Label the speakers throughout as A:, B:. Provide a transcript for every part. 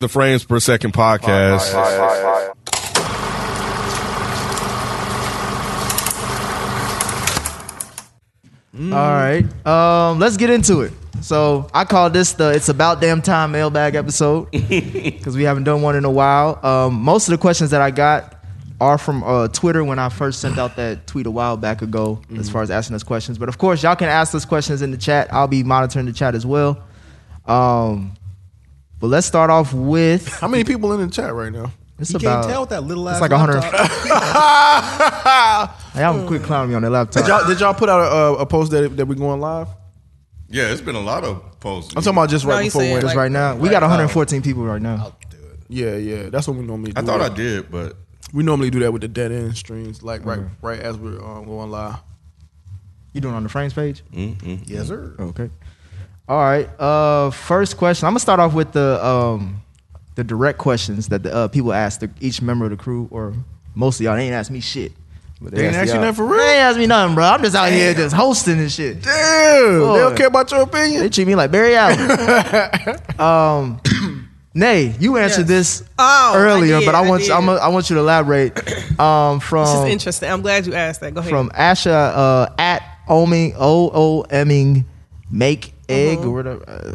A: the Frames Per Second podcast.
B: All right. Um, let's get into it. So I call this the It's About Damn Time mailbag episode because we haven't done one in a while. Um, most of the questions that I got are from uh, Twitter when I first sent out that tweet a while back ago as far as asking us questions. But of course, y'all can ask us questions in the chat. I'll be monitoring the chat as well. Um, but let's start off with
C: How many people in the chat right now?
B: it's
D: You
B: about
D: can't tell with that little ass.
B: it's like 100.
D: laptop.
B: Hey, I'm quick clowning me on the
C: Did
B: laptop.
C: y'all, did y'all put out a, a post that, that we going live?
A: Yeah, it's been a lot of posts.
C: I'm talking about just
E: No,
C: right
E: he
C: before
E: said,
C: Wednesday.
B: Because
E: like-
B: right now we got 114 people right now.
C: yeah, yeah. That's what we normally do.
A: I thought I did, but
C: We normally do that with the dead end streams, like right right as we're um, going live.
B: You doing it on the frames page?
A: Mm-hmm.
D: Yes, sir.
B: Okay. All right. Uh, first question. I'm gonna start off with the um, the direct questions that the uh, people asked the, each member of the crew, or most of y'all. They ain't asked me shit. But
C: They ain't
B: asked
C: ask you
B: y'all.
C: nothing for real?
B: They ain't asked me nothing, bro. I'm just out here just hosting and shit.
C: Damn,
B: Boy.
C: they don't care about your opinion.
B: They treat me like Barry Allen. um, Nay, you answered
E: Yes.
B: this
E: Oh, I
B: earlier,
E: did,
B: but I
E: I
B: want you,
E: did.
B: I'm a, I want you to elaborate. Um, from
E: This is interesting. I'm glad you asked that. Go ahead.
B: from Asha uh, at Oming O O Ming make egg
E: Uh-huh.
B: or whatever. Uh,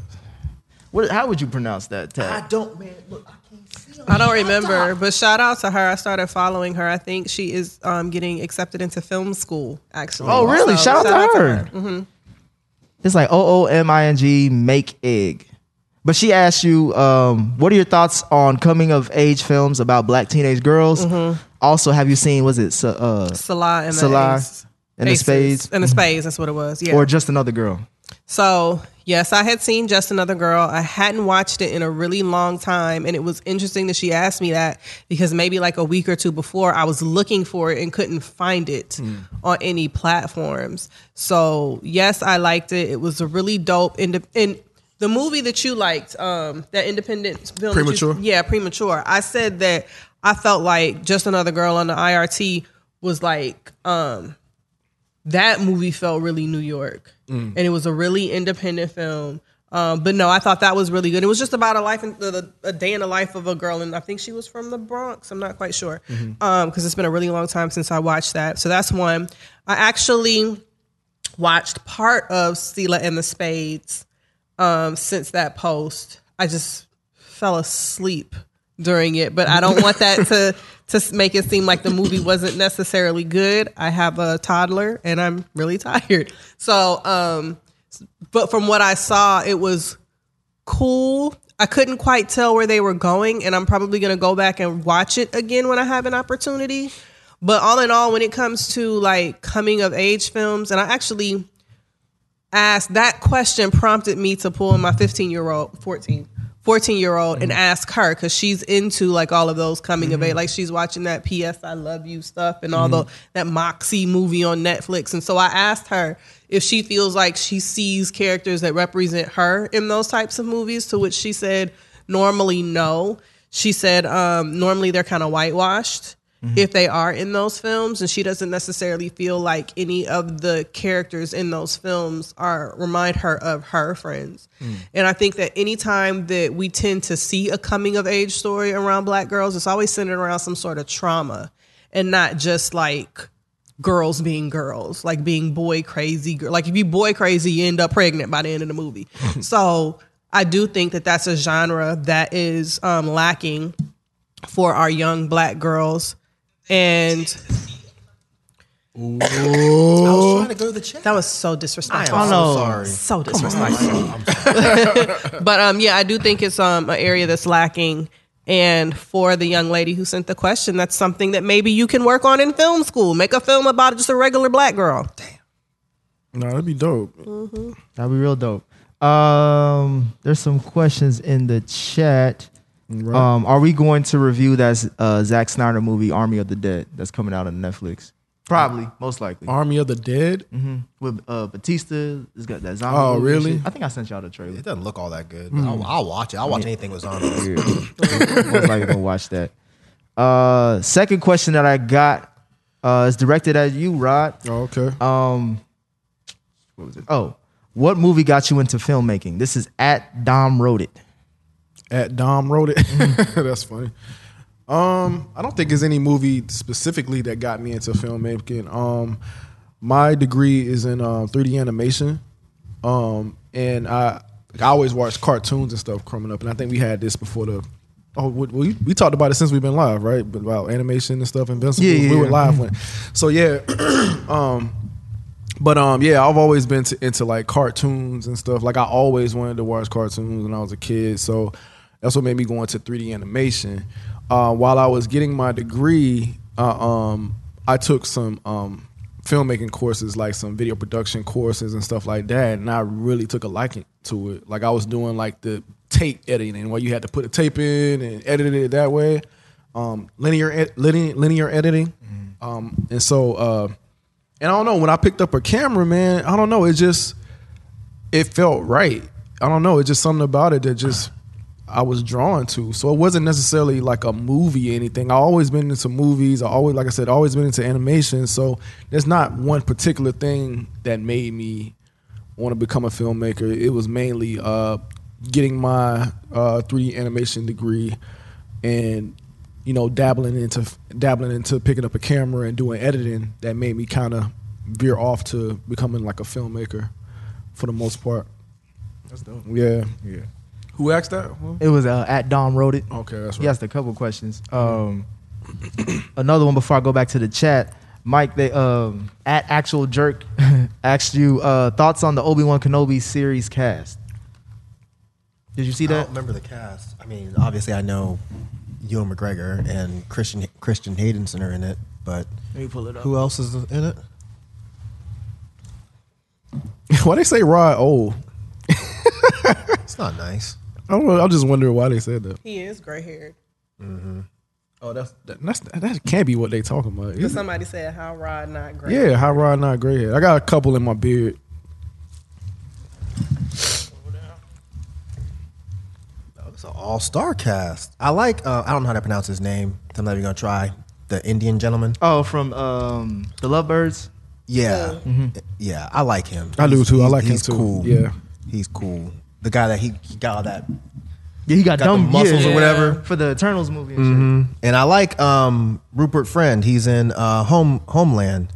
B: what? How would you pronounce that? Tag?
D: don't, man. Look, I can't see
E: I don't remember, but shout out to her. I started following her. I think she is um, getting accepted into film school. Actually.
B: Oh, really?
E: So,
B: shout, out to her.
E: Mhm.
B: It's like O O M I N G make egg. But she asked you, um, what are your thoughts on coming of age films about black teenage girls? Also, have you seen was it Sa- uh,
E: Salah and
B: Salah
E: Mm-hmm. the Ace.
B: and the
E: Aces.
B: Spades?
E: And the Spades. That's what it was. Yeah.
B: or just another girl?
E: So, yes, I had seen Just Another Girl. I hadn't watched it in a really long time. And it was interesting that she asked me that because maybe like a week or two before, I was looking for it and couldn't find it on any platforms. So, yes, I liked it. It was a really dope. Indi- and the movie that you liked, um, that independent film. that you-
C: Premature?
E: yeah, Premature. I said that I felt like Just Another Girl on the IRT was like, um, that movie felt really New York, and it was a really independent film. Um, but no, I thought that was really good. It was just about a life, in, the, the- a day in the life of a girl, and I think she was from the Bronx. I'm not quite sure because it's been a really long time since I watched that. So that's one. I actually watched part of Sela and the Spades um, since that post. I just fell asleep during it, but I don't want that to to make it seem like the movie wasn't necessarily good. I have a toddler and I'm really tired. So, um, but from what I saw, it was cool. I couldn't quite tell where they were going, and I'm probably going to go back and watch it again when I have an opportunity. But all in all, when it comes to like coming of age films, and I actually asked that question prompted me to pull my 15 year old 14 14 year old and ask her because she's into like all of those coming of age like she's watching that ps i love you stuff and all the that moxie movie on netflix and so i asked her if she feels like she sees characters that represent her in those types of movies to which she said normally no she said um, normally they're kind of whitewashed Mm-hmm. if they are in those films and she doesn't necessarily feel like any of the characters in those films are remind her of her friends and i think that anytime that we tend to see a coming of age story around black girls it's always centered around some sort of trauma and not just like girls being girls like being boy crazy girl like if you boy crazy you end up pregnant by the end of the movie so i do think that that's a genre that is um, lacking for our young black girls. And
D: I was trying to go to the chat.
E: that was so disrespectful.
D: sorry.
E: So disrespectful. but um, yeah, I do think it's um an area that's lacking. And for the young lady who sent the question, that's something that maybe you can work on in film school. Make a film about just a regular black girl.
C: No, that'd be dope.
B: That'd be real dope. Um, there's some questions in the chat. Um, are we going to review that uh, Zack Snyder movie Army of the Dead that's coming out on Netflix? Probably, most likely.
C: Army of the Dead.
B: With uh, Batista, it's got that zombie.
C: Oh,
B: movie and
C: really?
B: shit. I think I sent y'all the trailer.
D: It doesn't look all that good. but
B: Hmm.
D: I'll, I'll watch it. I'll watch anything with zombies.
B: most likely gonna watch that. Uh, second question that I got uh, is directed at you, Rod.
C: Oh, okay.
B: Um, what was it? Oh, what movie got you into filmmaking? This is at Dom wrote it.
C: At Dom wrote it.
B: Mm.
C: That's funny. Um, I don't think there's any movie specifically that got me into filmmaking. Um, my degree is in um, 3D animation, um, and I I always watched cartoons and stuff growing up, and I think we had this before the. Oh, we, we we talked about it since we've been live, right? But about animation and stuff, Invincible.
B: Yeah, yeah,
C: we were
B: yeah. Mm-hmm.
C: live when, so yeah. um, but um, yeah, I've always been to, into like cartoons and stuff. Like I always wanted to watch cartoons when I was a kid, so that's what made me go into 3D animation. Uh, while I was getting my degree, uh, um, I took some um, filmmaking courses, like some video production courses and stuff like that, and I really took a liking to it. Like I was doing like the tape editing, where you had to put a tape in and edit it that way, um, linear, ed- linear linear editing, um, and so. Uh, and I don't know when I picked up a camera, man. I don't know. It just it felt right. I don't know. It's just something about it that just I was drawn to. So it wasn't necessarily like a movie or anything. I always been into movies. I always, like I said, always been into animation. So there's not one particular thing that made me want to become a filmmaker. It was mainly uh, getting my uh, 3D animation degree and you know dabbling into dabbling into picking up a camera and doing editing that made me kind of veer off to becoming like a filmmaker for the most part.
D: That's dope.
C: Yeah.
D: Yeah.
C: Who asked that? Who?
B: It was uh, at Dom wrote it.
C: Okay, that's right.
B: He asked a couple questions. Um, another one before I go back to the chat. Mike, they um, at actual jerk asked you uh, thoughts on the Obi Wan Kenobi series cast. Did you see
D: I don't
B: that?
D: remember the cast. I mean, obviously, I know Ewan McGregor and Christian Christian Haydenson are in it, but
B: Let me pull it up.
D: who else is in it?
C: why they say Rod old?
D: It's not nice.
C: I don't know. I just wonder why they said that.
E: He is gray haired.
C: Oh, that's that, that's that can't be what they talking about.
E: But
C: is it?
E: somebody said how Rod not gray.
C: Yeah, high rod, not gray hair. I got a couple in my beard.
D: It's an all star cast. I like. Uh, I don't know how to pronounce his name. so I'm not even gonna try. The Indian gentleman.
B: Oh, from um, the Lovebirds.
D: Yeah,
B: Mm-hmm.
D: yeah. I like him.
C: I do, too. I
D: He's-
C: like him,
D: he's
C: too.
D: Cool.
C: Yeah.
D: he's cool. The guy that he, he got all that,
B: Yeah, he got,
D: Got the
B: dumb
D: muscles
B: yeah,
D: or whatever.
B: for the Eternals movie. And shit.
D: and I like um, Rupert Friend. He's in uh, Home Homeland.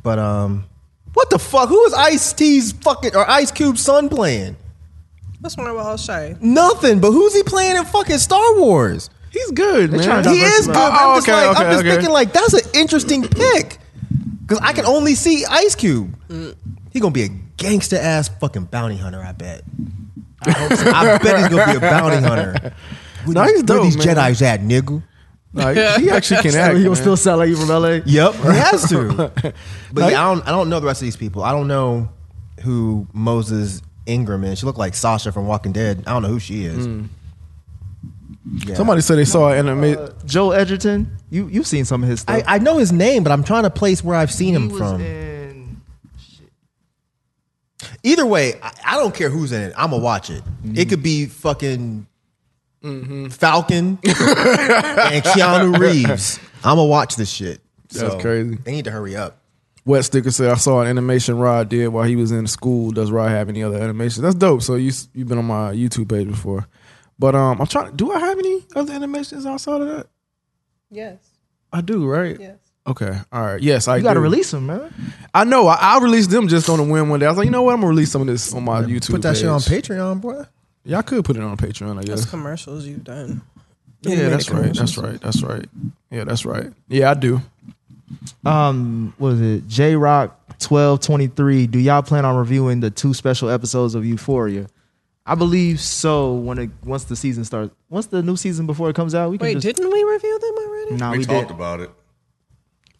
D: But um, what the fuck? Who is Ice T's fucking or Ice Cube's son playing?
E: What's wrong with O'Shea?
D: Mm. Nothing. But who's he playing in fucking Star Wars?
C: He's good,
B: They
C: man.
B: trying
D: He
B: to-
D: is good. but
C: Oh,
D: I'm just,
C: okay,
D: like, I'm
C: okay,
D: just
C: okay.
D: thinking like that's an interesting pick because I can only see Ice Cube. He gonna be a gangster ass fucking bounty hunter. I bet. I, hope so. I bet he's gonna be a bounty hunter. Where
C: Nah,
D: these-
C: he's
D: where
C: dope,
D: these
C: man.
D: Jedi's at, nigga?
C: Like, he actually can act.
B: he gonna
C: man.
B: still sound like you from LA.
D: Yep, he has to. But yeah, I don't. I don't know the rest of these people. I don't know who Moses Ingram is. She looked like Sasha from Walking Dead. I don't know who she is. Yeah.
C: Somebody said they saw an anime.
B: Uh, Joel Edgerton, you you've seen some of his stuff.
D: I, I know his name, but I'm trying to place where I've seen him
B: he was
D: from.
B: in
D: Either way, I, I don't care who's in it. I'm gonna watch it. It could be fucking Falcon and Keanu Reeves. I'm gonna watch this shit.
C: That's crazy.
D: They need to hurry up.
C: Wet Sticker said, I saw an animation Rod did while he was in school. Does Rod have any other animations? That's dope. So you, s- you've been on my YouTube page before. But um, I'm trying do I have any other animations outside of that?
E: Yes.
C: I do, right?
E: Yes.
C: Okay. All right. Yes, I
B: you gotta
C: do.
B: release him, man.
C: I know. I, I released them just on a whim one day. I was like, you know what? I'm going to release some of this on my YouTube
D: Put that shit on
C: page.
D: Patreon, boy.
C: Y'all could put it on Patreon, I
E: That's
C: guess.
E: commercials you've done.
C: Yeah, that's right. That's right. That's right. Yeah, that's right. Yeah, I do.
B: Um, what is it? J Rock twelve twenty three. Do y'all plan on reviewing the two special episodes of Euphoria? I believe so. When it once the season starts, once the new season before it comes out, we can
E: Wait,
B: just.
E: didn't we review them already?
B: nah,
A: we,
B: we,
A: talked
B: did.
A: about it.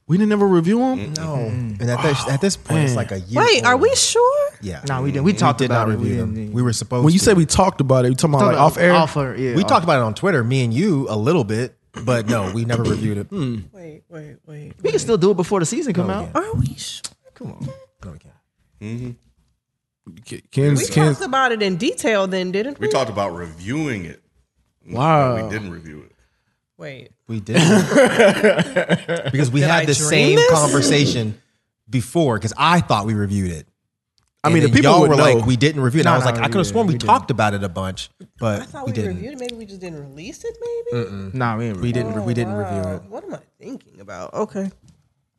C: We didn't ever review them?
D: No, and at this, at this point, it's like a year.
E: Wait, are
D: old.
E: we sure?
D: Yeah.
B: Nah, we didn't. We talked
D: did
B: about
D: not
B: it. We
D: review
B: didn't-
D: them. We were supposed.
C: When you
D: to.
C: say we talked about it, you talking about like off air?
B: Off air, yeah.
D: we
B: off-
D: talked about it on Twitter, me and you, a little bit, but no, we never reviewed it. No,
E: Wait, wait, wait.
B: We can still do it before the season come
D: we
B: out.
D: can't.
E: Are we sure?
D: No, we can't.
E: We
C: Ken's, Ken's,
E: talked about it in detail then, didn't we?
A: We talked about reviewing it.
C: wow.
A: but We didn't review it.
E: wait.
D: We did because we
E: Did
D: had
E: I
D: the
E: dream
D: same
E: this?
D: conversation before because I thought we reviewed it.
C: I mean, the
D: And then
C: people
D: y'all
C: would
D: were
C: know.
D: like, we didn't review it. And
C: No,
D: I was
C: no,
D: like,
C: we
D: I could have
C: didn't.
D: sworn we,
C: We didn't.
D: talked about it a bunch, but
E: I thought
D: we
E: we,
D: didn't.
E: reviewed it. Maybe we just didn't release it. Maybe Oh,
B: Nah, we ain't.
D: We didn't. we didn't review it.
E: What am I thinking about? Okay,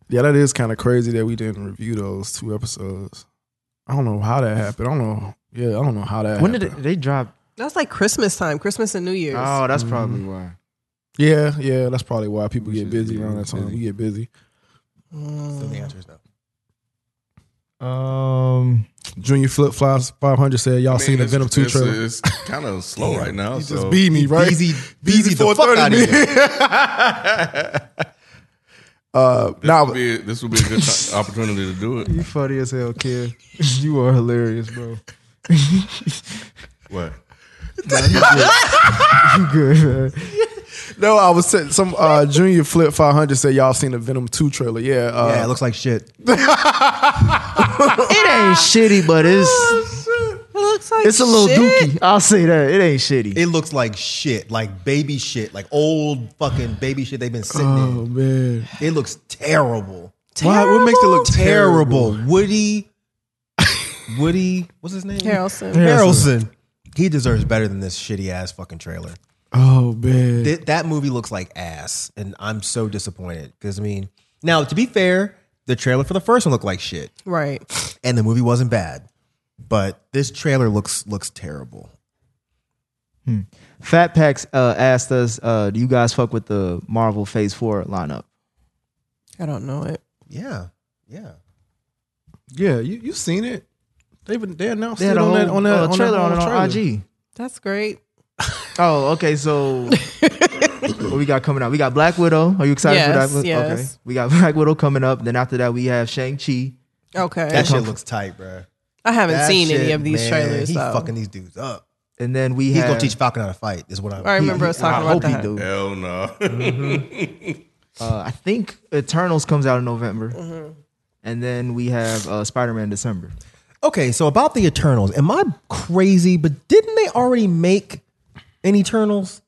C: Yeah, that is kind of crazy that we didn't review those two episodes. I don't know how that happened. I don't know. Yeah, I don't know how that.
B: When did
C: happened.
B: it, they drop?
E: that's like Christmas time, Christmas and New Year's.
B: Oh, that's probably why.
C: Yeah, yeah, that's probably why people
B: We
C: get
B: should
C: busy
B: be
C: around that time.
B: busy.
C: You get busy.
D: So
E: Mm.
D: the answer is no.
B: Um,
C: Junior Flip Flops 500 said, Y'all seen the
A: it's-
C: Venom 2
A: it's,
C: trailer?
A: It's kind of slow right now.
C: You
A: so.
C: just beat me, right?
D: Beezy,
C: Beezy
D: Beezy the fuck
C: 430
D: out of
C: me.
D: here.
C: Uh,
A: This
C: nah,
A: would be a, this would be a good ti- opportunity to do it.
B: you funny as hell, kid. you are hilarious, bro.
A: What?
B: You good? Man.
C: no, I was saying some uh, Junior Flip 500 said, Y'all seen the Venom 2 trailer. Yeah. Uh,
D: Yeah, it looks like shit.
B: It ain't shitty, but Ah. it's
E: It looks like
B: it's a little
E: shit.
B: dookie. I'll say that. It ain't shitty.
D: It looks like shit, like baby shit, like old fucking baby shit they've been sitting
C: oh, man.
D: in. It looks terrible.
C: Why- what makes it look
D: Terrible. Woody. Woody. What's his name?
E: Harrelson.
D: Harrelson. He deserves better than this shitty ass fucking trailer.
C: Oh, man.
D: Th- that movie looks like ass, and I'm so disappointed. Because I mean, now to be fair, the trailer for the first one looked like shit,
E: Right.
D: and the movie wasn't bad, but this trailer looks looks terrible.
B: Fat Packs uh, asked us, uh, "Do you guys fuck with the Marvel Phase Four lineup?"
E: I don't know it.
D: Yeah, yeah.
C: yeah, you, you seen it. They, been- they announced
B: They had
C: it
B: a
C: on
B: whole
C: that, on that
B: uh,
C: on that
B: trailer on
C: whole
B: it
C: trailer.
B: on IG.
E: That's great.
B: Oh, okay. So what we got coming up? We got Black Widow. Are you excited
E: Yes,
B: for that?
E: yes.
B: Okay. We got Black Widow coming up. Then after that, we have Shang Chi.
E: Okay.
D: That shit looks tight, bro.
E: I haven't
D: That
E: seen any
D: shit,
E: of these
D: man,
E: trailers.
D: He
E: so.
D: fucking these dudes up.
B: And then we
D: He's
B: have
D: gonna teach Falcon how to fight. Is what I'm.
E: I remember
D: he-
E: us talking
B: I hope
E: about
B: he
E: that.
B: do.
A: Hell no.
B: Uh, I think Eternals comes out in November.
E: Mm-hmm.
B: And then we have uh, Spider Man December.
D: Okay, so about the Eternals, am I crazy? But didn't they already make an Eternals?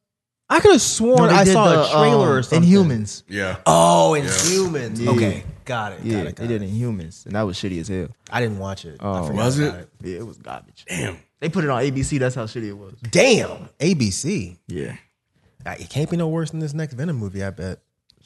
D: I could have sworn
B: No, they
D: I
B: did
D: saw
B: the,
D: a trailer or
B: um,
D: something.
B: Inhumans.
A: yeah.
D: Oh, in humans. Okay, got it. Got
B: Yeah,
D: it. Got
B: they did
D: it.
B: Inhumans, and that was shitty as hell.
D: I didn't watch it.
B: Oh.
D: I forgot
A: Was
D: about
A: it?
B: Yeah, it was garbage.
A: Damn.
B: They put it on ABC. That's how shitty it was.
D: Damn, ABC.
B: Yeah.
D: Uh, It can't be no worse than this next Venom movie. I bet.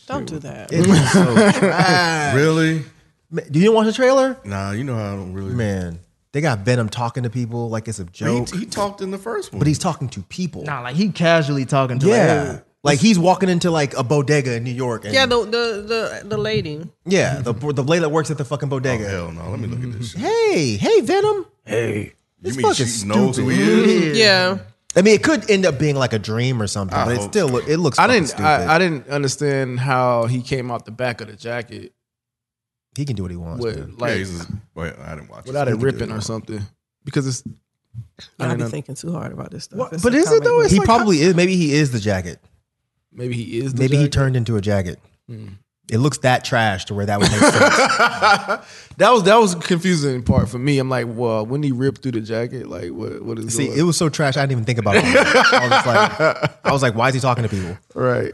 E: Don't do that.
D: It is so trash.
A: Really?
D: Man, Do you watch the trailer?
A: Nah, you know how I don't really.
D: Man, they got Venom talking to people like it's a
A: He,
D: joke,
A: he talked in the first one.
D: but he's talking to people.
B: Nah, like he casually talking to
D: yeah.
B: like,
D: Like, he's walking into like a bodega in New York. And,
E: yeah, the, the the the lady.
D: yeah. The the lady that works at the fucking
B: Oh,
D: bodega.
A: Hell no. Let me look at this shit.
D: Hey, hey, Venom.
A: Mm-hmm. You
D: It's
A: mean she
D: fucking
A: knows who he
D: stupid.
A: is?
E: Yeah.
D: I mean, it could end up being like a dream or something, but it
A: hope
D: still it looks.
C: I
D: fucking
C: didn't.
D: Stupid.
C: I, I didn't understand how he came out the back of the jacket
D: he can do what he wants. man.
C: with
A: yeah,
C: like
A: he's just, wait, I didn't watch
C: without
A: it.
C: it ripping or something because it's. I
E: I'll
C: don't
E: be
C: know.
E: thinking too hard about this stuff.
C: What?
E: It's
C: But
E: a
C: is it
E: comic
C: though?
E: book.
C: It's
D: he
C: like-
D: probably is. Maybe he is the jacket.
C: Maybe he is. The
D: Maybe he
C: jacket.
D: turned into a jacket. Hmm. It looks that trash to where that would make sense.
C: That was that was a confusing part for me. I'm like, well, when he ripped through the jacket, like what what is
D: See,
C: going-
D: it was so trash. I didn't even think about it. I was just like, I was like, why is he talking to people?
C: right?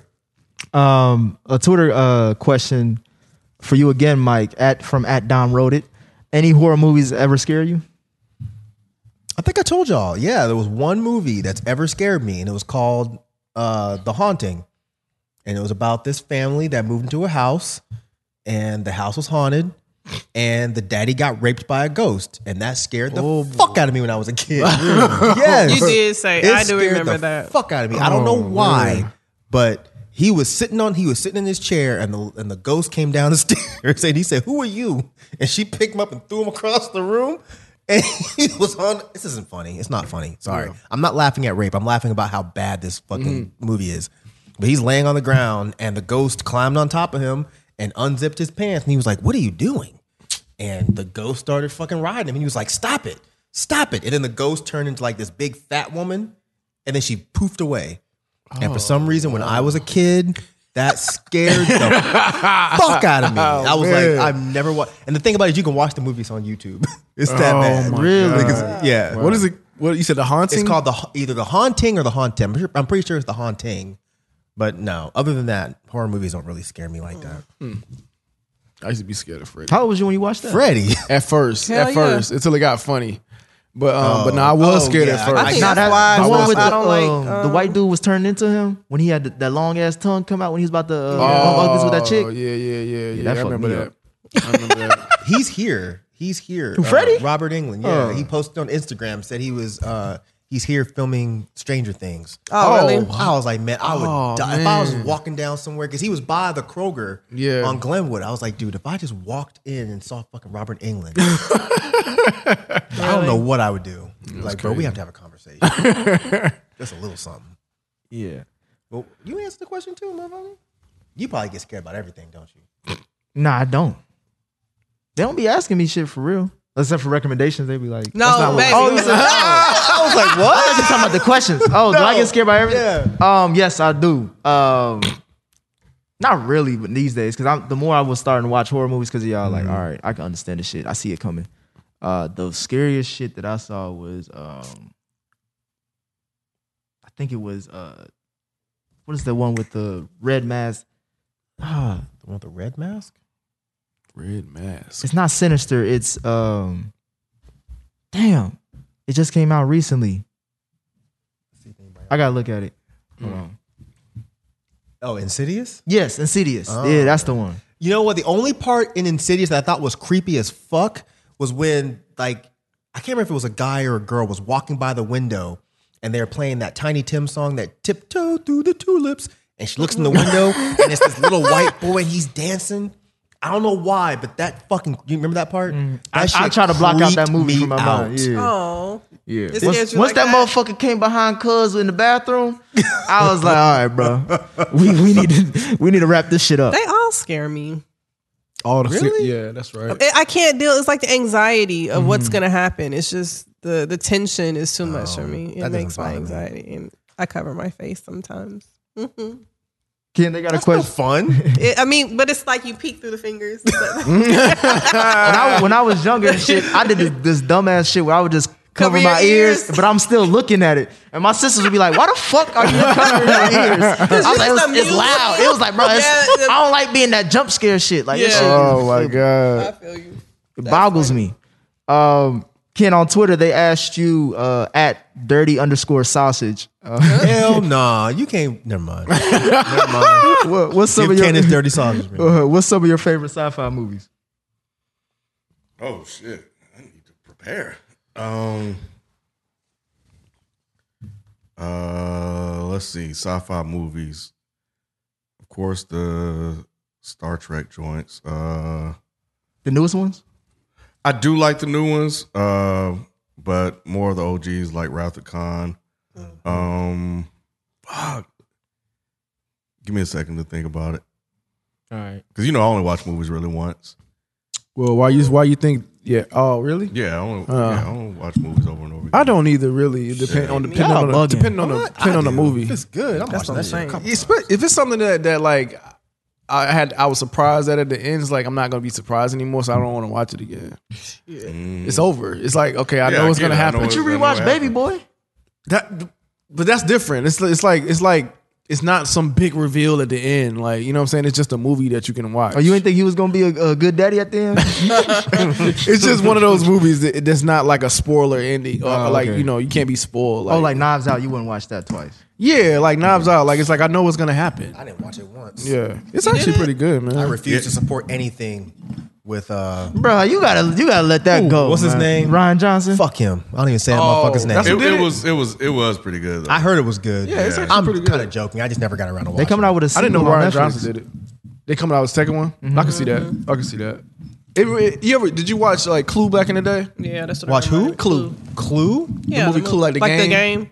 B: um a Twitter uh question for you again, Mike, at from at Dom wrote it. Any horror movies ever scare you?
D: I think I told y'all. Yeah, there was one movie that's ever scared me, and it was called uh, The Haunting. And it was about this family that moved into a house, and the house was haunted, and the daddy got raped by a ghost, and that scared the fuck out of me when I was a kid. yes,
E: Oh, You did say- I do
D: scared
E: remember
D: the
E: that.
D: Fuck out of me. I don't know why, but. He was sitting on he was sitting in his chair and the and the ghost came down the stairs and he said, Who are you? And she picked him up and threw him across the room. And he was on this isn't funny. It's not funny. Sorry. I'm not laughing at rape. I'm laughing about how bad this fucking movie is. But he's laying on the ground and the ghost climbed on top of him and unzipped his pants and he was like, What are you doing? And the ghost started fucking riding him. And he was like, Stop it. Stop it. And then the ghost turned into like this big fat woman. And then she poofed away. and
C: Oh,
D: for some reason, when I was a kid, that scared the fuck out of me. I was
C: Oh, man.
D: like, I've never watched. And the thing about it is, you can watch the movies on YouTube. it's that
C: Oh,
D: bad.
C: my Really?
D: Because- yeah.
C: What is it? What you said? The haunting.
D: It's called the either the haunting or the haunting. I'm, sure- I'm pretty sure it's the
C: Hmm.
D: haunting. But no, other than that, horror movies don't really scare me like that.
C: I used to be scared of Freddy.
B: How old was you when you watched that?
D: Freddy.
C: At first,
E: Hell
C: at
E: yeah.
C: first, until it got funny. But um, but no, I was
D: Oh,
C: scared
D: yeah,
C: at
D: I
C: first.
E: think
B: Nah,
E: that's
B: that,
E: why
B: the
E: I
B: one
E: stopped-
B: with the,
E: I don't like,
B: um, the
E: um,
B: white dude was turned into him when he had th- that long ass tongue come out when he was about to uh, bump uglies with that chick.
C: Oh, Yeah, yeah, yeah, yeah.
B: that
C: I
B: fucked
C: remember
B: me
C: that. I remember that.
D: He's here. He's here. Uh,
B: Freddie?
D: Robert England. Yeah, he posted on Instagram said he was. uh He's here filming Stranger Things.
E: Oh, really?
D: I was like, man, I would
C: Oh,
D: die. If I was
C: man.
D: walking down somewhere, because he was by the Kroger
C: Yeah.
D: on Glenwood, I was like, dude, if I just walked in and saw fucking Robert England, I don't know what I would do. Like, bro, we have to have a conversation. Just a little something.
C: Yeah.
D: Well, you answer the question too, motherfucker. You probably get scared about everything, don't you?
B: Nah, I don't. They don't be asking me shit for real. Except for recommendations, they be like,
E: No, baby.
B: Oh, you said,
D: I was like, what?
B: I thought you were talking about the questions. Oh, do I get scared by everything? Um, yes, I do. Um, not really, but these days, because I'm the more I was starting to watch horror movies, because y'all like, all right, I can understand the shit. I see it coming. Uh, the scariest shit that I saw was, um, I think it was, uh, what is the one with the red mask? Ah,
D: The one with the red mask?
C: Red mask.
B: it's not sinister. It's um, damn, it just came out recently. I gotta look at it. Hold on.
D: Oh, Insidious?
B: Yes, Insidious. Yeah, that's the one.
D: You know what? The only part in Insidious that I thought was creepy as fuck was when, like, I can't remember if it was a guy or a girl was walking by the window and they were playing that Tiny Tim song that tiptoe through the tulips. And she looks in the window and it's this little white boy and he's dancing. I don't know why, but that fucking, you remember that part?
B: Mm. I,
D: That
B: I
D: shit
B: try to block out that
D: creeped
B: movie
D: me
B: from my
D: out.
B: mind. Yeah.
E: Oh.
C: Yeah.
E: It
B: Once,
E: scares you
B: once
E: like
B: that, motherfucker came behind Cuz in the bathroom, I was like, "All right, bro, we, we need to we need to wrap this shit up."
E: They all scare me.
C: All the
E: Really?
C: Yeah, that's right.
E: I I can't deal. It's like the anxiety of what's gonna happen. It's just the the tension is too much for me. It
D: that doesn't
E: makes my
D: bother me.
E: anxiety, and I cover my face sometimes.
B: Ken, they got a question.
D: Fun.
E: It, I mean, but it's like you peek through the fingers. but-
B: When I, when I was younger and shit, I did this, this dumbass shit where I would just cover,
E: Cover your
B: my ears,
E: ears.
B: but I'm still looking at it. And my sisters would be like, "Why the fuck are you covering your ears?" I was like,
E: it's
B: "It's, it's
E: amusing.
B: loud." It was like, "Bro, it's,
E: Yeah, it's-
B: I don't like being that jump scare shit." Like, this
E: Yeah.
B: shit,
C: Oh my
E: I
C: god.
E: feel you.
B: It boggles me. Um, Ken on Twitter they asked you uh, at dirty underscore sausage. Uh,
D: Hell nah. You can't, never mind. never mind.
B: what, what's some
D: Give
B: of your
D: Candace dirty sausage, man.
B: uh, what's some of your favorite sci-fi movies?
A: Oh shit! I need to prepare. Um. Uh, let's see. Sci-fi movies, of course. The Star Trek joints. Uh,
B: The newest ones?
A: I do like the new ones. Uh, but more of the OGs like Wrath of Khan.
C: Mm-hmm.
A: Um, fuck. Give me a second to think about it,
C: All right.
A: because you know I only watch movies really once.
C: Well, why you why you think yeah, oh really?
A: Yeah, I only, yeah, I only watch movies over and over. Again.
C: Uh. I don't either really. It depend on depending
B: Y'all
C: on the,
B: bugging.
C: depending on the depending on the movie.
D: It's good. I'm watching that shit. Come on.
C: It's- If it's something that that like I had I was surprised at at the end, it's like I'm not gonna be surprised anymore, so I don't want to watch it again. It's over. It's like okay, I
A: Mm. Yeah,
C: know
A: I
C: what's
A: get
C: gonna
A: it. I
C: happen.
A: know
C: But
A: it-
B: You
A: I know
B: rewatch
A: what
B: Baby
A: happened.
B: Boy?
C: That, but that's different. It's it's like it's like it's not some big reveal at the end. Like you know what I'm saying? It's just a movie that you can watch.
B: Oh, you didn't think he was gonna be a, a good daddy at the end?
C: it's just one of those movies that that's not like a spoiler ending. Or
B: Oh,
C: like
B: okay.
C: you know you can't be spoiled. Like,
B: oh, like Knives Out. You wouldn't watch that twice.
C: yeah, like Knives Out. Like it's like I know what's gonna happen.
D: I didn't watch it once.
C: Yeah, it's actually pretty good, man.
D: I refuse to support anything with uh
B: Bro, you gotta you gotta let that
D: Ooh,
B: go.
D: what's his
B: man.
D: name?
B: Ryan Johnson.
D: fuck him. I don't even say that
C: Oh,
D: motherfucker's
C: that's
D: name.
A: It,
C: Who did
A: it
C: it?
A: was it was it was pretty good. Though.
D: I heard it was good.
C: Yeah, it's actually
D: I'm
C: pretty
D: kind
C: good.
D: of joking. I just never got around to watching.
B: They coming out with a
C: I didn't know
B: sequel on
C: Ryan
B: Netflix.
C: Johnson did it. They coming out with the second one. I can see that. I can see that. It- it- you ever did you watch like Clue back in the day?
E: Yeah, that's what.
D: watch
E: I remember.
D: who? Clue. Clue.
E: Yeah,
C: movie Clue, like the game?
E: game.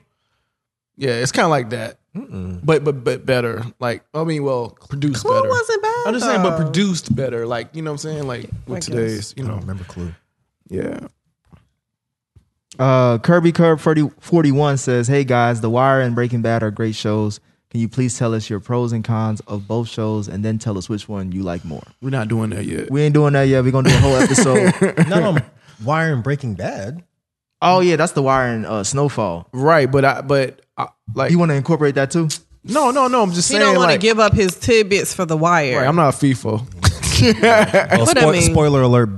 C: Yeah, it's kind of like that, but but but better. Like I mean, well, produced
E: Clue
C: better.
E: wasn't bad,
C: I'm just saying, but
E: though.
C: produced better. Like you know what I'm saying? Like with
E: guess.
C: today's, you
D: I don't
C: know,
D: remember Clue.
C: yeah.
B: Uh, Kirby Curb 40, 41 says, Hey guys, The Wire and Breaking Bad are great shows. Can you please tell us your pros and cons of both shows and then tell us which one you like more?
C: We're not doing that yet.
B: We ain't doing that yet. We're going to do a whole episode.
D: Not on Wire and Breaking Bad.
B: oh, yeah, that's The Wire and uh, Snowfall.
C: right, but I but I, like
B: You want to incorporate that too?
C: no no no. I'm just
E: He
C: saying
E: don't want
C: like
E: to give up his tidbits for the wire.
C: right, I'm not a FIFA.
D: Well,
E: But I
D: spoil-
E: mean-
D: spoiler alert: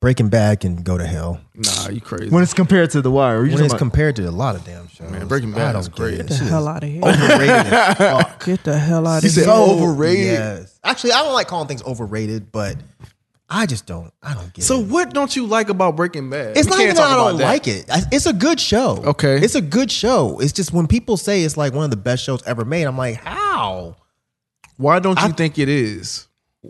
D: Breaking Bad can go to hell.
C: Nah, you crazy.
B: When it's compared to The Wire, you
D: When
B: talking
D: it's
B: about-
D: compared to a lot of damn shows,
C: Man, Breaking Bad is great.
D: Get
E: the hell out of here.
D: Oh. Overrated.
E: Get the hell out of
C: said
E: here.
D: "Oh,
C: overrated.
D: Yes. Actually, I don't like calling things overrated, but I just don't. I don't get
C: so
D: it.
C: what don't you like about Breaking Bad?
D: It's
C: We
D: not
C: can't
D: even
C: talk
D: that I
C: about
D: don't like it. I- It's a good show.
C: Okay.
D: It's a good show. It's just when people say it's like one of the best shows ever made, I'm like, how?
C: Why don't you
D: I-
C: think it is?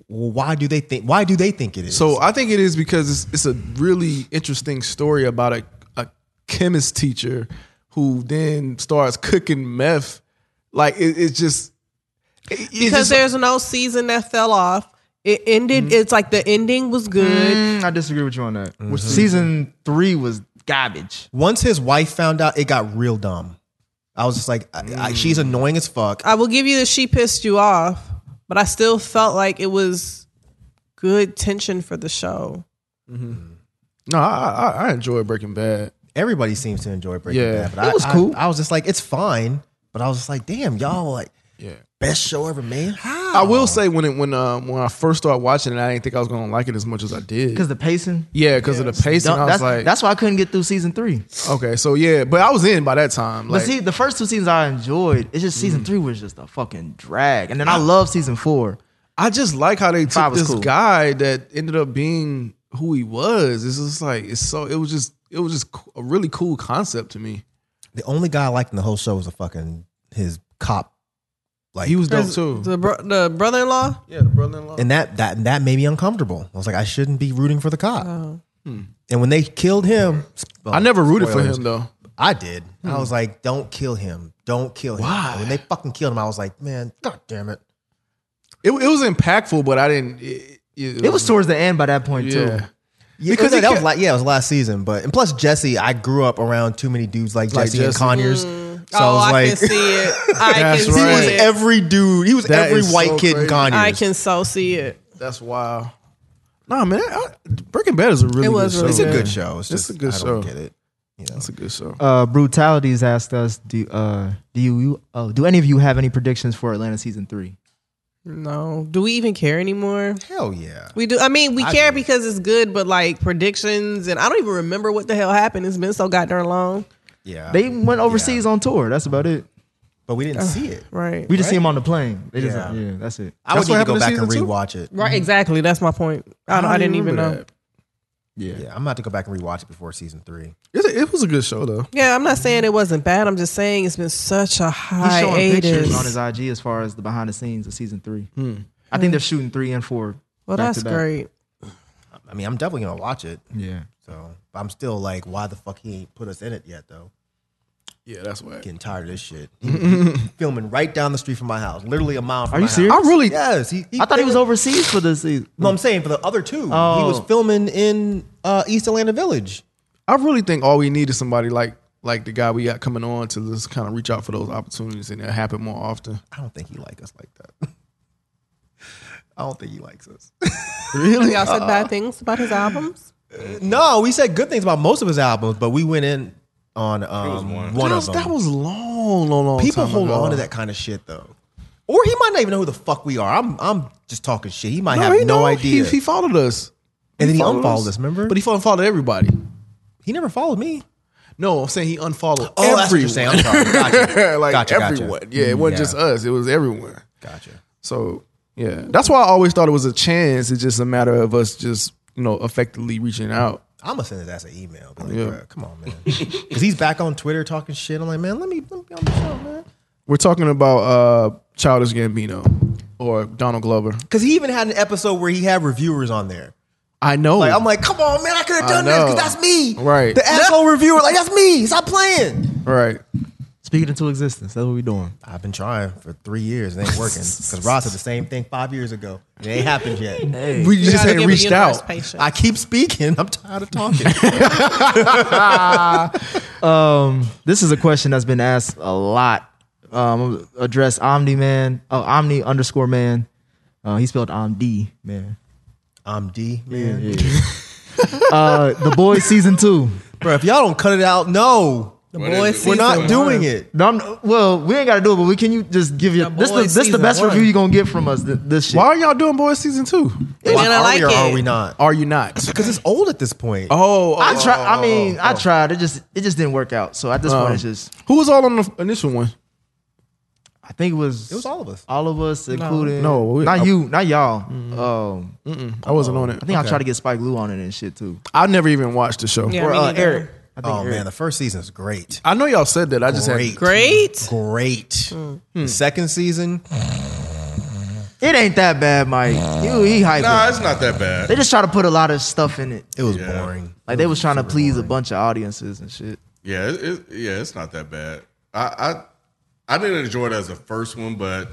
D: Well, why do they think? Why do they think it is?
C: So I think it is because it's, it's a really interesting story about a, a chemist teacher who then starts cooking meth. Like it, it's just it- it's
E: because
C: just-
E: there's no season that fell off. It ended. It's like the ending was good.
B: Mm, I disagree with you on that. Which season three was garbage.
D: once his wife found out, it got real dumb. I was just like, I, I,
C: Mm.
D: she's annoying as fuck.
E: I will give you that she pissed you off, but I still felt like it was good tension for the show.
C: no, I, I, I enjoy Breaking Bad.
D: Everybody seems to enjoy Breaking
C: Yeah.
D: Bad, but
B: It was
D: I,
B: cool.
D: I, I was just like, it's fine. But I was just like, damn, y'all like
C: Yeah.
D: best show ever made. How?
C: I will say when it when um when I first started watching it, I didn't think I was gonna like it as much as I did.
B: Because the pacing.
C: yeah, because of the pace, and I
B: Don't-
C: was
B: that's,
C: like,
B: that's why I couldn't get through season three.
C: okay, so yeah, but I was in by that time.
B: But
C: Like,
B: see, the first two seasons I enjoyed. It's just season three was just a fucking drag. And then I love season four.
C: I just like how they
B: Five
C: took
B: was
C: this
B: cool.
C: guy that ended up being who he was. It's just like it's so it was just it was just a really cool concept to me.
D: The only guy I liked in the whole show was a fucking his cop, like
C: He was dope
E: Is
C: too.
E: The, bro- the brother-in-law.
C: Yeah, the brother-in-law.
D: and that that that made me uncomfortable. I was like, I shouldn't be rooting for the cop.
E: Oh.
D: And when they killed him,
C: Hmm. I never rooted
D: Spoilers.
C: for him though. Hmm.
D: I did. I was like, don't kill him. Don't kill him.
C: Why?
D: And when they fucking killed him, I was like, man, god damn it.
C: It, it was impactful, but I didn't. It, it
B: It was towards the end by that point
C: Mm. yeah.
B: too.
D: Yeah,
C: Because
D: because
C: it
D: that was
C: kept-
D: like yeah, it was last season. But and plus Jesse, I grew up around too many dudes like,
C: Like
D: Jesse, and
C: Jesse.
D: Conyers. So I
E: oh,
D: was
E: I
D: like,
E: can see it. I can
C: That's
E: see
C: right.
D: he was
E: it.
D: every dude. He was
C: That
D: every
C: is
D: white
C: so
D: kid in
C: crazy.
D: Conyers.
E: I can so see it.
C: That's wild. Nah, man, I, Breaking Bad is a really
E: It was
C: good show.
E: really
D: it's a
E: Yeah.
D: good show. It's
C: It's
D: just
C: a good
D: I
C: show.
D: don't get it. You know,
C: It's a good show.
B: Uh, Brutalities asked us, do uh, do you, you oh, do any of you have any predictions for Atlanta season three?
E: No, do we even care anymore?
D: hell yeah.
E: We do. I mean, we care because it's good, but like predictions, and I don't even remember what the hell happened. It's been so goddamn long,
D: Uh, Yeah.
B: They went overseas on tour. That's about it.
D: but we didn't see it.
E: right?
B: We just see them on the plane. They just,
D: Yeah.
B: yeah. that's it.
D: I
C: That's
D: would need
C: what
D: to go back
C: happened to
D: and
C: season two?
D: rewatch it.
E: right, exactly. That's my point. I, don't, I didn't even know.
D: Yeah, I'm about to go back and rewatch it before season three.
C: It's a, it was a good show though.
E: Yeah, I'm not saying it wasn't bad. I'm just saying it's been such a
B: He's showing pictures on his
E: hiatus.
B: IG as far as the behind the scenes of season three. I think they're shooting three and four.
E: Well,
B: back
E: that's
B: to back.
E: great.
D: I mean, I'm definitely gonna watch it.
B: Yeah.
D: So but I'm still like, why the fuck he ain't put us in it yet though?
C: Yeah, that's why.
D: Getting tired of this shit. He- he filming right down the street from my house, literally a mile. From
B: Are you
D: my house.
B: serious?
C: I really
D: Yes. He,
B: I thought he was
D: filming-
B: overseas for this season.
D: No, I'm saying for the other two, he
B: Oh.
D: was filming in uh, East Atlanta Village.
C: I really think all we need is somebody like like the guy we got coming on to just kind of reach out for those opportunities and it happen more often.
D: I don't think he like us like that. I don't think he likes us.
E: Have y'all said
B: Uh-uh.
E: bad things about his albums?
D: no, we said good things about most of his albums, but we went in on um, one,
C: that,
D: of
C: was,
D: them.
C: that was long, long, long.
D: People
C: time
D: hold
C: ago.
D: on to that kind of shit though. Or he might not even know who the fuck we are. I'm I'm just talking shit. He might
C: No,
D: have
C: he
D: no
C: know.
D: idea.
C: He, he followed us,
D: and then he
C: followed
D: unfollowed us. Remember?
C: But he fo- followed everybody.
D: he never followed me.
C: No, I'm saying he unfollowed.
D: Oh, that's what you're saying. I'm
C: everyone.
D: sorry. Gotcha.
C: like
D: gotcha, gotcha.
C: everyone. Yeah, it wasn't
D: Yeah.
C: just us. It was everyone.
D: Gotcha.
C: So yeah, that's why I always thought it was a chance. It's just a matter of us just you know effectively reaching out.
D: I'm gonna send his ass an email. Be like,
C: Yeah.
D: "Bruh, come on, man. Because he's back on Twitter talking shit. I'm like, man, let me let me be on the show, man.
C: We're talking about uh Childish Gambino or Donald Glover.
D: Because he even had an episode where he had reviewers on there.
C: I know.
D: Like, I'm like, come on, man, I could have
C: I
D: done this
C: know.
D: because that's me.
C: Right.
D: The asshole reviewer, like, that's me. Stop playing.
C: right.
B: Speak it into existence. That's what we're doing.
D: I've been trying for three years. It ain't working. Because Ross said the same thing five years ago. It ain't happened yet.
C: We
E: You
C: just
E: gotta
C: ain't
E: give
C: reached
E: a universe
C: out.
E: patient.
D: I keep speaking. I'm tired of talking.
B: Um, this is a question that's been asked a lot. Um, address Omni Man. Oh, Omni underscore man. Uh, he spelled Omd man.
D: I'm D, man.
B: Uh, the boys season two.
D: Bro, if y'all don't cut it out, no.
E: The
A: What
E: boy
A: is it?
E: season
A: We're
D: We're not
E: one.
D: doing it.
B: No, I'm, well, we ain't got to do it, but we can you just give you
E: The
B: this. The,
E: boys
B: this the
E: season
B: best
E: one.
B: review you gonna get from us. th- This shit.
C: Why are y'all doing boys season two?
E: They
D: Why
E: didn't
D: are
E: like
D: we or are
E: it.
D: we not?
C: Are you not?
D: Because it's old at this point.
C: Oh,
B: I try. I mean, I tried. It just it just didn't work out. So at this
C: Um,
B: point, it's just
C: who was all on the initial one?
B: I think it was
D: It was all of us.
B: all of us, including
C: No, we- uh,
B: not
C: Mm-hmm. I-
B: you, not y'all. Um,
C: I wasn't on it.
D: Oh.
B: I think I tried to get Spike Lee on it and shit too,
C: I never even watched the show.
E: Yeah,
B: or
E: me
B: uh,
E: neither.
B: Eric. I think
D: Oh
B: Eric.
D: man, the first season is great.
C: I know y'all said that. I just
D: Great.
C: had
E: Great.
D: Great. The second season,
B: it ain't that bad, Mike. You he hyped.
A: Nah,
B: it.
A: it's not that bad.
B: They just try to put a lot of stuff in it.
D: it was
A: Yeah.
D: boring.
B: Like they was trying to please a bunch of audiences and shit.
A: Yeah, it, it, yeah, it's not that bad. I, I I didn't enjoy it as the first one, but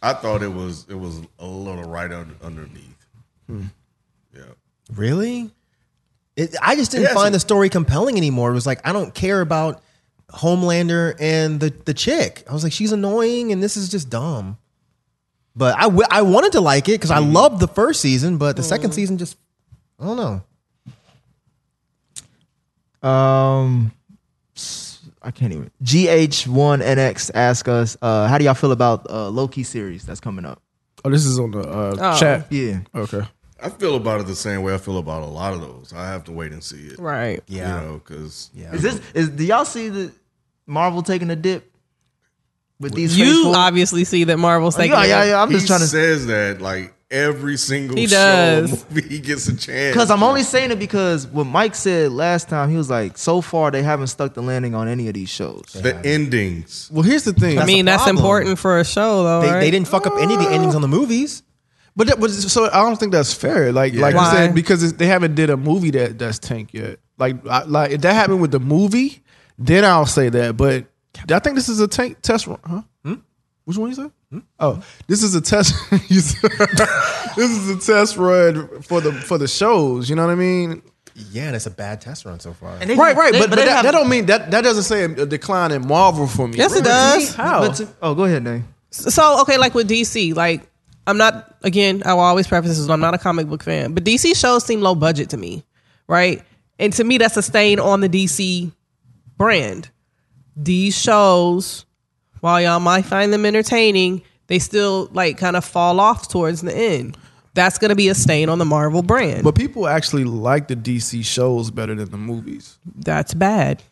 A: I thought it was it was a little right under, underneath. Yeah,
D: Really? It, I just didn't
A: Yes.
D: find the story compelling anymore. It was like I don't care about Homelander and the the chick. I was like, she's annoying, and this is just dumb. But I wi- I wanted to like it because
C: Mm-hmm.
D: I loved the first season, but the second season just I don't know.
B: Um, s- I can't even. GH1NX ask us, uh, how do y'all feel about uh, Loki series that's coming up?
C: Oh, this is on the uh,
E: Oh.
C: chat.
B: Yeah,
C: Okay.
A: I feel about it the same way I feel about a lot of those. I have to wait and see it.
E: Right.
A: You know, because
D: yeah.
B: is this is do y'all see the Marvel taking a dip with these? Phase
E: You
B: Four?
E: obviously see that Marvel's taking
B: Oh, yeah, yeah,
E: it.
B: yeah. I'm just
A: he
B: trying to
A: says that like every single
E: He
A: show
E: does.
A: movie he gets a chance.
B: because I'm only saying it because what Mike said last time, he was like, so far they haven't stuck the landing on any of these shows.
A: the endings.
C: Well, here's the thing.
E: I mean,
D: a
E: that's
D: problem.
E: important for a show, though.
D: They,
E: right?
D: they didn't fuck up any of the endings on the movies.
C: But that was so I don't think that's fair. Like like you
E: Why?
C: said, because it's, they haven't did a movie that that's tank yet. Like I, like if that happened with the movie, then I'll say that. But I think this is a tank test run, huh?
D: Hmm?
C: Which one you said? Oh, this is a test. you said- this is a test run for the for the shows. You know what I mean?
D: Yeah, and it's a bad test run so far.
B: And they-
C: Right, right.
B: they-
C: but but
B: they
C: that,
B: have-
C: that don't mean that that doesn't say a decline in Marvel for me.
E: Yes, it
C: Really?
E: does.
C: How?
B: but to- oh, go ahead, Nate.
E: so okay, like with DC, like I'm not again, I will always preface this, I'm not a comic book fan, but DC shows seem low budget to me, right? And to me that's a stain on the DC brand. These shows, while y'all might find them entertaining, they still like kind of fall off towards the end. That's gonna be a stain on the Marvel brand.
C: but people actually like the DC shows better than the movies.
E: that's bad.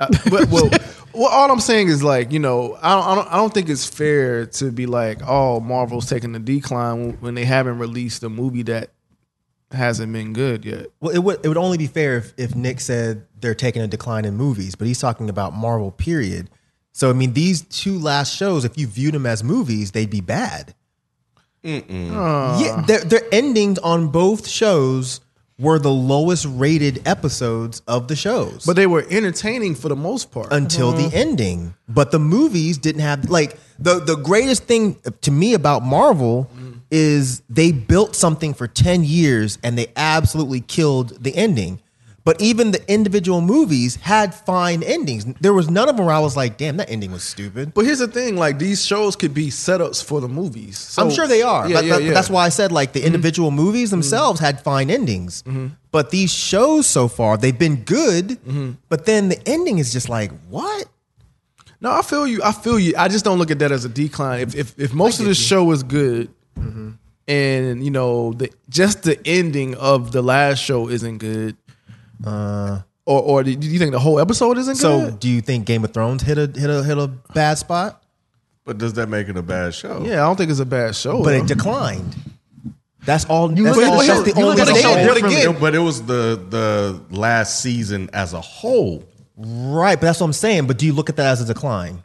C: Uh, but well, well, all I'm saying is like you know, I don't, I don't, I don't think it's fair to be like, oh, Marvel's taking a decline when- when they haven't released a movie that hasn't been good yet.
D: Well, it would it would only be fair if, if Nick said they're taking a decline in movies, but he's talking about Marvel period. So I mean, these two last shows, if you viewed them as movies, they'd be bad. Yeah, their, their endings on both shows were the lowest rated episodes of the shows,
C: But they were entertaining for the most part.
D: until
C: Mm-hmm.
D: the ending. But the movies didn't have like the the greatest thing to me about Marvel
C: Mm-hmm.
D: is they built something for 10 years and they absolutely killed the ending. But even the individual movies had fine endings. There was none of them where I was like, damn, that ending was stupid.
C: but here's the thing: like these shows could be setups for the movies. So-
D: I'm sure they are.
C: Yeah,
D: That-
C: yeah,
D: that-
C: yeah. Mm-hmm.
D: That's why I said like the individual movies themselves had fine endings. But these shows so far, they've been good,
C: Mm-hmm.
D: but then the ending is just like, what?
C: No, I feel you. I feel you. I just don't look at that as a decline. If if, if most of the show is good,
D: Mm-hmm.
C: and you know, the, just the ending of the last show isn't good, uh, or or do you think the whole episode isn't
D: So,
C: good?
D: do you think Game of Thrones hit a hit a hit a bad spot?
A: But does that make it a bad show?
C: Yeah, I don't think it's a bad show.
D: But
C: though.
D: it declined. That's all. That's,
B: look at
D: all,
B: the
D: that's
B: show-
D: the
B: you look
D: only
B: at the
D: thing.
B: show
A: But
B: different.
A: again, but it was the the last season as a whole.
D: Right, but that's what I'm saying. But do you look at that as a decline?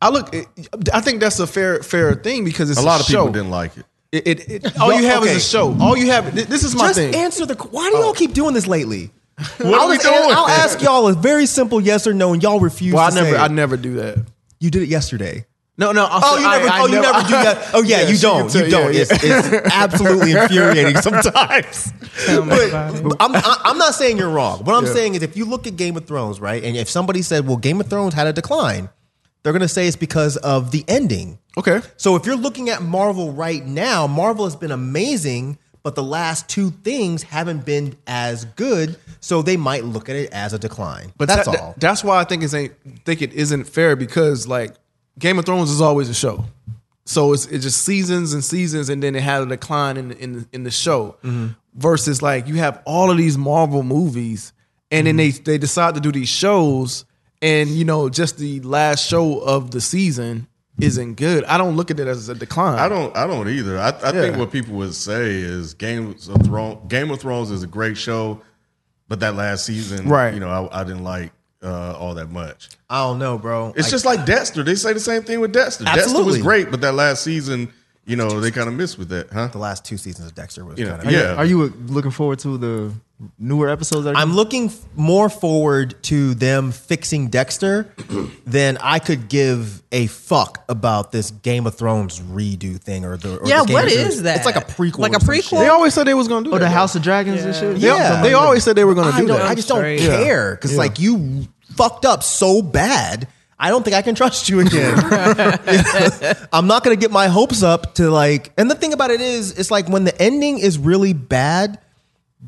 C: I look. It, I think that's a fair fair thing because it's
A: A lot of people
C: show.
A: didn't like it.
C: It, it, it- all you
D: Well,
C: have
D: okay.
C: is a show. All you have. thi- This is my
D: Just
C: thing.
D: answer the. Why do y'all
B: Oh.
D: keep doing this lately?
A: What
D: I'll,
A: are we
D: just an-
A: doing?
D: I'll ask y'all a very simple yes or no, and y'all refuse.
C: well, I
D: to
C: never.
D: say
C: I
D: it.
C: never do that.
D: You did it yesterday.
C: No, no.
D: Oh, you never. oh, you never, do that. Oh, yeah, you don't. you don't. It's, it's absolutely infuriating sometimes. but I'm, I- I'm not saying you're wrong. What I'm saying is, if you look at Game of Thrones, right, and if somebody said, "Well, Game of Thrones had a decline," they're gonna say it's because of the ending.
C: okay.
D: So if you're looking at Marvel right now, Marvel has been amazing, but the last two things haven't been as good, so they might look at it as a decline. But that's
C: that-
D: all.
C: That's why I think it's ain't think it isn't fair because like Game of Thrones is always a show, so it's it's just seasons and seasons, and then it had a decline in the, in the, in the show.
D: Mm-hmm.
C: Versus like you have all of these Marvel movies, and then they
D: Mm-hmm.
C: they decide to do these shows, and you know just the last show of the season isn't good. I don't look at it as a decline.
A: I don't. I don't either. I, I think
C: Yeah.
A: what people would say is Game of Thrones. Game of Thrones is a great show, but that last season,
C: Right.
A: You know, I, I didn't like uh, all that much.
D: I don't know, bro.
A: It's
D: Like,
A: just like Dexter. They say the same thing with Dexter. Dexter was
D: Absolutely.
A: great, but that last season, you know, they kind of missed with that, huh?
D: the last two seasons of Dexter was
A: You know,
D: kind of
A: yeah.
B: Are you uh, looking forward to the newer episodes? That are
D: I'm looking f- more forward to them fixing Dexter than I could give a fuck about this Game of Thrones redo thing or the or
E: Yeah,
D: this Game
E: what
D: of Thrones-
E: is that?
D: It's like a prequel,
E: Like
D: or
E: a
D: some shit.
E: prequel?
C: they always said they was gonna do
B: or
C: that,
B: the
C: though.
B: House of Dragons and shit.
D: Yeah.
C: Yeah, they always said they were gonna
D: I,
C: do
D: don't,
C: that.
D: I just don't
E: Straight.
D: care because like you fucked up so bad. I don't think I can trust you again. I'm not gonna get my hopes up to like. And the thing about it is, it's like when the ending is really bad,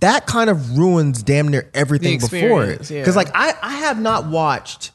D: that kind of ruins damn near everything before it.
E: experience, yeah.
D: Because like I, I have not watched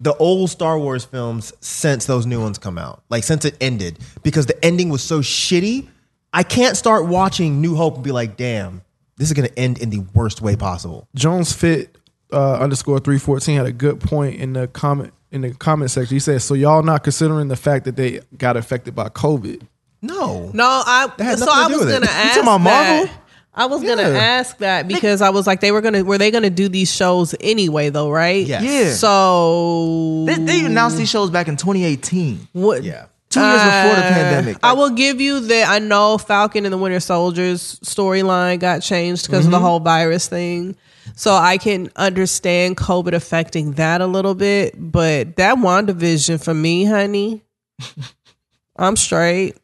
D: the old Star Wars films since those new ones come out, like since it ended, because the ending was so shitty. I can't start watching New Hope and be like, damn, this is gonna end in the worst way possible.
C: Jones Fit uh, underscore three fourteen had a good point in the comment in the comment section. He said, "So y'all not considering the fact that they got affected by COVID?"
D: No.
E: No, I
D: had
E: so
D: nothing to
E: I
D: do
E: was
D: with it.
E: gonna
D: You
E: ask
C: talking about
E: that.
C: Marvel?
E: I was gonna
C: Yeah.
E: ask that because I was like, they were gonna were they gonna do these shows anyway though, right?
D: Yes.
B: Yeah.
E: So
B: They, they announced these shows back in 2018,
E: what?
D: Yeah.
B: two years before the
E: Uh,
B: pandemic.
E: I will give you that. I know Falcon and the Winter Soldiers storyline got changed because of the whole virus thing. So I can understand COVID affecting that a little bit, but that WandaVision for me, honey, I'm straight.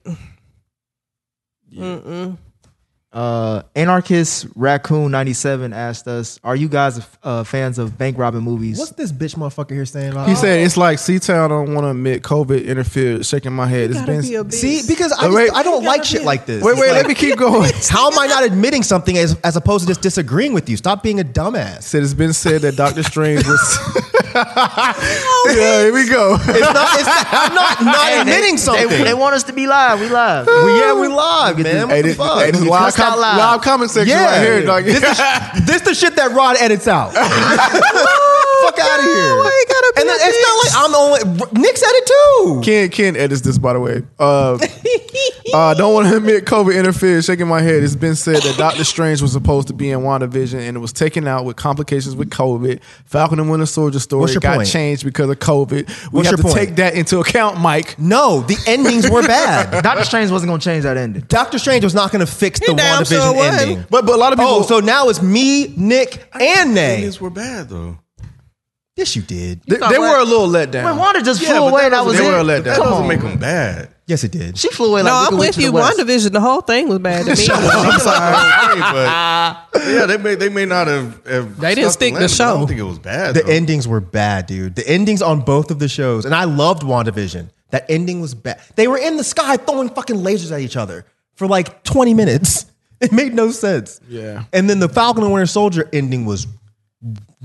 B: uh, Anarchist Raccoon 97 asked us, "Are you guys uh, fans of bank robbing movies?"
D: What's this bitch motherfucker here saying? About
E: Oh.
C: He said, "It's like C Town don't want to admit COVID interfered." Shaking my head. It's
E: Gotta
C: been
E: be a bitch.
D: See, because I,
C: Oh, wait.
D: just, I don't
E: You
D: like
E: gotta
D: shit
E: be-
D: like this.
C: wait,
D: It's
C: wait.
D: like,
C: let me keep going. He
D: How am I not admitting something as, as opposed to just disagreeing with you? Stop being a dumbass.
C: said it's been said that Doctor Strange was.
E: Oh,
C: yeah, here we go.
D: It's not, it's not, I'm not, not
B: They,
D: admitting something.
B: they want us to be live. We live.
D: Well, yeah, we live, man. What
C: Hey,
D: the
C: this,
D: fuck?
C: hey, this is live,
B: Cussed out
C: com-
B: loud.
C: live comment section
D: Yeah.
C: right here, dog.
D: This is this the shit that Rod edits out. fuck out of here.
E: why you gotta be
D: and
E: a
D: then it's not like I'm the only. Nick's at it too.
C: Ken Ken edits this by the way. Uh, uh, don't want to admit COVID interfered. Shaking my head. It's been said that Doctor Strange was supposed to be in WandaVision and it was taken out with complications with COVID. Falcon and Winter Soldier story
D: What's your
C: got
D: point?
C: changed because of COVID. We
D: What's
C: have
D: your
C: to
D: point?
C: take that into account, Mike.
D: No, the endings were bad.
B: Doctor Strange wasn't gonna change that ending.
D: Doctor Strange was not going to fix the
E: He damn
D: WandaVision
E: sure wasn't.
D: ending.
C: But but a lot of people.
D: Oh, so now it's me, Nick, and Nay.
A: These were bad though.
D: Yes, you did.
C: they,
E: thought
C: they
E: what?
C: were a little let down.
B: When Wanda just flew away, that was
C: they
B: it.
C: were a letdown.
A: That
B: Come
A: doesn't
B: on,
A: make them bad.
D: Yes, it did.
B: she flew away.
E: no,
B: like
E: I'm
B: Wicked
E: with
B: Witch
E: you.
B: of the West.
E: WandaVision, the whole thing was bad to me.
A: I'm sorry, but yeah, they may they may not have. have
E: They didn't
A: stuck
E: stick
A: landing,
E: the
A: but I
E: show.
A: don't think it was bad.
D: The
A: though.
D: endings were bad, dude. The endings on both of the shows, and I loved WandaVision. That ending was bad. They were in the sky throwing fucking lasers at each other for like 20 minutes. It made no sense.
C: Yeah.
D: And then the Falcon and Winter Soldier ending was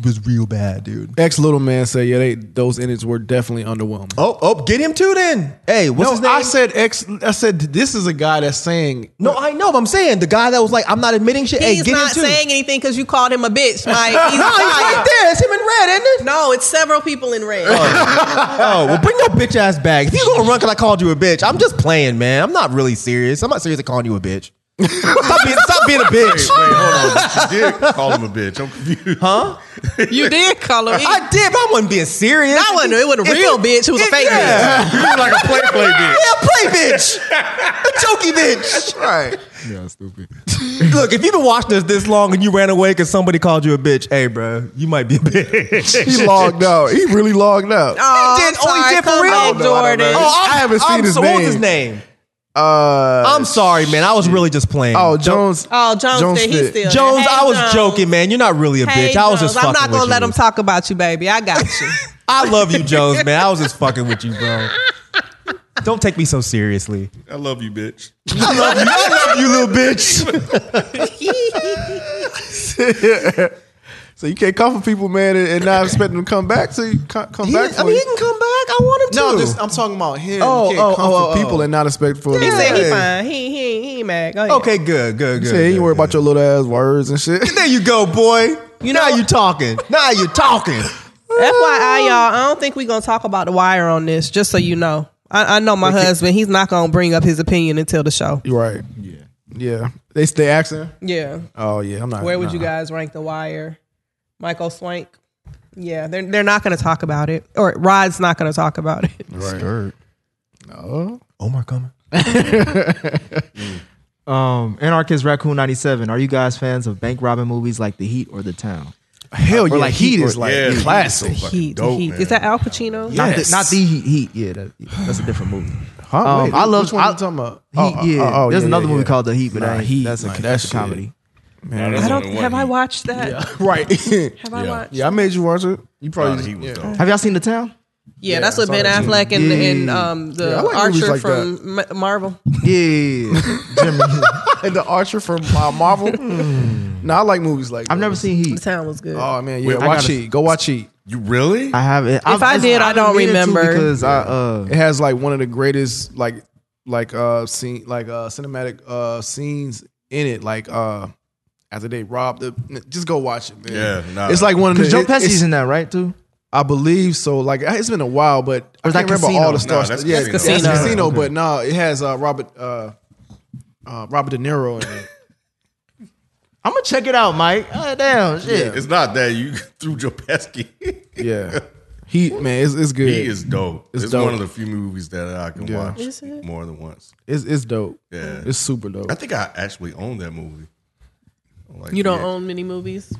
D: was real bad, dude.
C: Ex little man said, yeah, they, those endings were definitely underwhelming.
D: Oh, oh, get him too then. Hey, what's his
C: no,
D: name?
C: I said ex. I said this is a guy that's saying
D: no, I know, but I'm saying the guy that was like, I'm not admitting shit. hey,
E: He's
D: get
E: not
D: him too.
E: saying anything because you called him a bitch, Mike. He's
D: no, he's right
E: lying.
D: there. It's him in red, isn't it?
E: No, it's several people in red.
D: Oh, well, bring your bitch ass back. If you gonna run because I called you a bitch, I'm just playing, man. I'm not really serious. I'm not serious at calling you a bitch. stop, being, stop being a
A: Wait,
D: bitch.
A: wait, hold on. You did call him a bitch. I'm confused. Huh?
E: you did call him.
D: I did, but I wasn't being serious.
E: That wasn't- it wasn't a
D: If
E: real
D: you-
E: bitch, it was a
D: if-
E: fake
D: yeah.
A: You were like a play play bitch.
D: Yeah, play bitch. a jokey bitch. Right.
C: yeah, stupid.
D: Look, if you've been watching us this long and you ran away because somebody called you a bitch, hey, bro, you might be a bitch.
C: He logged out. He really logged out.
E: Oh,
D: He did- oh, he
E: sorry.
D: did for
E: Come
D: real?
E: on,
D: I don't know,
C: I don't know.
E: Jordan.
C: Oh,
D: I'm-
C: I haven't seen
D: I'm
C: his
D: so- What was his
C: name.
D: name?
C: Uh,
D: I'm sorry, man. I was really just playing.
C: oh, Jones.
E: Oh, Jones said he
C: Fit.
E: still-
D: Jones,
E: Hey,
D: I was
E: Jones.
D: joking, man. You're not really a bitch. I
E: Jones,
D: was just fucking
E: I'm not gonna
D: with
E: let
D: you.
E: him talk about you, baby. I got you.
D: I love you, Jones, man. I was just fucking with you, bro. Don't take me so seriously.
A: I love you, bitch.
D: you little bitch.
C: So you can't come for people, man, and, and not expect them to come back. So you co- come
D: He, I
C: back.
D: mean, he
C: for
D: can come
C: you.
D: back. I want him
C: No,
D: to.
C: just I'm talking about him.
D: Oh,
C: you
D: oh,
C: can't come
D: oh,
C: for
D: oh,
C: people
D: oh.
C: and not expect for.
E: He said he
D: Hey.
E: fine. He he ain't- he ain't mad. Go ahead.
D: okay, good, good, good.
C: Yeah, you
D: good,
C: worry
D: good.
C: about your little ass words and shit.
D: There you go, boy. You know how you talking. Now you talking.
E: FYI, y'all, I don't think we're gonna talk about the wire on this. Just so you know, I, I know my husband. He's not gonna bring up his opinion until the show.
C: You're right. Yeah. Yeah. They stay asking.
E: Yeah.
C: Oh yeah, I'm not.
E: Where would you
C: nah.
E: guys rank the wire? Michael Swank. Yeah, they're they're not gonna talk about it, or Rod's not gonna talk about it.
A: Stirred.
D: Omar coming.
B: Um, Anarchist Raccoon 97. Are you guys fans of bank robbing movies like The Heat or The Town?
C: Hell yeah,
B: Uh, like
C: heat
B: heat
C: is
B: or-
C: like
A: Yeah,
C: classic.
A: Fucking
E: Heat,
A: dope,
E: heat.
A: man.
E: Is that Al Pacino?
B: Not,
C: Yes.
B: the, not The Heat. Heat. Yeah, that, that's a different movie. Heat,
C: Huh?
B: Um,
C: Wait,
B: I love-
C: Which one
B: I-
C: you talking about? Oh,
B: yeah. There's
C: yeah,
B: another
C: yeah,
B: movie
C: yeah.
B: called The Heat, but
C: Nah,
B: that ain't-
C: Heat,
B: that's a,
C: like,
B: that's a
C: that shit.
B: comedy.
A: Nah, that's
E: I don't.
A: only one
E: Have I
A: heat.
E: watched that?
C: Right.
E: Have I watched?
C: yeah, I made you watch it. Uh, You
A: Nah,
C: probably.
A: he was
C: yeah.
A: dope.
B: Have y'all seen The Town?
E: Yeah, that's with
C: I saw
E: Ben
C: that too.
E: Affleck and, and
B: Yeah.
E: um the
C: Yeah, I like movies
E: Archer
C: like
E: from Ma- Marvel.
B: Yeah.
C: and the Archer from uh, Marvel. no, I like movies like.
B: I've never
C: seen.
B: seen
E: The
B: Heat.
E: town was good.
C: Oh man, yeah,
A: Wait, I
C: watch
B: gotta-
C: it. Go watch it.
A: You really?
B: I haven't. If
E: I did, I don't remember.
B: because I uh
C: It has like one of the greatest like like uh scene like uh cinematic uh scenes in it. Like uh after they rob the just go watch it, man.
A: Yeah, nah.
C: It's like one of the
B: because Joe
C: it- it's-
B: Pesci's in that right too.
C: I believe so. Like it's been a while, but I
B: is
C: can't
B: that
C: remember
B: Casino?
C: all
B: No,
C: the stars.
A: that's
C: yeah,
A: Casino.
C: it's
E: Casino.
C: Casino, but no, it has uh, Robert uh, uh, Robert De Niro in it.
B: I'm gonna check it out, Mike. Ah, damn shit.
A: it's not that you threw Joe Pesky. he
C: yeah, he man, it's, it's good.
A: is dope. It's,
C: dope.
A: one of the few movies that I can
C: Yeah.
A: watch more than once.
C: It's it's dope.
A: Yeah.
C: it's super dope.
A: I think I actually own that movie. Like,
E: you don't
A: yeah.
E: own many movies.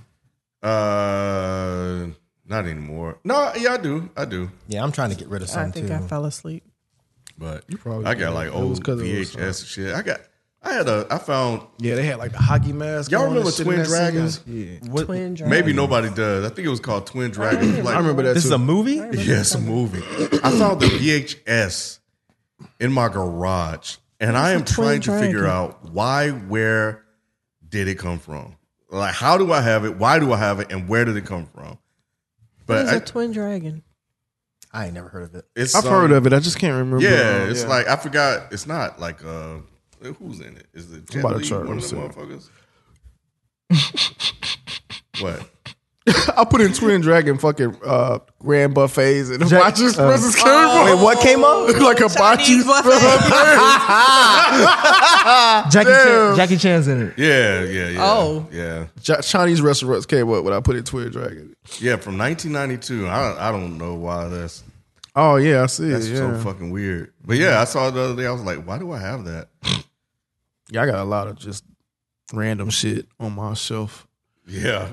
A: Uh, not anymore. No, yeah, I do. I do.
D: Yeah, I'm trying to get rid of
E: I think
D: something too.
E: I fell asleep.
A: But
C: probably
A: I got
C: did.
A: like
C: It was
A: old
C: 'cause it was,
A: VHS and shit. I got. I had a. I found.
C: yeah, they had like the hockey mask.
A: Y'all
C: on and
A: remember
C: shit in
A: Twin
C: that scene.
A: Dragons?
C: Yeah,
E: Twin Dragons.
A: Maybe nobody does. I think it was called Twin Dragons. Like,
C: Oh, I remember that.
D: This
C: too.
D: is a movie?
A: Yeah, it's a movie. I found the VHS in my garage, and I am trying to figure out why, where did it come from? Like, how do I have it? Why do I have it? And where did it come from? But
E: What is
A: I,
E: a twin dragon?
D: I ain't never heard of it.
A: it's
C: I've
A: some-
C: heard of it. I just can't remember.
A: Yeah,
C: uh,
A: it's like I forgot. It's not like uh, who's in it? Is it Jet
C: about to
A: Li,
C: try to
A: one of the
C: see.
A: motherfuckers? what?
C: I put in Twin Dragon fucking uh, grand buffets and watch this princess came from.
D: Wait, what came up?
C: like a
E: Oh, Chinese
C: bocce.
E: buffet.
B: Jackie Chan, Jackie Chan's in it.
A: Yeah, yeah, yeah.
E: Oh.
A: yeah,
C: Ch- Chinese restaurants came up when I put in Twin Dragon.
A: yeah. From 1992. I I don't know why that's
C: Oh yeah, I see. it,
A: That's
C: yeah.
A: so fucking weird. But yeah, I saw it the other day. I was like, why do I have that?
C: yeah, I got a lot of just random shit on my shelf.
A: Yeah.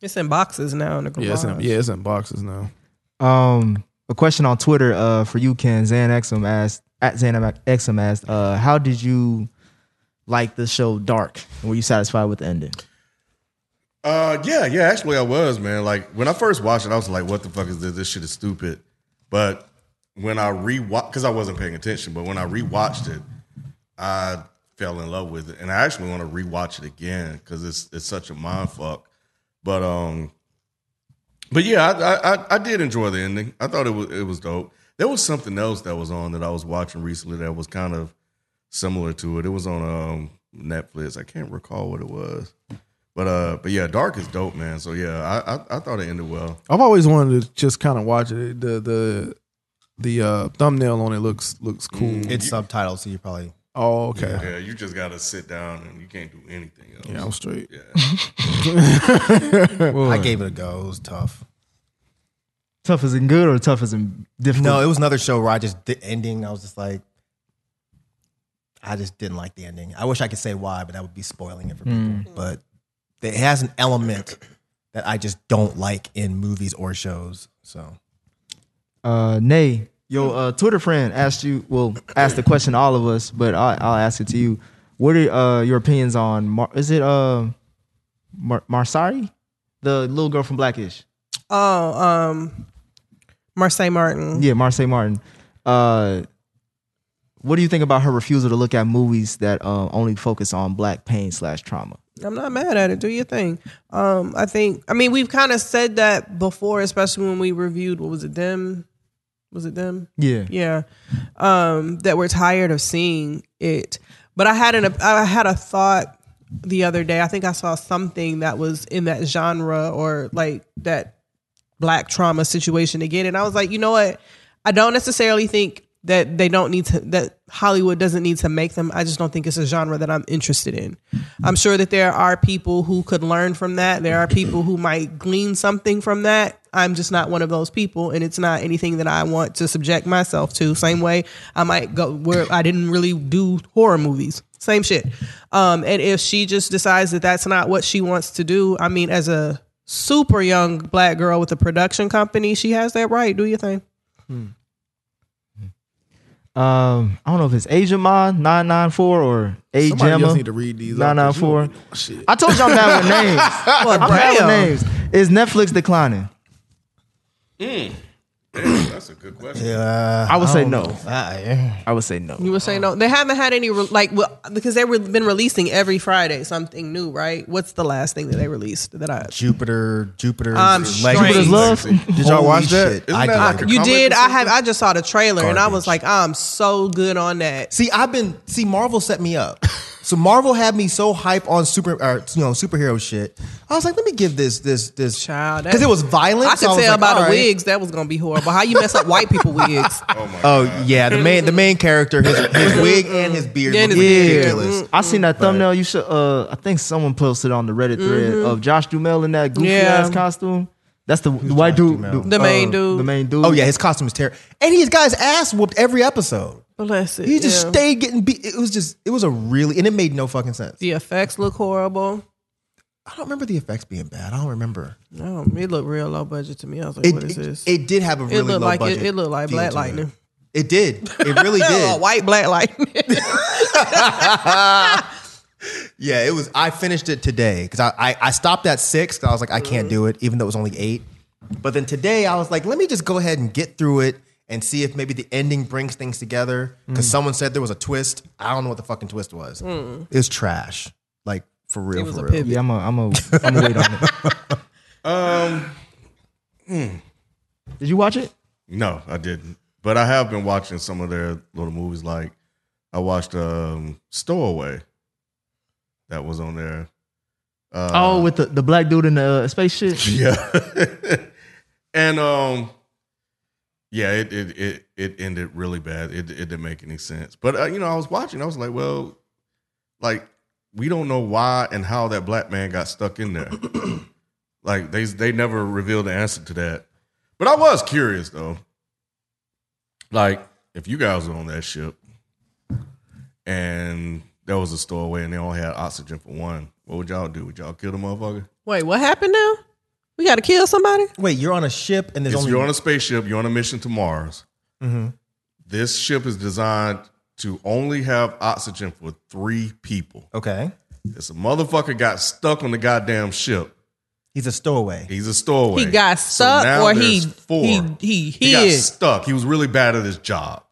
E: It's in boxes now in the garage.
C: Yeah, it's in, yeah, it's in boxes now.
B: Um, a question on Twitter uh for you, Ken Zan Exum asked at Zan Exum asked uh how did you like the show Dark? And were you satisfied with the ending?
A: uh yeah, yeah, actually I was, man. Like when I first watched it, I was like, what the fuck is this? This shit is stupid. But when I rewatched because I wasn't paying attention, but when I rewatched it, I fell in love with it. And I actually want to rewatch it again because it's it's such a mind fuck. But um But yeah, I, I I- I did enjoy the ending. I thought it was it was dope. There was something else that was on that I was watching recently that was kind of similar to it. It was on um, Netflix. I can't recall what it was, but uh, but yeah, Dark is dope, man. So yeah, I I, I thought it ended well.
C: I've always wanted to just kind of watch it. The the the uh, thumbnail on it looks looks cool.
D: It's subtitled, so you probably.
C: oh okay. Yeah.
A: Yeah, you just gotta sit down and you can't do anything else.
C: I'm straight.
D: I gave it a go. It was tough.
B: Tough as in good or tough as in difficult?
D: No, it was another show where I just the ending. I was just like, I just didn't like the ending. I wish I could say why, but that would be spoiling it for people. But it has an element that I just don't like in movies or shows. So
B: uh, Nay, your uh, Twitter friend asked you, well, asked the question to all of us, but I, I'll ask it to you. What are uh, your opinions on, Mar- is it uh, Mar- Marsari? The little girl from Blackish.
E: Oh, um, Marseille Martin.
B: Yeah, Marseille Martin. Uh, what do you think about her refusal to look at movies that uh, only focus on black pain slash trauma?
E: I'm not mad at it. Do your thing. Um, I think. I mean, we've kind of said that before, especially when we reviewed. What was it? Them? Was it them?
B: Yeah.
E: Yeah. Um, that we're tired of seeing it. But I had an. I had a thought the other day. I think I saw something that was in that genre or like that black trauma situation again, and I was like, you know what? I don't necessarily think that they don't need to that Hollywood doesn't need to make them. I just don't think it's a genre that I'm interested in. I'm sure that there are people who could learn from that. There are people who might glean something from that. I'm just not one of those people and it's not anything that I want to subject myself to. Same way I might go where I didn't really do horror movies. Same shit. Um and if she just decides that that's not what she wants to do, I mean as a super young black girl with a production company, she has that right. Do your thing.
B: Um, I don't know if it's Asia Ma nine nine four or A
C: Somebody else
B: Gemma
C: need to read these.
B: nine nine
C: out, 'cause you
B: four.
C: don't know Shit.
B: I told you I'm bad with names.
E: Well,
B: I'm bad with
E: damn.
B: names. Is Netflix declining?
A: That's a good question.
B: I would say no.
D: Ah, yeah.
B: I would say no.
E: You were saying
D: Uh-huh.
E: no. They haven't had any re- like well, because they've re- been releasing every Friday something new, right? What's the last thing that they released that I?
D: Jupiter, Jupiter's
E: I'm
D: legacy.
E: straight. Jupiter's
B: love?
D: Did y'all
A: Holy
D: watch that?
A: shit. Isn't
D: I
A: that
D: did.
A: like a
E: You
A: comic
E: did.
A: or
E: I
A: something?
E: have. I just saw the trailer and I was like,
D: Garbage.
E: I'm so good on that.
D: See, I've been see Marvel set me up. So Marvel had me so hype on super, or, you know, superhero shit. I was like, let me give this, this, this,
E: Child, that-
D: because it was violent.
E: I
D: so
E: could
D: was
E: tell
D: like,
E: by the
D: all right.
E: wigs that was gonna be horrible. How you mess up white people wigs?
D: Oh yeah, the main, the main character, his, his wig and his beard
E: Mm-hmm. Yeah, and his
D: looked
E: beard. Mm-hmm.
D: ridiculous.
B: I seen that thumbnail. You should. Uh, I think someone posted on the Reddit thread of Josh Dumel in that goofy
E: Mm-hmm. Yeah.
B: ass costume. That's the, the white dude, dude,
E: The main dude.
B: The main dude.
D: Oh yeah, his costume is terrible, and his guy's ass whooped every episode.
E: Bless it.
D: He just
E: yeah.
D: stayed getting beat. It was just, it was a really, and it made no fucking sense.
E: The effects look horrible.
D: I don't remember the effects being bad. I don't remember.
E: No, it looked real low budget to me. I was like,
D: It,
E: what is
D: it-
E: this?
D: it did have a really
E: looked
D: low
E: like- it-
D: budget.
E: it looked like
D: feel
E: Black
D: to
E: Lightning. Oh,
D: It. It did. It really
E: Yeah,
D: did.
E: white black lightning.
D: Yeah, it was. I finished it today because I, I I stopped at six. 'cause I was like, I can't do it, even though it was only eight. But then today, I was like, let me just go ahead and get through it and see if maybe the ending brings things together. Because someone said there was a twist. I don't know what the fucking twist was. It was trash. Like for real,
E: It was
D: for
E: a
D: real.
E: pivot.
B: Yeah, I'm a, I'm a, I'm a wait on it. Um, did you watch it?
A: No, I didn't. But I have been watching some of their little movies. Like I watched um, Stowaway. That was on there. Uh,
C: Uh,
B: oh, with the, the black dude in the uh, spaceship.
A: Yeah. and um yeah, it, it it it ended really bad. It it didn't make any sense. But uh, you know, I was watching. I was like, well, like we don't know why and how that black man got stuck in there. like they they never revealed the answer to that. But I was curious though. Like if you guys were on that ship and there was a stowaway and they all had oxygen for one, what would y'all do? Would y'all kill the motherfucker?
E: Wait, what happened now? We gotta kill somebody?
D: Wait, you're on a ship and there's
A: If
D: only Mm-hmm.
A: you're on a spaceship, you're on a mission to Mars. This ship is designed to only have oxygen for three people.
D: okay.
A: This motherfucker got stuck on the goddamn ship.
D: He's a stowaway.
A: He's a stowaway.
E: He got
A: So
E: stuck
A: now
E: or he,
A: there's four.
E: he he
A: He got
E: hid.
A: stuck. He was really bad at his job,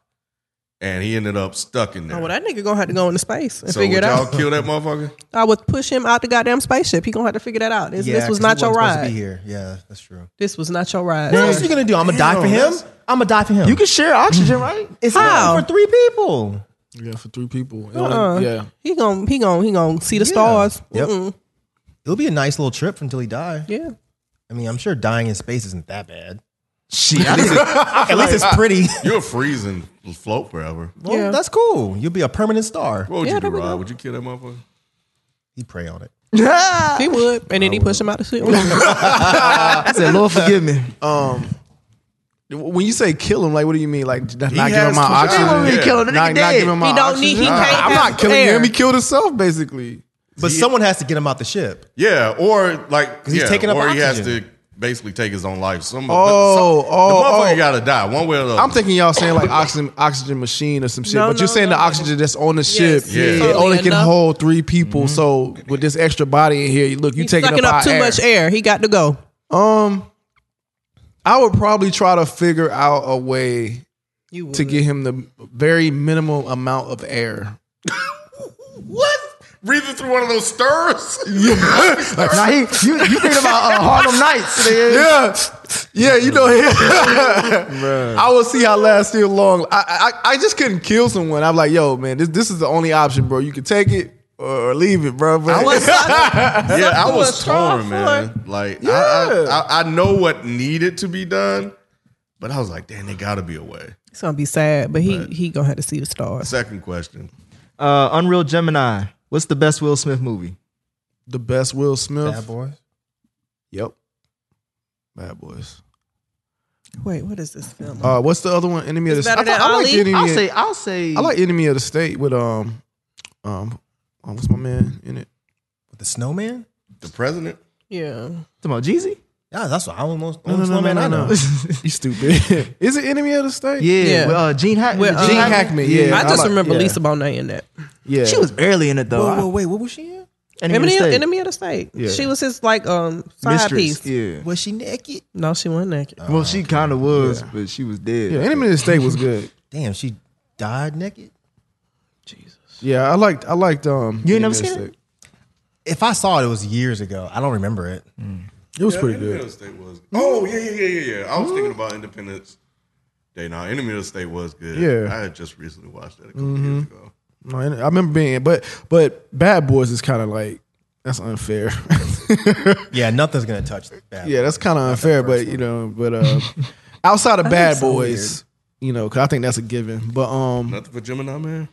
A: and he ended up stuck in there.
E: Oh, well, that nigga gonna have to go into space and
A: so
E: figure
A: would
E: it
A: y'all
E: out.
A: kill that motherfucker?
E: I would push him out the goddamn spaceship. He gonna have to figure that out. This, this
D: 'cause
E: was
D: he
E: not your
D: wasn't supposed To be
E: ride.
D: here. Yeah, that's true.
E: This was not your ride.
D: What else are you gonna do? I'm gonna die for him. I'm gonna die for him.
B: You can share oxygen, right?
D: It's
E: How?
D: only for three people.
C: Yeah, for three people. It
E: Uh-uh.
C: only- Yeah.
E: He gonna he gonna he gonna see the
D: Yeah.
E: stars.
D: Yep.
E: Mm-mm.
D: It'll be a nice little trip until he dies.
E: Yeah.
D: I mean, I'm sure dying in space isn't that bad.
B: Shit,
D: At least it's pretty.
A: You're freezing, float forever.
D: Well,
E: Yeah.
D: that's cool. You'll be a permanent star.
A: What would
E: Yeah,
A: you do,
E: there we go.
A: Rod? Would you kill that motherfucker?
D: He pray on it.
C: Uh,
E: He would. And then he push him out the ship.
B: I said, Lord forgive me.
C: Um, when you say kill him, like what do you mean? Like not
A: He
C: give him
A: has
C: my
A: to-
C: oxygen?
A: They won't be
C: Yeah.
B: killing him. Nigga
C: Not, not
B: dead.
C: give him my
E: He don't
C: oxygen.
E: need- he
C: Nah,
E: can't
C: I'm
E: have
C: not killing
E: air.
C: him. He killed himself basically.
D: But someone has to get him out the ship.
A: Yeah, or like
D: he's
A: yeah,
D: taking up
A: or he has
D: oxygen.
A: to basically take his own life. Some,
C: Oh,
A: some-
C: oh,
A: the motherfucker
C: oh.
A: gotta die one way or the other.
C: I'm thinking y'all saying like oxygen oxygen machine or some shit,
E: No,
C: but you're
E: no,
C: saying
E: no,
C: the
E: no.
C: oxygen that's on the ship
E: Yes,
A: Yeah.
C: it
A: only
C: only can
E: enough. Mm-hmm.
C: hold three people. So with this extra body in here, look, you
E: He's
C: taking
E: sucking
C: up,
E: up
C: our
E: too
C: air.
E: much air. He got to go.
C: Um, I would probably try to figure out a way
E: You
C: to get him the very minimal amount of air.
A: What? Breathing through one of those stirs?
B: Now he, you, you thinking about uh, Harlem Nights? Man.
C: Yeah, yeah, you know. I will see how last year long. I, I I just couldn't kill someone. I'm like, yo, man, this this is the only option, bro. You can take it or leave it, bro. But-
A: yeah, I
E: through
A: was
E: a straw
A: torn,
E: for
A: man. Like I-
C: Yeah.
A: I, I, I know what needed to be done, but I was like, damn, they gotta be a way.
E: It's gonna be sad, but he he gonna have to see the stars.
A: Second question.
B: Uh, Unreal Gemini. What's the best Will Smith movie?
C: the best Will Smith.
D: Bad boys.
C: Yep. Bad boys.
E: Wait, what is this film?
C: Uh, what's the other one? Enemy
E: It's
C: of the
E: better
C: State.
E: than
C: I, like
E: Ali?
C: enemy.
B: I'll say. I'll say.
C: I like enemy of the state with um um uh, what's my man in it?
D: With the snowman?
A: The president?
E: yeah,
B: Come on, Jeezy.
D: Yeah, that's what I almost
C: No, no,
D: only
C: no,
D: snowman
C: no,
D: I
C: no,
D: know.
C: no. you stupid. Is it enemy of the state?
B: Yeah.
E: Yeah.
B: With, uh, Gene Hack-
E: With, uh,
C: Gene Hackman. Yeah,
E: I just
C: like-
E: remember
C: yeah,
E: Lisa Bonet in that.
C: Yeah,
B: She was barely in it though.
D: Whoa, whoa, wait, what was she in?
B: Enemy of the
E: Enemy,
B: State.
E: enemy of the state.
C: Yeah.
E: She was his like um side
B: Mistress.
E: piece.
B: Yeah.
D: Was she naked?
E: No, she wasn't Oh, naked.
B: Well, she kind of was, but she was dead.
C: yeah. Enemy of the state was good.
D: Damn, she died naked.
E: Jesus.
C: Yeah, I liked. I liked. Um,
B: You ain't
C: Enemy
B: never
C: of the
B: seen it?
C: State.
D: If I saw it, it was years ago. I don't remember it.
C: It was pretty good.
A: was. Oh yeah, yeah, yeah, yeah, yeah. I was thinking about Independence Day. Now, Enemy of the State was good.
C: Yeah. Mm-hmm.
A: I had just recently watched that a couple years ago.
C: No, I remember being, but but Bad Boys is kind of like that's unfair.
D: Yeah, nothing's gonna touch that.
C: yeah, that's kind of unfair, but you know, but uh, outside of Bad Boys, you know, 'cause I think that's a given. But um,
A: Nothing for Gemini Man.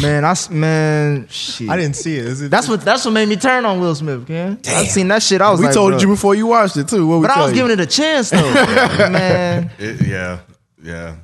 B: Man, I s- man, shit.
D: I didn't see it. Is it
B: That's what that's what made me turn on Will Smith, man. I seen that shit. I was
C: we
B: like,
C: told
B: bruh.
C: you before you watched it too. What we
B: but I
C: tell
B: was
C: you?
B: giving it a chance though, man.
A: It, yeah, yeah.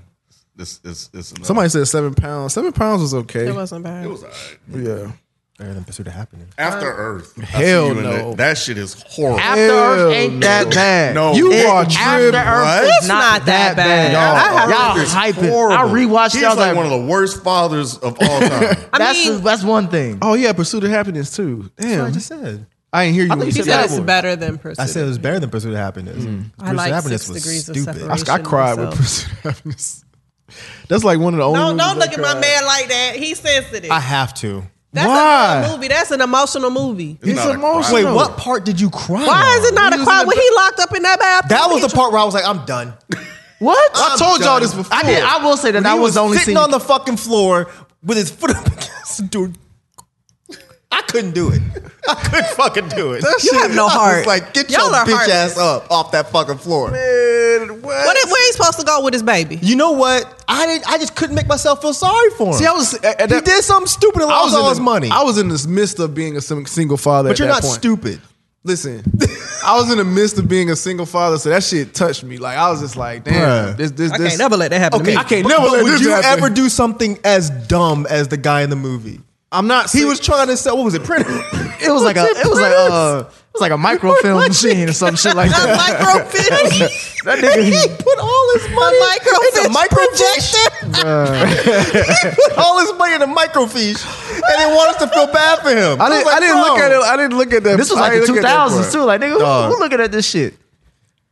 A: It's it's it's another-
C: Somebody said seven pounds. Seven pounds was okay.
E: It wasn't bad.
A: It was all right.
C: yeah.
D: better than Pursuit of Happiness?
A: After Earth. I see
C: Hell
A: you in
C: no.
A: That, that shit is horrible.
B: After Earth ain't that bad.
A: No.
C: You
A: It-
C: are
B: After
C: tripping.
B: Earth
A: What?
B: is not, that bad.
A: Y'all-
B: Y'all,
A: Earth is
B: hyping. I
A: horrible.
B: rewatched.
A: He's
B: it, I was
A: like,
B: like,
A: one of the worst fathers of all time.
E: I
B: that's
E: mean,
B: that's one thing.
C: Oh yeah, Pursuit of Happiness too.
D: I
C: Damn,
D: just said.
C: I ain't hear you.
B: I
C: when
B: thought
C: you
E: he
B: you
C: said
E: said
C: that
E: it's
C: word.
E: better than Pursuit.
D: I said it was better than Pursuit of Happiness.
C: Hmm.
E: I like Six Degrees of Separation.
C: I, I cried with
E: myself.
C: Pursuit of Happiness. That's like one of the only.
E: No,
C: movies
E: don't
C: I
E: look at my
C: cried.
E: man like that. He's sensitive.
D: I have to.
E: That's
C: Why?
E: a good movie. That's an emotional movie.
A: It's
C: It's
A: not a
C: emotional.
A: crime.
D: Wait, what part did you cry?
E: Why
D: on?
E: is it not
C: He
E: a
C: was in
E: crowd
C: the
E: when he locked up in that bathroom?
D: That was
E: He
D: the part where I was like, I'm done.
B: What?
C: I told y'all
D: done.
C: this before.
B: I did. I will say that that
D: he
B: was the only
D: sitting
B: scene.
D: on the fucking floor with his foot up against the door. I couldn't do it. I couldn't fucking do it.
E: You have no
D: I was
E: heart.
D: like, get
E: Y'all
D: your
E: are
D: bitch
E: heartless.
D: ass up off that fucking floor.
E: What if- where he supposed to go with his baby?
D: You know what? I didn't. I just couldn't make myself feel sorry for him.
C: See, I was. At, at
D: he
C: that,
D: did something stupid and
C: I
D: lost
C: was in
D: all
C: the-
D: his money.
C: I was in the midst of being a sing- single father.
D: but
C: at
D: you're
C: that
D: not
C: point.
D: stupid.
C: Listen, I was in the midst of being a single father, so that shit touched me. Like I was just like, damn,
D: Bruh.
C: this, this,
E: I
C: this.
E: can't never let that happen
C: Okay,
E: to me.
C: I can't
D: But-
C: never
D: but
C: let
D: would
C: this
D: you
C: happen.
D: ever do something as dumb as the guy in the movie?
C: I'm not.
D: He
C: sick-
D: was trying to sell. What was it? Printer.
B: It was like a. It was like uh. It was like a microfilm machine or some shit like that.
E: microfiche.
B: That nigga.
D: put all his money
E: microfiche
D: in a microfiche. he put all his money in a microfiche and they want us to feel bad for him.
C: I didn't.
D: was like,
C: I didn't
D: bro,
C: look at it. I didn't look at that.
B: This was
C: I
B: like the
C: didn't
B: two
C: look at that
B: thousands
C: part.
B: too. Like nigga, who,
D: Dog.
B: who looking at this shit?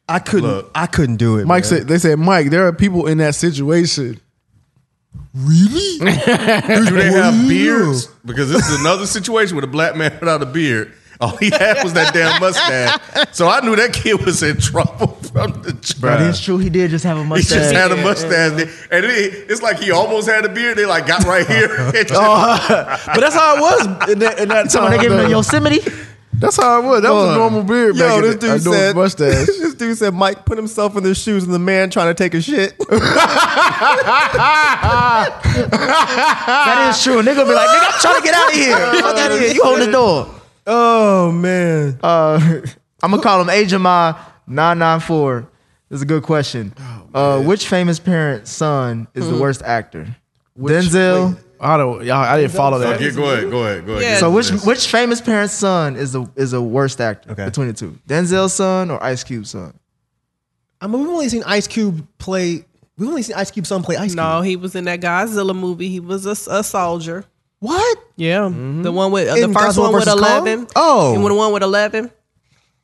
D: I couldn't.
A: Look.
D: I couldn't do it.
C: Mike
D: man.
C: said. They said, Mike, there are people in that situation.
D: "Really?
A: Do they have beards? Because this is another situation with a black man without a beard. All he had was that damn mustache. So I knew that kid was in trouble from the
B: That is
A: jump.
B: true. He did just have a
A: He
B: mustache.
A: just had a mustache, and it, it's like he almost had a beard. They like got right here. It just-
C: But that's how it was in that, in that
B: Someone
C: time,
B: they gave him
C: though.
B: a Yosemite.
C: That's how it was. That was a
D: Fuck.
C: normal beard.
D: Yo,
C: back
D: this
C: in the, a
D: dude
C: normal
D: said.
C: mustache.
D: this dude said Mike put himself in the shoes of the man trying to take a shit.
C: Ah.
B: That is true. Nigga be like, nigga, I'm trying to get out of here. Fuck out of here. You hold the door.
D: oh man.
B: Uh, I'm gonna call him Ajamai nine nine four. This is a good question.
C: Oh,
B: uh, which famous parent's son is the worst actor? Denzel.
C: Hmm. I don't. Y'all, I didn't follow that.
A: Okay, go ahead, go ahead, go ahead.
E: Yeah.
A: Get
B: So
A: into
B: which
A: this.
B: which famous parent's son is the is a worst actor
D: Okay.
B: between the two? Denzel's son or Ice Cube's son?
D: I mean, we've only seen Ice Cube play. We've only seen Ice Cube son play Ice Cube.
E: No, he was in that Godzilla movie. He was a, s- a soldier.
D: What?
E: Yeah, the one with uh, the
D: In
E: first
D: Godzilla
E: one with
D: versus Kong?
E: eleven.
D: Oh.
E: and with the one with eleven.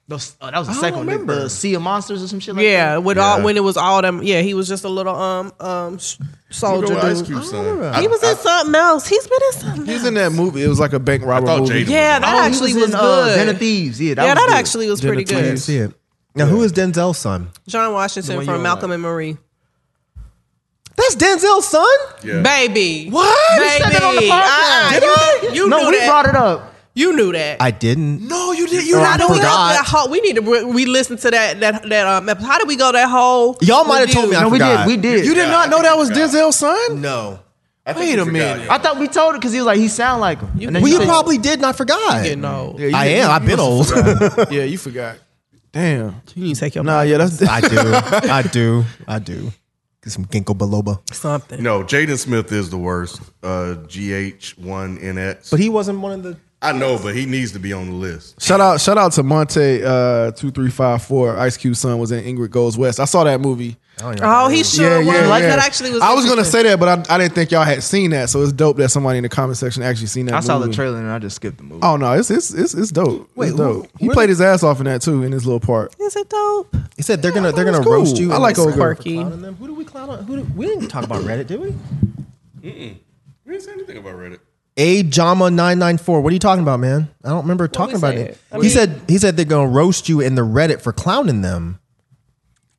B: Those- oh, that was the
D: don't
B: second one. like
D: remember.
B: The Sea of Monsters or some shit like
E: Yeah,
B: that.
E: with all when it was all them. Yeah, he was just a little um um s-
A: Go
E: soldier
A: with Ice
E: dude.
A: Cube, son. I-
E: He was
A: I-
E: in something else. He's been in something.
C: He's in that movie. It was like a bank robber
A: thought
C: movie.
A: Jada was
E: Yeah, that
B: Oh, he
E: actually was,
B: in, Uh,
E: good.
B: Den of Thieves. Yeah, that
E: yeah,
B: was
E: that
B: good.
E: actually was pretty
D: I didn't
E: good.
D: see it. Now, who is Denzel's son?
E: John Washington from Malcolm and Marie.
D: That's Denzel's son.
A: Yeah.
E: Baby,
D: What?
E: Baby,
D: You said that on the
E: Uh-uh.
D: Did I?
E: You
B: no,
E: knew
B: we
E: that.
B: brought it up.
E: You knew that.
D: I didn't.
C: No, you did. You
D: Oh,
E: How do we go
D: forgot.
E: that whole? We need to re- we listen to that that that um. episode. How do we go that whole?
D: Y'all might have told me. I
B: no, we
D: forgot.
B: did. We did.
C: You did
A: Yeah, I
C: not know
A: think
C: that
A: you
C: was
A: forgot.
C: Denzel's son?
D: No.
A: I think
C: Wait
A: you
C: a
A: forgot,
C: minute.
A: yeah.
B: I thought we told it because he was like he sound like him. And then
D: Well,
B: you
D: you
B: said-
D: probably did, and I forgot.
E: You know,
C: Yeah, you
D: I
C: did.
D: am.
C: You
D: I've been
C: must have
D: old.
C: forgot. yeah, you forgot. Damn.
E: you need to take your
C: Nah, yeah, that's
D: I do. I do. I do. Get some ginkgo biloba.
E: something.
A: No, Jaden Smith is the worst. Uh, GH1NX.
D: But he wasn't one of the.
A: I know, but he needs to be on the list.
C: Shout out, shout out to Monte uh, two three five four. Ice Cube son was in Ingrid Goes West. I saw that movie.
E: Oh, he sure was. Like that actually was.
C: I was gonna
E: interesting.
C: say that, but I, I didn't think y'all had seen that. So it's dope that somebody in the comment section actually seen that.
B: I saw the
C: movie.
B: trailer and I just skipped the movie.
C: Oh no, it's it's it's, it's dope.
D: Wait,
C: it's dope.
D: who-
C: he
D: where
C: played
D: did-
C: his ass off in that too in his little part.
E: Is it dope?
D: He said they're gonna they're
C: thought it
D: gonna
C: was
D: roast
C: cool.
D: you.
C: I
D: and
C: like
D: it's
C: old girl.
D: for clowning them. Who do we clown on? Who do, we didn't talk about Reddit, did we?
A: We didn't say anything about Reddit.
D: A Jama nine nine four. What are you talking about, man? I don't remember talking about
E: say
D: it.
E: it? I
D: he
E: mean-
D: said he said they're gonna roast you in the Reddit for clowning them.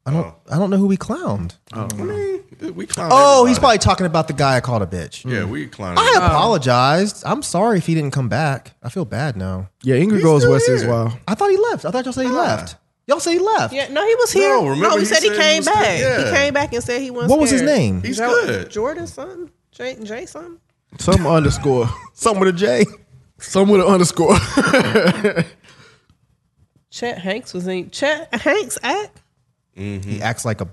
D: I don't I don't know who we clowned.
A: I mean, we clown.
D: Oh, he's
A: everybody.
D: probably talking about the guy I called a bitch.
A: Yeah, we clown.
D: I
A: everybody.
D: apologized. I'm sorry if he didn't come back. I feel bad now.
C: Yeah, Ingrid
A: He's
C: Goes
A: still
C: West is
A: here.
C: wild.
D: I thought he left. I thought y'all said he left. Y'all said he left.
E: Yeah, no, he was here. Oh,
A: No, remember
E: he,
A: he
E: said he
A: said he
E: came
A: was
E: back.
A: there.
E: He
A: Yeah.
E: came back and said he wasn't.
D: What was his
E: scared.
D: name?
A: He's
E: Is that
A: good.
E: Jordan something. Jay, Jay something.
C: Some underscore.
D: Something with a J.
C: Some with an underscore.
E: Chet Hanks was in. Chet Hanks act.
D: He acts like a.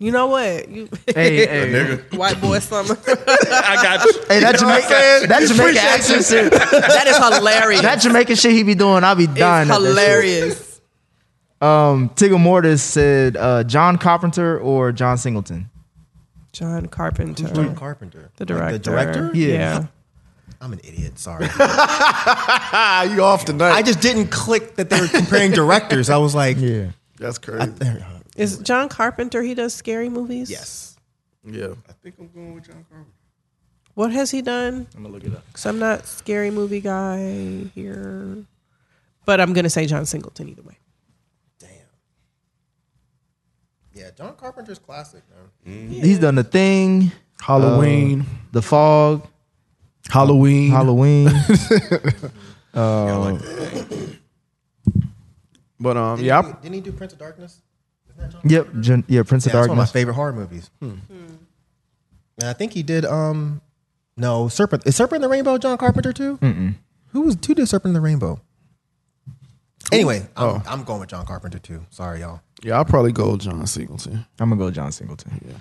E: You know what? You
B: Hey, hey,
A: Nigga,
E: white boy summer.
A: I got you.
B: hey, that Jamaican, that Jamaican accent, shit-
E: that is hilarious.
B: that Jamaican shit he be doing, I be dying.
E: It's
B: at that shit.
E: hilarious.
B: Um, Tigger Mortis said uh, John Carpenter or John Singleton.
E: John Carpenter,
D: John Carpenter.
E: the director.
D: The director?
B: Yeah.
D: I'm an idiot. Sorry.
C: ah, you off tonight?
D: I just didn't click that they were comparing directors. I was like, yeah.
C: That's crazy.
E: Is John Carpenter? He does scary movies.
D: yes.
C: yeah.
A: I think I'm going with John Carpenter.
E: What has he done?
C: I'm gonna look it up.
E: Because I'm not scary movie guy here, but I'm gonna say John Singleton either way.
D: Damn. Yeah, John Carpenter's classic, man.
B: He's done the thing, uh,
C: Halloween.
B: the fog,
C: Halloween.
B: Halloween.
C: But um, yeah, I-
D: Didn't, he do Prince of Darkness? Isn't that John?
B: yep, Gen- yeah, Prince of
D: Yeah, that's one of my
B: Darkness.
D: favorite horror movies. And I think he did. Um, no, Serpent. Is Serpent in the Rainbow John Carpenter too? Mm-mm. Who was who did Serpent in the Rainbow? Anyway, I'm, I'm going with John Carpenter too. Sorry, y'all.
C: yeah, I'll probably go John Singleton.
B: I'm gonna go John Singleton.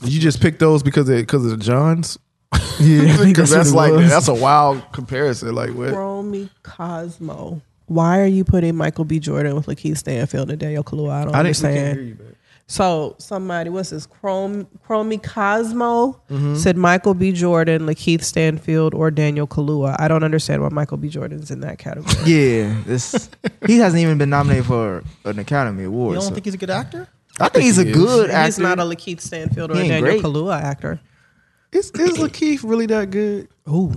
C: Did you just pick those because they because of the Johns?
B: Yeah, I think
C: Because
B: what
C: that's,
B: it
C: like
B: was.
C: that's a wild comparison. Like what?
E: Romy Cosmo. Why are you putting Michael B. Jordan with Lakeith Stanfield and Daniel Kaluuya? I don't
B: I didn't- we
E: understand. so somebody, what's this? Chrome Chromie Cosmo said Michael B. Jordan, Lakeith Stanfield, or Daniel Kaluuya. I don't understand why Michael B. Jordan's in that category.
B: yeah, this he hasn't even been nominated for an Academy Award. so-
D: he's a good actor?
B: I think he's a
C: he is.
B: good actor.
E: He's not a Lakeith Stanfield or
B: He
E: a
B: ain't
E: Daniel
B: great.
E: Kaluuya actor.
C: Is is Lakeith really that good?
D: Ooh,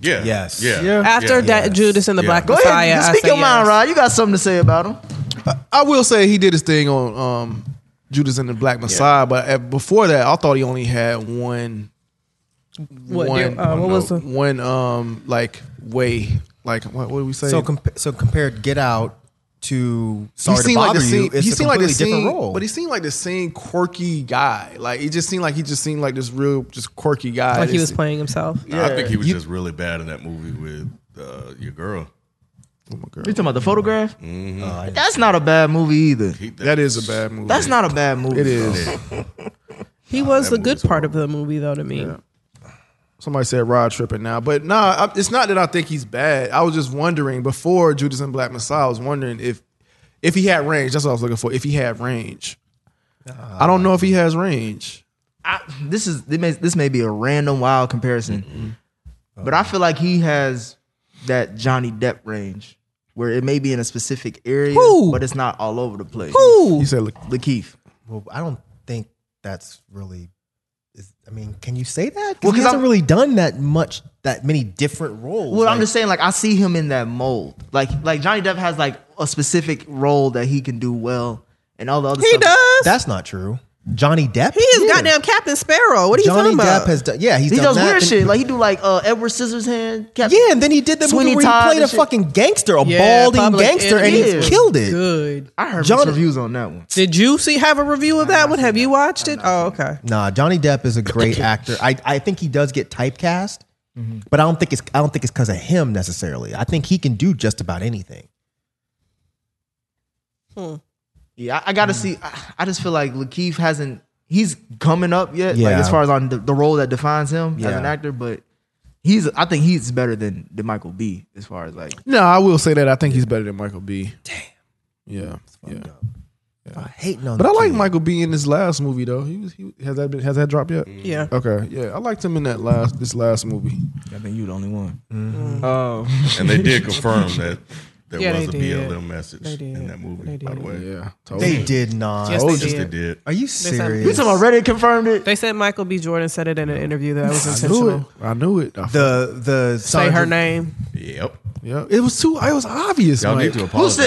A: Yeah.
D: Yes.
A: Yeah.
C: Yeah.
E: After
A: Yeah.
E: that,
D: Yes.
E: Judas and the
A: Yeah.
E: Black
B: go
E: Messiah.
B: ahead,
E: I
B: speak
E: say
B: your mind,
E: yes.
B: Rod. You got something to say about him?
C: I will say he did his thing on um, Judas and the Black Messiah, but at, before that, I thought he only had one
E: What,
C: one,
E: did- uh, what was the?
C: one um like way like what, what do we say?
D: So comp- so compared Get Out to
C: he
D: Sorry to
C: seemed like
D: Bother
C: the
D: You,
C: same.
D: it's
C: He
D: a
C: seemed like the
D: completely different
C: same.
D: role.
C: But he seemed like the same quirky guy. Like it just seemed like he just seemed like this real just quirky guy.
E: Like he was
C: This-
E: playing himself.
A: I think he was just really bad in that movie with uh, your girl.
B: You talking about the photograph?
D: Oh,
B: That's not a bad movie either.
A: He,
C: That is a bad movie.
B: That's not a bad movie.
C: It is.
E: He was the
A: movie
E: good
A: was
E: part of the movie, though, to me.
C: Somebody said Rod tripping now, but nah, I, it's not that I think he's bad. I was just wondering before Judas and Black Messiah. I was wondering if if he had range. That's what I was looking for. If he had range, I don't know if he has range.
B: I, this is this may, this may be a random wild comparison, but I feel like he has that Johnny Depp range. where it may be in a specific area,
E: Who?
B: but it's not all over the place.
E: Ooh,
C: You said, look,
B: Lakeith.
D: Well, I don't think that's really. Is, I mean, can you say that?
B: Well,
D: Because he
B: 'cause
D: hasn't
B: I'm-
D: really done that much, that many different roles.
B: Well, I'm
D: Like,
B: just saying, like I see him in that mold. Like like Johnny Depp has like a specific role that he can do well, and all the other
E: he
B: stuff.
E: does.
D: That's not true. Johnny Depp.
E: he is
D: Yeah.
E: goddamn Captain Sparrow. What are you talking
D: Johnny Depp
E: about?
D: has done. Yeah, he's
B: He
D: done
B: does
D: that,
B: weird
D: then-
B: shit. Like he do like uh, Edward Scissorhands. Cap-
D: Yeah, and then he did the
B: Sweeney
D: movie where
B: Todd
D: he played a
B: and shit.
D: fucking gangster, a
E: Yeah,
D: balding
E: Public
D: gangster, and
B: Enemy.
D: he
B: Yeah.
D: killed it.
E: Good.
B: I heard
D: Johnny-
B: mixed reviews on that one.
E: Did you see have a review of that one? Have you watched it? Oh, okay.
D: Nah, Johnny Depp is a great actor. I, I think he does get typecast,
B: Mm-hmm.
D: but I don't think it's I don't think it's because of him necessarily. I think he can do just about anything.
B: Yeah, I, I gotta see. I, I just feel like Lakeith hasn't. He's coming up yet. Like
D: Yeah.
B: as far as on the, the role that defines him as
D: Yeah.
B: an actor, but he's. I think he's better than than Michael B. As far as like
C: no, I will say that I think he's better than Michael B. Damn. Yeah. Yeah.
D: I'm hating on,
C: But I
D: the
C: like
D: kid.
C: Michael B in his last movie though. He was he has that been has that dropped yet?
E: Yeah.
C: Okay, yeah, I liked him in that last this last movie.
B: I think you the only one.
A: And they did confirm that there
E: Yeah,
A: was a
E: they did.
A: BLM message
E: They did.
A: in that movie,
E: They
A: by the
E: did.
A: way.
C: Yeah,
D: They did not.
E: Yes, they
A: Yes,
E: did.
A: they did.
D: Are you
E: sound-
B: You
D: serious?
B: talking about Reddit confirmed it?
E: They said Michael B. Jordan said it in an interview that was
C: I knew it.
E: intentional.
C: I knew it. I
D: the the
E: Say her
D: Sandra-
E: name.
A: Yep.
C: Yeah, it was too. It was obvious.
A: Y'all
C: Mike.
A: need to apologize.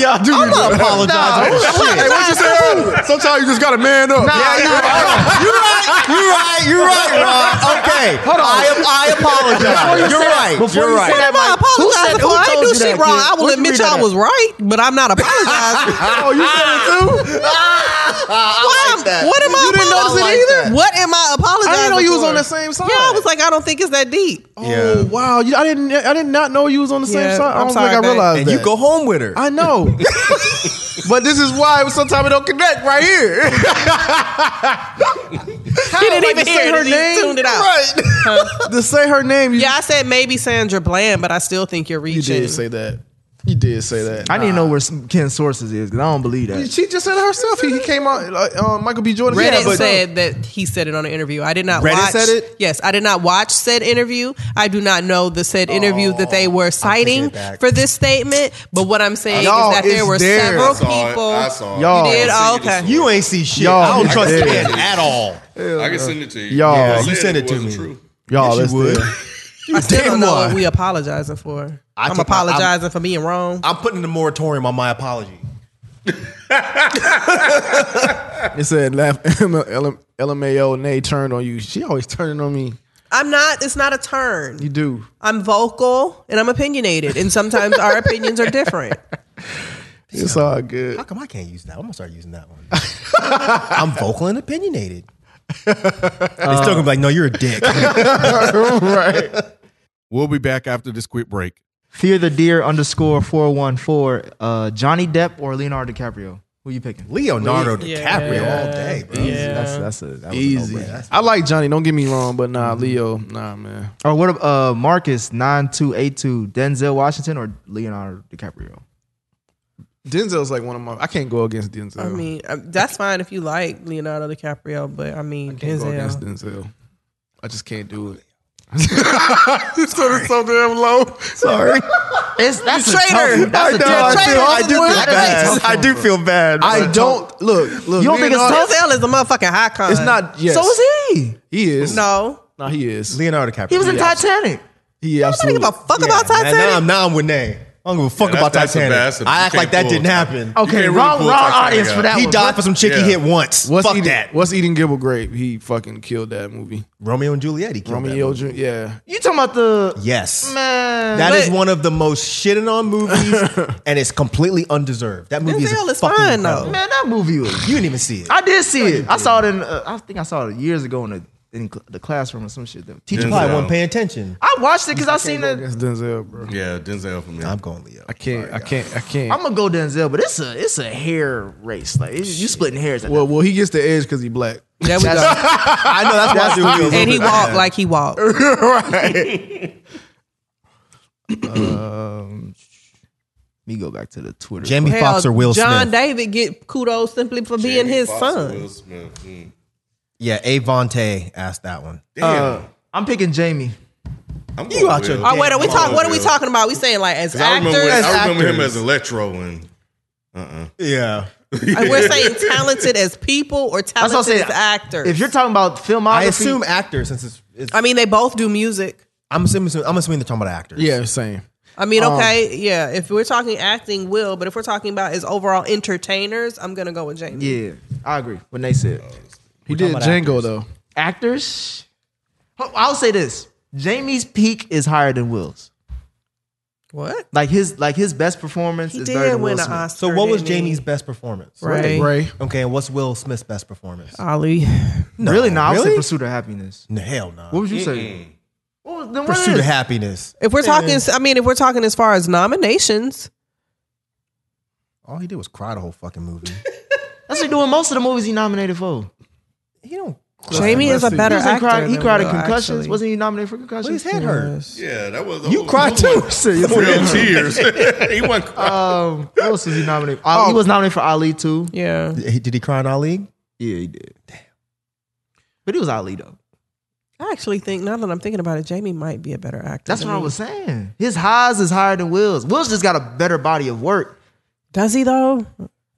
D: Y'all do I'm not apologizing.
C: Hey, what you said? Sometimes you just gotta man up.
D: Yeah, you're right. You're right. You're right. You're right, Ron. Okay. Hold on. I, I apologize. You're right.
B: before
D: you're
B: you
D: right.
B: said that,
E: I
B: Mike, who
E: apologize
B: said-
E: for
B: who
E: I
B: told
E: ain't do
B: you that,
E: shit wrong.
B: kid?
E: I will
B: Where'd you
E: admit
B: read that
E: y'all
B: at?
E: was right, but I'm not apologizing.
C: oh, you said it too.
E: Why am- What am I
C: You didn't notice it
E: apologizing?
C: either?
E: What am I apologizing?
C: I didn't know you was
E: for?
C: on the same side.
E: Yeah, I was like, I don't think it's that deep.
A: Yeah.
C: Oh wow, you, I didn't. I did not know you was on the same
E: Yeah,
C: side. I
E: I'm
C: don't
E: sorry,
C: think I
E: babe.
C: realized
D: And
C: that.
D: you go home with her.
C: I know. but this is why sometimes it don't connect right here.
E: He didn't even
C: to
E: hear
C: say
E: it.
C: her
E: He
C: name.
E: tuned it out.
C: Right. to say her name, you,
E: Yeah, I said maybe Sandra Bland, but I still think you're
C: you
E: reaching.
C: did say that. You did say that.
B: I need to know where some Ken's sources is because I don't believe that.
C: She just said it herself. He, he came out. Like, um, Michael B. Jordan.
E: Reddit
C: yeah, but-
E: said that he said it on an interview. I did not
D: Reddit
E: watch.
D: said it?
E: Yes, I did not watch said interview. I do not know the said interview that
C: Oh,
E: they were citing
D: back.
E: for this statement. But what I'm saying
C: Y'all,
E: is that there
C: it's
E: were
C: there.
A: I
E: several
A: saw
E: people.
A: it. I saw it.
C: Y'all.
E: You did?
A: I
E: Oh,
A: can send
E: okay.
A: you
D: You ain't see shit.
C: Y'all,
D: I don't
C: I
D: trust
C: did.
D: Ken at all.
A: the source. I can send it to you.
C: Y'all.
A: I
C: You
A: said
D: sent it to
A: wasn't
D: me.
A: True.
C: Y'all,
D: Yes, you
C: let's-
D: would.
E: I still
D: Damn
E: don't know what
D: why.
E: we apologizing for. I'm
D: I took my- I'm-
E: apologizing for being wrong.
D: I'm putting the moratorium on my apology.
C: It said, laugh, LMAO, Nay turned on you. She always turning on me.
E: I'm not. It's not a turn.
C: You do.
E: I'm vocal and I'm opinionated, and sometimes our opinions are different.
C: It's all good.
D: How come I can't use that? I'm gonna start using that one. I'm vocal and opinionated. They're still gonna be like, no, you're a dick.
A: We'll be back after this quick break.
B: Fear the Deer underscore four one four. Uh, Johnny Depp or Leonardo DiCaprio? Who you picking?
D: Leonardo
E: Yeah.
D: DiCaprio all day, bro.
B: That's that's a that was a
C: Easy.
B: no-brainer.
C: I like Johnny. Don't get me wrong, but nah, Leo. Nah, man.
B: Or what? ab- Uh, Marcus nine two eight two. Denzel Washington or Leonardo DiCaprio?
C: Denzel's like one of my. I can't go against Denzel.
E: I mean, um, that's fine if you like Leonardo DiCaprio, but I mean,
C: can't go against
E: Denzel.
C: Denzel. I just can't do it. this one is so damn low. Sorry.
B: It's that's
E: You
B: a
E: traitor.
B: tough- that's
E: I
B: a
E: know,
B: tough-
E: I feel- I do feel
B: That is a
E: bad.
B: tough one.
D: feel bad.
C: I don't look. Look,
B: You don't think it's
C: Leonardo-
B: tough?
E: Denzel is a motherfucking icon.
C: It's not. Yes.
B: So is he?
C: He is.
E: No,
C: Nah, he is.
D: Leonardo DiCaprio.
B: He was in Titanic.
C: He
E: I don't
C: absolutely.
E: give a fuck about
D: Now,
E: Titanic.
D: now I'm, now I'm with Nay. I don't give a fuck
A: Yeah,
D: about
A: that's- that's a
D: Titanic.
A: bastard.
D: I
A: You
D: act like
A: can't
D: that
A: pull
D: didn't
A: a-
D: happen.
A: can't
B: Okay,
A: really
B: wrong
A: pull
B: wrong
A: Titanic
B: audience
A: out.
B: for that
D: He
B: one.
D: died for some chick
A: Yeah.
D: he hit once.
C: What's
D: fuck
C: eating,
D: that.
C: What's eating Gibble Grape? He fucking killed that movie.
D: Romeo and Juliet. He killed that
C: Romeo,
D: movie.
C: Ju- yeah.
B: You talking about the
D: Yes.
B: man?
D: That is
E: But-
D: one of the most shitted on movies, and it's completely undeserved. That movie
E: Denzel
D: is,
E: is
D: fucking
E: fine,
D: incredible.
E: though.
B: man, that movie was
D: You didn't even see it.
B: I did see it. I saw it in. Uh, I think I saw it years ago in the in cl- the classroom or some shit. The
A: Denzel.
B: teacher.
D: probably wasn't paying attention.
B: I watched it because I seen it.
C: That's Denzel, bro.
A: Yeah, Denzel for me.
D: I'm going Leo.
C: I can't. I can't. I can't.
B: I'm gonna go Denzel, but it's a it's a hair race. Like it, you splitting hairs. At
C: well, well, he gets the edge because he black.
E: There we go.
D: I know that's why I do Leo.
E: And he walked like he walked.
B: that. um, Let me go back to the Twitter.
D: Jamie
E: Hell,
D: Foxx or Will
E: John
D: Smith.
E: David get kudos simply for being his son.
D: yeah, Avante asked that one.
A: Hmm. Damn.
B: I'm picking Jamie.
A: I'm
D: You out your
A: Will.
E: Oh wait, are we
A: I'm going
E: talk? What are we
A: Will.
E: talking about? We saying like as
A: 'Cause I remember,
E: actors,
A: I remember him
D: actors.
A: as Electro and
D: Yeah.
E: and we're saying talented as people or
B: That's what I'm
E: talented
B: saying.
E: as actors.
B: If you're talking about filmography,
D: I assume actors since it's, it's
E: I mean, they both do music.
D: I'm assuming I'm assuming they're talking about actors.
C: Yeah, same.
E: I mean,
B: Um,
E: okay, yeah. If we're talking acting, will, but if we're talking about as overall entertainers, I'm gonna go with Jamie.
B: yeah, I agree. What they said,
C: He did
D: talking
C: Django
D: about
C: though.
B: actors. Oh, I'll say this: Jamie's peak is higher than Will's.
E: What
B: Like his, like his best performance
E: he
B: is better
E: did
B: than Will
E: win an
B: Smith.
E: Oscar.
D: So what was
E: didn't he?
D: Jamie's best performance?
E: Right. Uh,
C: Ray.
D: Okay, and what's Will Smith's best performance?
E: Ollie.
D: No,
B: really? No, I would say
D: really?
B: Pursuit of Happiness.
D: No, hell no.
B: What would you say? What was, then what
D: Pursuit
B: is?
D: of happiness.
E: If we're talking, I mean, if we're talking as far as nominations,
D: All he did was cry the whole fucking movie.
B: That's what he doing most of the movies he nominated for.
D: he don't. Cry.
E: Jamie is a
C: He
B: he,
E: better
B: was in
E: actor.
B: cry, he
E: than
B: cried
E: Will,
B: at concussions.
E: actually.
B: Wasn't he nominated for concussions?
D: Well, his head hurt.
A: Yeah, that was
D: You cried too.
B: Serious.
A: Real tears. he wasn't crying.
B: Um, what else was he nominated? for? Ali- He was nominated for Ali too.
E: Yeah.
D: He- Did he cry in our league?
B: Yeah, he did. Damn. But he was Ali though.
E: I actually think now that I'm thinking about it, Jamie might be a better actor.
B: That's
E: than
B: what I
E: Will.
B: was saying. His highs is higher than Will's. Will's just got a better body of work.
E: Does he though?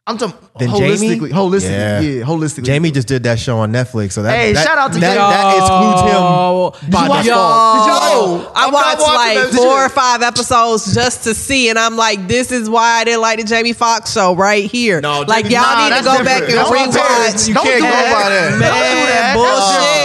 B: I'm talking
D: Than
B: holistically.
D: Jamie?
B: Holistically, yeah,
D: Yeah.
B: holistically.
D: Jamie just did that show on Netflix, so that
B: Hey,
D: that,
B: shout out to
D: that,
B: Jamie.
D: that
E: Oh,
B: Oh,
D: excludes him.
E: Yo,
D: By
B: watch
E: yo,
B: Fall? Did y'all-
E: I
B: I'm not
E: watched
B: watching
E: like
B: that
E: four
B: shit.
E: or five episodes just to see, and I'm like, this is why I didn't like the Jamie Foxx show right here.
D: No,
E: like
D: Jamie-
E: y'all
D: nah,
E: need to
B: that's
E: go
B: different.
E: back and
B: That's
D: my parents.
E: rewatch.
D: You can't go by that.
B: Don't do
E: Man,
B: that.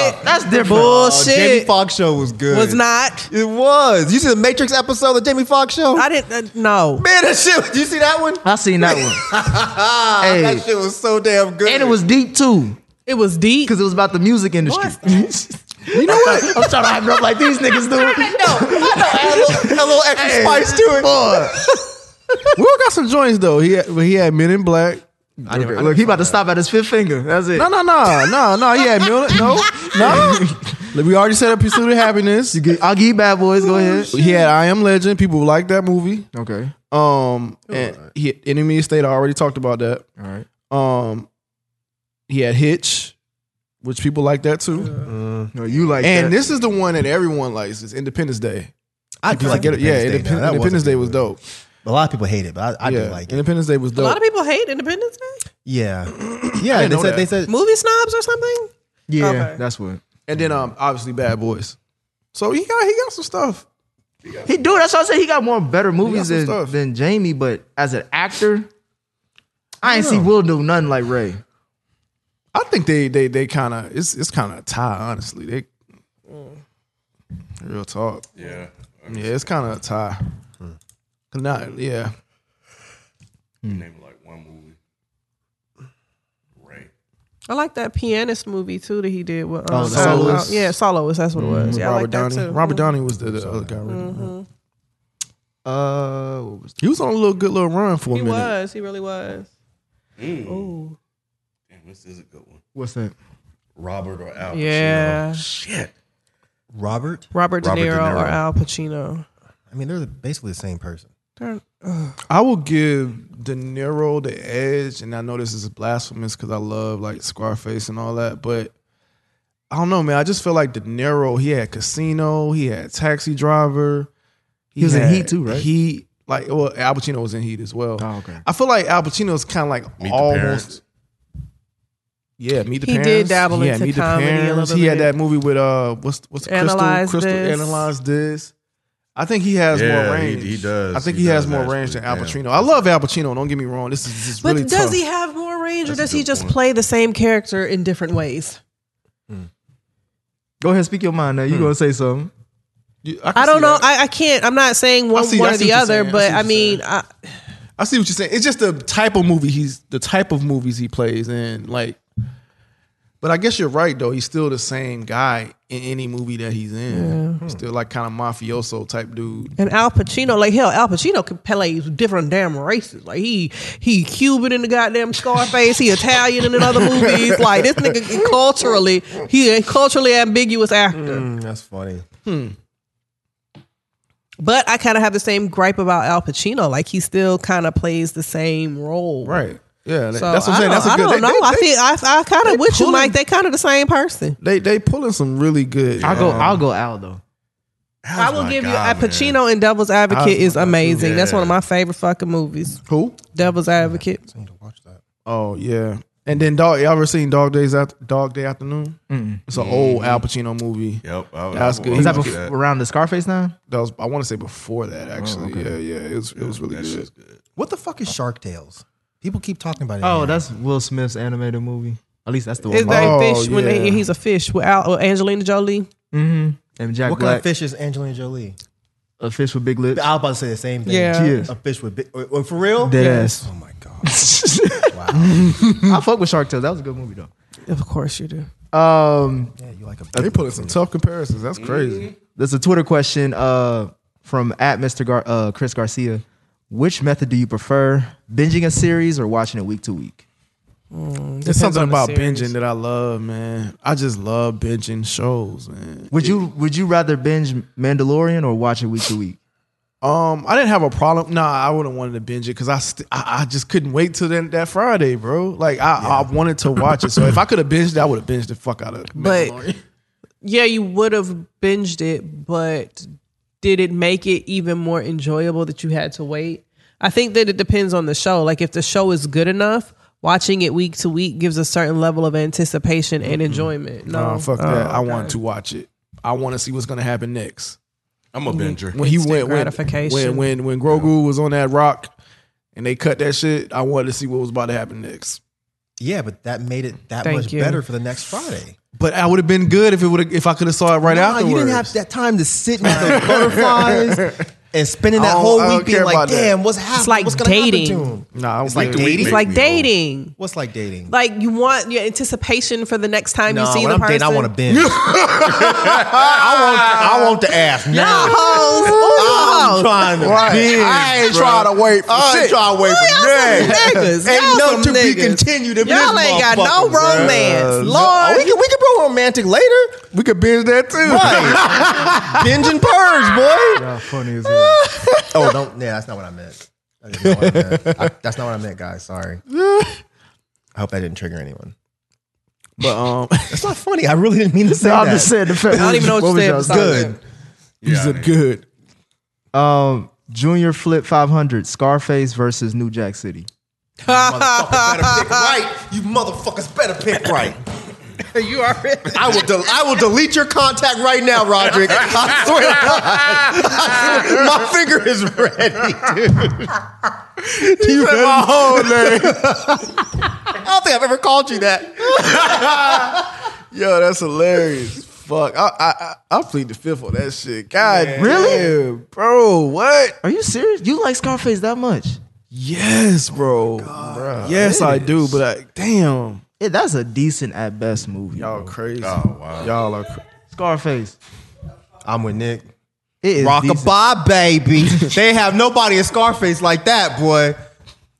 E: bullshit.
B: That's, different.
E: Bullshit.
D: Oh, Jamie Foxx show was good.
E: Was not.
D: It was. You see the Matrix episode of the Jamie Foxx show?
E: I didn't. Uh, no.
D: Man, that shit. Did you see that one? Ah,
B: I seen that one, Hey.
D: That shit was so damn good.
B: and it was deep too,
E: It was deep.
B: because it was about the music industry.
D: You know what?
B: I'm trying to hype it up like these niggas do.
D: had a little, had a little extra spice to it.
C: Will got some joints though. He had, well, he had Men in Black.
B: Look, look, he about to stop at his fifth finger. That's it.
C: No, no, no, no, no. He had Mil- no, no. Like, We already set up Pursuit of Happiness.
B: You get- I'll give you bad boys. Go ahead.
C: He had I Am Legend. People like that movie.
B: Okay.
C: Um, and he had Enemy of State. I already talked about that.
B: All right.
C: Um, he had Hitch, which people like that too.
B: No, you like
C: and
B: that.
C: this is the one that everyone likes. It's Independence Day.
D: I do
C: Like,
D: like
C: get it- yeah,
D: Independence Day.
C: Independ-
D: now. That
C: Independence
D: a
C: Day
D: good
C: was
D: movie.
C: dope.
D: A lot of people hate it, but I, I
C: yeah,
D: do like it.
C: Independence Day was
E: a
C: dope.
E: lot of people hate Independence Day.
D: Yeah, yeah. They
C: know
D: said
C: that.
D: they said
E: Movie snobs or something.
B: yeah,
E: okay.
B: that's what
C: and then um, obviously Bad Boys. So he got he got some stuff.
B: he do. That's why I said he got more better movies
C: some
B: than,
C: stuff.
B: than Jamie. But as an actor, I ain't see Will do nothing like Ray.
C: I think they they they kind of it's it's kind of a tie. Honestly, they real talk.
A: Yeah.
C: Yeah, it's kind of a tie. Not yeah.
A: Name like one movie. Ray.
E: I like that pianist movie too that he did with um,
B: Oh, the
E: uh,
B: Soloist?
E: uh, yeah, Soloist. That's what it was. Yeah, I
C: Robert
E: like that
C: Downey.
E: too. Mm-hmm.
C: Robert Downey was the, the other guy. right?
B: Uh, what was
C: He was on a little good little run for a
E: He
C: minute.
E: was. He really was.
B: Mm.
E: Ooh.
A: Damn, this is a good one.
B: what's that?
A: Robert or Al Pacino.
E: Yeah.
A: Shit.
D: Robert.
E: Robert De,
A: Robert De
E: Niro, or
A: Niro.
E: Al Pacino.
D: I mean, they're the- basically the same person.
E: They're-
C: I will give De Niro the edge, and I know this is blasphemous because I love like Scarface and all that, but I don't know, man. I just feel like De Niro. He had Casino. He had Taxi Driver.
B: He was in
C: had
B: Heat too, right?
C: Heat. Like, well, Al Pacino was in Heat as well.
B: Oh, okay.
C: I feel like Al Pacino's kind of like
A: Meet the
C: almost.
A: Parents.
C: Yeah, meet the
E: He did
C: parents.
E: dabble
C: Yeah,
E: into
C: Meet the
E: comedy a
C: Parents.
E: little
C: He had
E: bit.
C: that movie with uh, what's what's the
E: Analyze
C: crystal?
E: This.
C: Crystal analyze this. I think he has
A: Yeah,
C: more
A: he-
C: range.
A: he does.
C: I think he,
A: He
C: has
A: does
C: more
A: actually,
C: range than Al
A: yeah.
C: Pacino. I love Al Pacino. Don't get me wrong. This is, this is
E: But
C: really
E: does
C: tough.
E: he have more range, or
A: That's a
E: does he
A: good
E: just
A: point.
E: play the same character in different ways?
B: Go ahead, speak your mind. Now you gonna say something?
C: You- can
E: I
C: see
E: don't know.
C: that.
E: I, I can't. I'm not saying one,
C: I see-
E: one
C: I
E: or
C: see what
E: the
C: you're
E: other,
C: saying. I see
E: but
C: what
E: I,
C: you're
E: mean, I,
C: I see what you're saying. It's just the type of movie he's the type of movies he plays in. Like, but I guess you're right though. He's still the same guy in any movie that he's in. He's Still like kind of mafioso type dude.
E: and Al Pacino, like hell, Al Pacino can play different damn races. Like he he Cuban in the goddamn Scarface, he Italian in other movies. Like this nigga culturally, he a culturally ambiguous actor.
C: Mm.
D: that's funny.
E: But I kind of have the same gripe about Al Pacino. Like he still kind of plays the same role.
C: Right. Yeah. that-
E: So
C: that's what
E: I
C: I'm saying.
E: don't,
C: That's a
E: I
C: good.
E: don't
C: they-
E: know.
C: They,
E: I feel I, I kind
C: they
E: of with you,
C: pulling-
E: Mike. They kind of the same person.
C: they, they pulling some really good.
B: I'll go.
C: um,
B: I'll go Al though.
A: That
E: I
A: was
E: will
A: my
E: give you
A: guy,
E: Al
A: man.
E: Pacino in Devil's Advocate is amazing. That's
A: Yeah.
E: one of my favorite fucking movies.
C: Who?
E: Devil's Advocate.
D: I need to watch that.
C: Oh yeah. And then dog, y'all ever seen Dog Days After Dog Day Afternoon? It's an old Al Pacino movie.
A: Yep, I, I-
C: That's
A: I-
C: good.
A: I-
B: Is that
A: I-
B: before, around the Scarface now?
C: That was I want to say before that actually. Yeah, Oh, yeah. It was it was really
A: That
C: good.
A: shit's good.
D: What the fuck is Shark Tales? People keep talking about it.
B: Oh,
D: now.
B: that's Will Smith's animated movie. At least that's the
E: Is
B: one.
E: that
C: Oh,
E: fish when they,
C: yeah.
E: he's a fish with, Al, with Angelina Jolie?
B: and Jack
D: what kind
B: Black,
D: of fish is Angelina Jolie?
B: a fish with big lips.
D: I was about to say the same thing.
E: Yeah.
B: She is.
D: a fish with big. or- or for real?
B: Dead ass.
D: Oh my god.
B: I fuck with Shark Tale. That was a good movie though.
E: Of course you do.
B: Um,
D: Yeah, you like a.
C: They put in some tough comparisons.
E: Mm-hmm.
C: That's crazy.
B: there's a Twitter question uh, from at Mr. Gar- uh, Chris Garcia. Which method do you prefer, binging a series or watching it week to week?
C: There's something
E: on the
C: about
E: series.
C: binging that I love, man. I just love binging shows, man.
B: Would you Would you rather binge Mandalorian or watch it week to week?
C: Um, I didn't have a problem. Nah, I wouldn't wanted to binge it because I, st- I I just couldn't wait till then, that Friday, bro. Like I, I wanted to watch it. So if I could have binged, it, I would have binged the fuck out of. it.
E: But- Yeah, you would have binged it, but did it make it even more enjoyable that you had to wait? I think that it depends on the show. Like if the show is good enough, watching it week to week gives a certain level of anticipation and enjoyment. No,
C: Nah, fuck that. I want to watch it. I want to see what's gonna happen next.
A: I'm a binger.
C: When he
E: Instant
C: went, when,
E: gratification.
C: when when when Grogu was on that rock, and they cut that shit. I wanted to see what was about to happen next.
D: Yeah, but that made it that
E: Thank
D: much
E: you.
D: better for the next Friday.
C: But I would have been good if it would if I could have saw it right
D: Nah,
C: afterwards.
D: you didn't have that time to sit with the butterflies and spending
C: I
D: that
C: don't-
D: whole
C: I don't
D: week being
C: care
D: like,
C: about that.
D: damn, what's happening?
E: like
D: what's gonna happen
E: dating.
D: to him?
C: Nah, I was
D: It's like
C: like,
D: dating.
E: It's
A: Make
E: like
A: me whole.
E: dating.
D: What's like dating?
E: Like you want your anticipation for the next time
D: no,
E: you see
D: when
E: the
D: I'm
E: person.
D: dating, I want to binge. I want I want the ass now.
E: hoes. Ooh,
D: I'm trying to binge.
C: I ain't trying to wait for
D: I ain't
C: shit.
D: trying to wait for
E: Y'all
D: that.
E: some niggas.
D: Ain't
E: Y'all
D: no
E: some
D: to be
E: niggas.
D: continued in
E: Y'all
D: this
E: ain't got no
D: motherfucker, bruh.
E: romance.
D: Oh,
E: Lord,
D: we can we can grow romantic later.
C: We could binge that too.
D: Right. binge and purge, boy.
B: funny as hell.
D: Oh, don't. Yeah, that's not what I meant. I didn't know what I meant. I- that's not what I meant, guys. Sorry. I hope that didn't trigger anyone.
C: But um,
D: It's not funny. I really didn't mean to say
B: I'm
D: that.
B: just saying. The fact,
E: I don't even know what, you said.
B: was
E: besides
D: Good.
E: that.
C: you
A: Yeah, I
C: said
A: did.
C: good.
B: Um, Junior Flip 500, Scarface versus New Jack City.
D: Motherfuckers better pick right. You motherfuckers better pick right.
E: You are really
D: I will. del I will delete your contact right now, Roderick. I swear. to God. I swear- my finger is ready, dude. You said my whole name. I don't think I've ever called you that.
C: Yo, that's hilarious. Fuck, I I I, I plead the fifth on that shit. God, really, bro? What?
B: Are you serious? You like Scarface that much?
C: Yes, bro. yes, I do. But I, damn,
B: Yeah, that's a decent at best movie.
C: y'all
B: bro.
C: crazy.
A: Oh wow.
C: Y'all are. Cra-
B: Scarface.
D: I'm with Nick.
B: It is decent.
D: Rockabye, baby. they have nobody in Scarface like that, boy.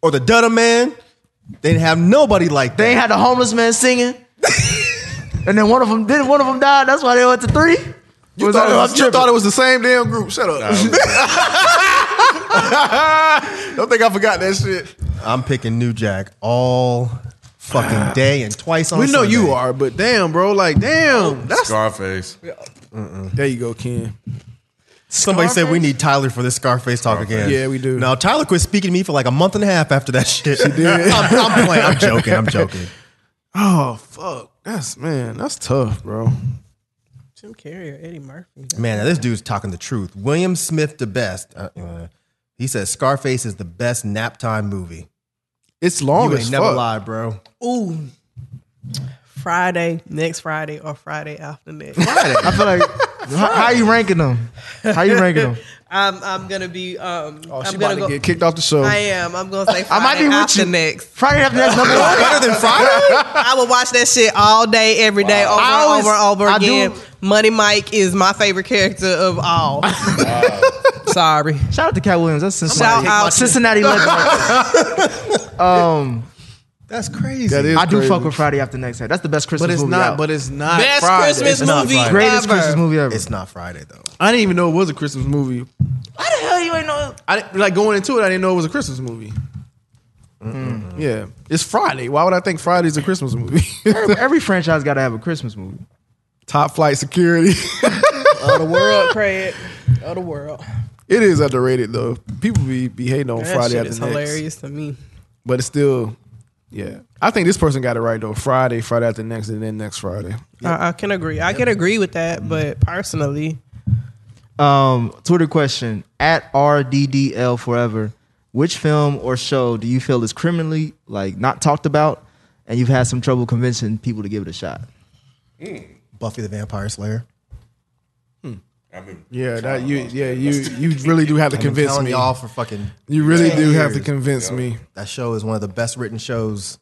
D: Or the Dutta Man. They didn't have nobody like
B: They
D: that.
B: had the homeless man singing, and then one of them did. One of them died. That's why they went to three.
C: you,
B: Was all
C: thought it
B: of
C: was,
B: them
C: you
B: tripping.
C: thought it was the same damn group. Shut up. Don't think I forgot that shit.
D: I'm picking New Jack all fucking day and twice on
C: We know you
D: Sunday.
C: are, but damn, bro. Like, damn. That's
A: Scarface.
C: there you go, Ken.
D: Somebody said we need Tyler for this Scarface talk again.
C: Yeah, we do.
D: Now Tyler quit speaking to me for like a month and a half after that shit. She did. I'm, I'm playing. I'm joking. I'm joking.
C: Oh fuck. That's man. That's tough, bro.
E: Jim Carrey or Eddie Murphy.
D: Man, now this dude's talking the truth. William Smith, the best. Uh, uh, he says Scarface is the best nap time movie.
C: It's long
D: you
C: as
D: ain't never
C: fuck.
D: lie, bro.
E: Ooh. Friday, next Friday, or Friday after next.
B: I feel like how, how you ranking them? How you ranking them?
E: I'm I'm gonna be um
C: Oh, she
E: I'm
C: about
E: gonna
C: to
E: go
C: get kicked off the show.
E: I am. I'm gonna say
B: I
E: Friday
B: might be with
E: after
B: you.
E: next.
B: Friday after that's number one.
D: Better than Friday?
E: I would watch that shit all day, every day, over
B: I
E: and
B: always-
E: over and over
B: I
E: again.
B: do-
E: Money Mike is my favorite character of all. Sorry.
B: Shout out to Cat Williams. That's Cincinnati.
E: Shout out.
B: Cincinnati legend. um,
D: That's crazy.
C: That is
B: I do
C: crazy.
B: fuck with Friday after next. That's the best Christmas
C: But it's
B: movie
C: not.
B: out.
C: But it's not.
E: Best
C: Friday.
E: Christmas
C: It's not
E: movie
D: Friday.
B: greatest
E: ever.
B: Christmas movie ever.
D: It's not Friday though.
C: I didn't even know it was a Christmas movie.
B: Why the hell you ain't know?
C: I didn't, like going into it. I didn't know it was a Christmas movie. Yeah, it's Friday. Why would I think Friday's a Christmas movie?
B: Every franchise got to have a Christmas movie.
C: Top flight security.
E: of the world, Craig. Of the world.
C: It is underrated though. People be, be hating on
E: That
C: Friday
E: shit
C: after
E: is
C: next,
E: hilarious to me.
C: but it's still, yeah. I think this person got it right though. Friday, Friday after next, and then next Friday.
E: I, I can agree. I can agree with that, but personally,
B: Um, Twitter question at RDDL forever. Which film or show do you feel is criminally like not talked about, and you've had some trouble convincing people to give it a shot?
D: Buffy the Vampire Slayer.
A: I mean,
C: Yeah, that you, yeah, you, you really do have to
D: I've been
C: convince
D: telling
C: me.
D: y'all for fucking.
C: You really
D: 10
C: do have to
D: years.
C: convince me.
D: That show is one of the best written shows.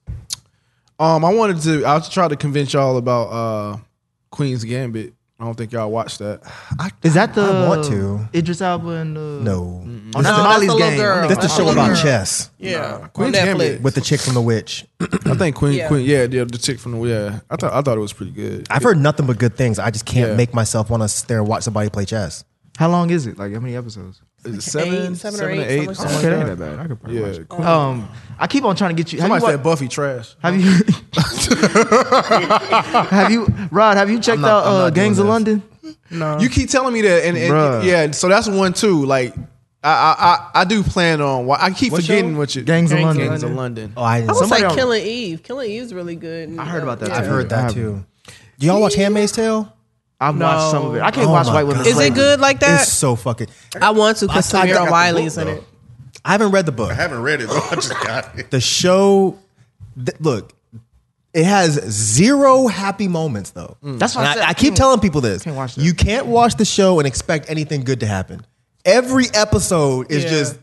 C: Um, I wanted to. I was trying to convince y'all about uh Queen's Gambit. I don't think y'all watched that.
D: I,
B: Is that the
D: I want to.
B: Idris Alba and the
D: No,
B: Oh, that's
E: the-
B: Molly's
E: that's the little
B: game.
E: girl.
D: that's the
E: That's
D: show
E: the
D: about
E: girl.
D: chess
E: yeah, on
C: Queen's Gambit.
E: Netflix.
D: with the chick from The Witch.
C: I think Queen,
E: Yeah.
C: Queen, yeah, the, the chick from the yeah. I thought I thought it was pretty good.
D: I've heard nothing but good things. I just can't
C: Yeah.
D: make myf want to sit there and watch somebody play chess.
B: How long is it? Like how many episodes?
C: Is it seven,
E: eight, seven or eight, something
C: something
E: like
C: like
B: Okay, that ain't
C: that?
B: that bad. I could probably
C: Yeah,
B: watch it.
C: Queen-
B: Um, I keep on trying to get you. Have
C: somebody
B: you, wa-
C: said Buffy trash.
B: have you, have you, Rod? Have you checked
D: not-
B: out
D: I'm
B: uh,
D: not doing
B: Gangs of
D: this.
B: London?
C: You keep telling me that, and, and-
B: Uh-huh. Bruh.
C: yeah, so that's one too. Like I I I, I do plan on. wa- I keep forgetting what you
B: Gangs, of
E: Gangs of
B: London.
C: Gangs of London.
D: Oh, I,
E: I would
D: somebody
E: say
D: on-
E: Killing Eve. Killing Eve's really good.
B: I heard about that
D: I've
B: too.
D: heard
B: I
D: that
B: haven't-
D: too. Do y'all watch Handmaid's Tale?
B: I've watched some of it. I can't
D: Oh
B: watch
D: my
B: White Women.
D: God.
E: Is it
B: Slavery.
E: good like that?
D: It's so fucking.
E: I want to because
D: I- I got
E: Samira
D: the
E: Wiley's
D: book,
E: in
D: though.
E: it.
D: I haven't read the book.
A: I haven't read it though. I just got it.
D: The show, th- look, it has zero happy moments though.
B: That's what
D: And
B: I said.
D: I, keep
B: Can't-
D: telling people this.
B: can't watch that.
D: you can't watch the show and expect anything good to happen. Every episode is
E: Yeah.
D: just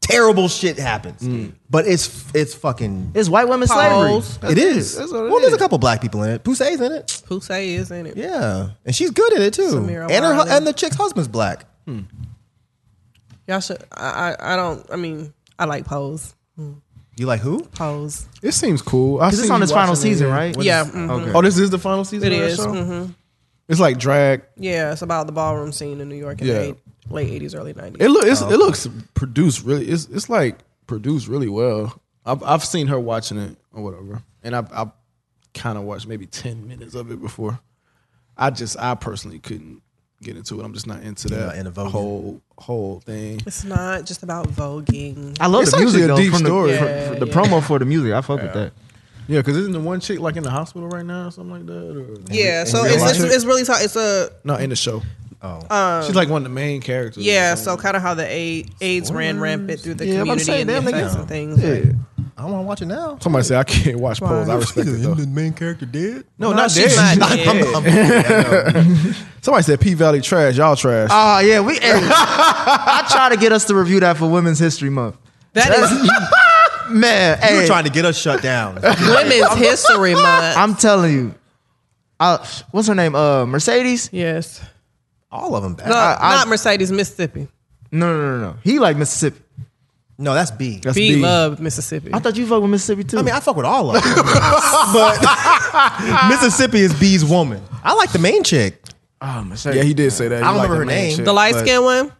D: terrible shit happens, but it's it's fucking.
B: It's White Women
E: Pause.
B: Slavery.
D: it is.
B: That's what it
D: well, there's a
B: is.
D: couple black people in it. Pousse's in it.
E: Pusey is in it.
D: Yeah, and she's good at it too.
E: Samira
D: and her hu-
E: Wiley.
D: and the chick's husband's black.
E: Y'all should. I, I. I don't. I mean, I like Pose.
D: You like who?
E: Pose.
C: It seems cool. I
B: Because it's
C: seen
B: on
C: you
B: its final
C: watching it,
B: season,
C: yeah.
B: right?
E: yeah. mhm.
B: Okay.
C: Oh, this is the final season.
E: It
C: of that
E: is.
C: show?
E: mhm.
C: It's like drag.
E: Yeah. It's about the ballroom scene in New York in
C: Yeah.
E: the eight- late eighties, early nineties.
C: It look it's, it looks produced really. It's it's like produced really well. I've I've seen her watching it or whatever, and I've I've kind of watched maybe ten minutes of it before. I just I personally couldn't get into it. I'm just not into
D: You're
C: that
D: not into voguing.
C: whole whole thing.
E: It's not just about voguing.
B: I love
C: It's
B: the
C: actually
B: music
C: a
B: though.
C: deep
B: from the-
C: story.
B: from-
E: Yeah,
B: from the
E: yeah.
B: promo for the music, I fuck with that.
C: Yeah, because isn't the one chick like in the hospital right now or something like that? Or,
E: Yeah. So
D: real
E: it's, it's
D: life?
E: it's really so it's a
C: No, in the show,
D: Oh,
C: she's like one of the main characters. or
E: yeah. So
C: something.
E: kind of how the A- AIDS ran rampant through the
B: Yeah, I'm about to
E: community
B: say,
E: and the
B: damn,
E: effects
B: nigga.
E: and things. like-
D: I want to watch it now.
C: somebody said I can't watch Pose. I respect it though.
D: main character dead.
C: No, not
E: she's
C: dead.
E: not dead.
C: Somebody said P Valley trash. Y'all trash.
B: Oh yeah, we. hey, I try to get us to review that for Women's History Month.
E: That is
B: Man,
D: You were
B: hey,
D: trying to get us shut down.
E: Women's History Month.
B: I'm telling you. I, what's her name? Uh, Mercedes?
E: yes.
D: All of them bad.
E: No,
D: No,
B: I-
E: not Mercedes, Mississippi.
B: No, no, no, no, no. He like Mississippi.
D: that's B. I
C: That's
E: B
C: B.
E: love Mississippi.
B: I thought you fuck with Mississippi too.
D: mean, I fuck with all of them, but Mississippi is B's woman. I like the main chick.
B: oh, Mercedes.
C: Yeah, he did say that.
D: I don't
C: He liked
D: remember her
C: the main
D: name.
C: chick.
E: the light skinned one.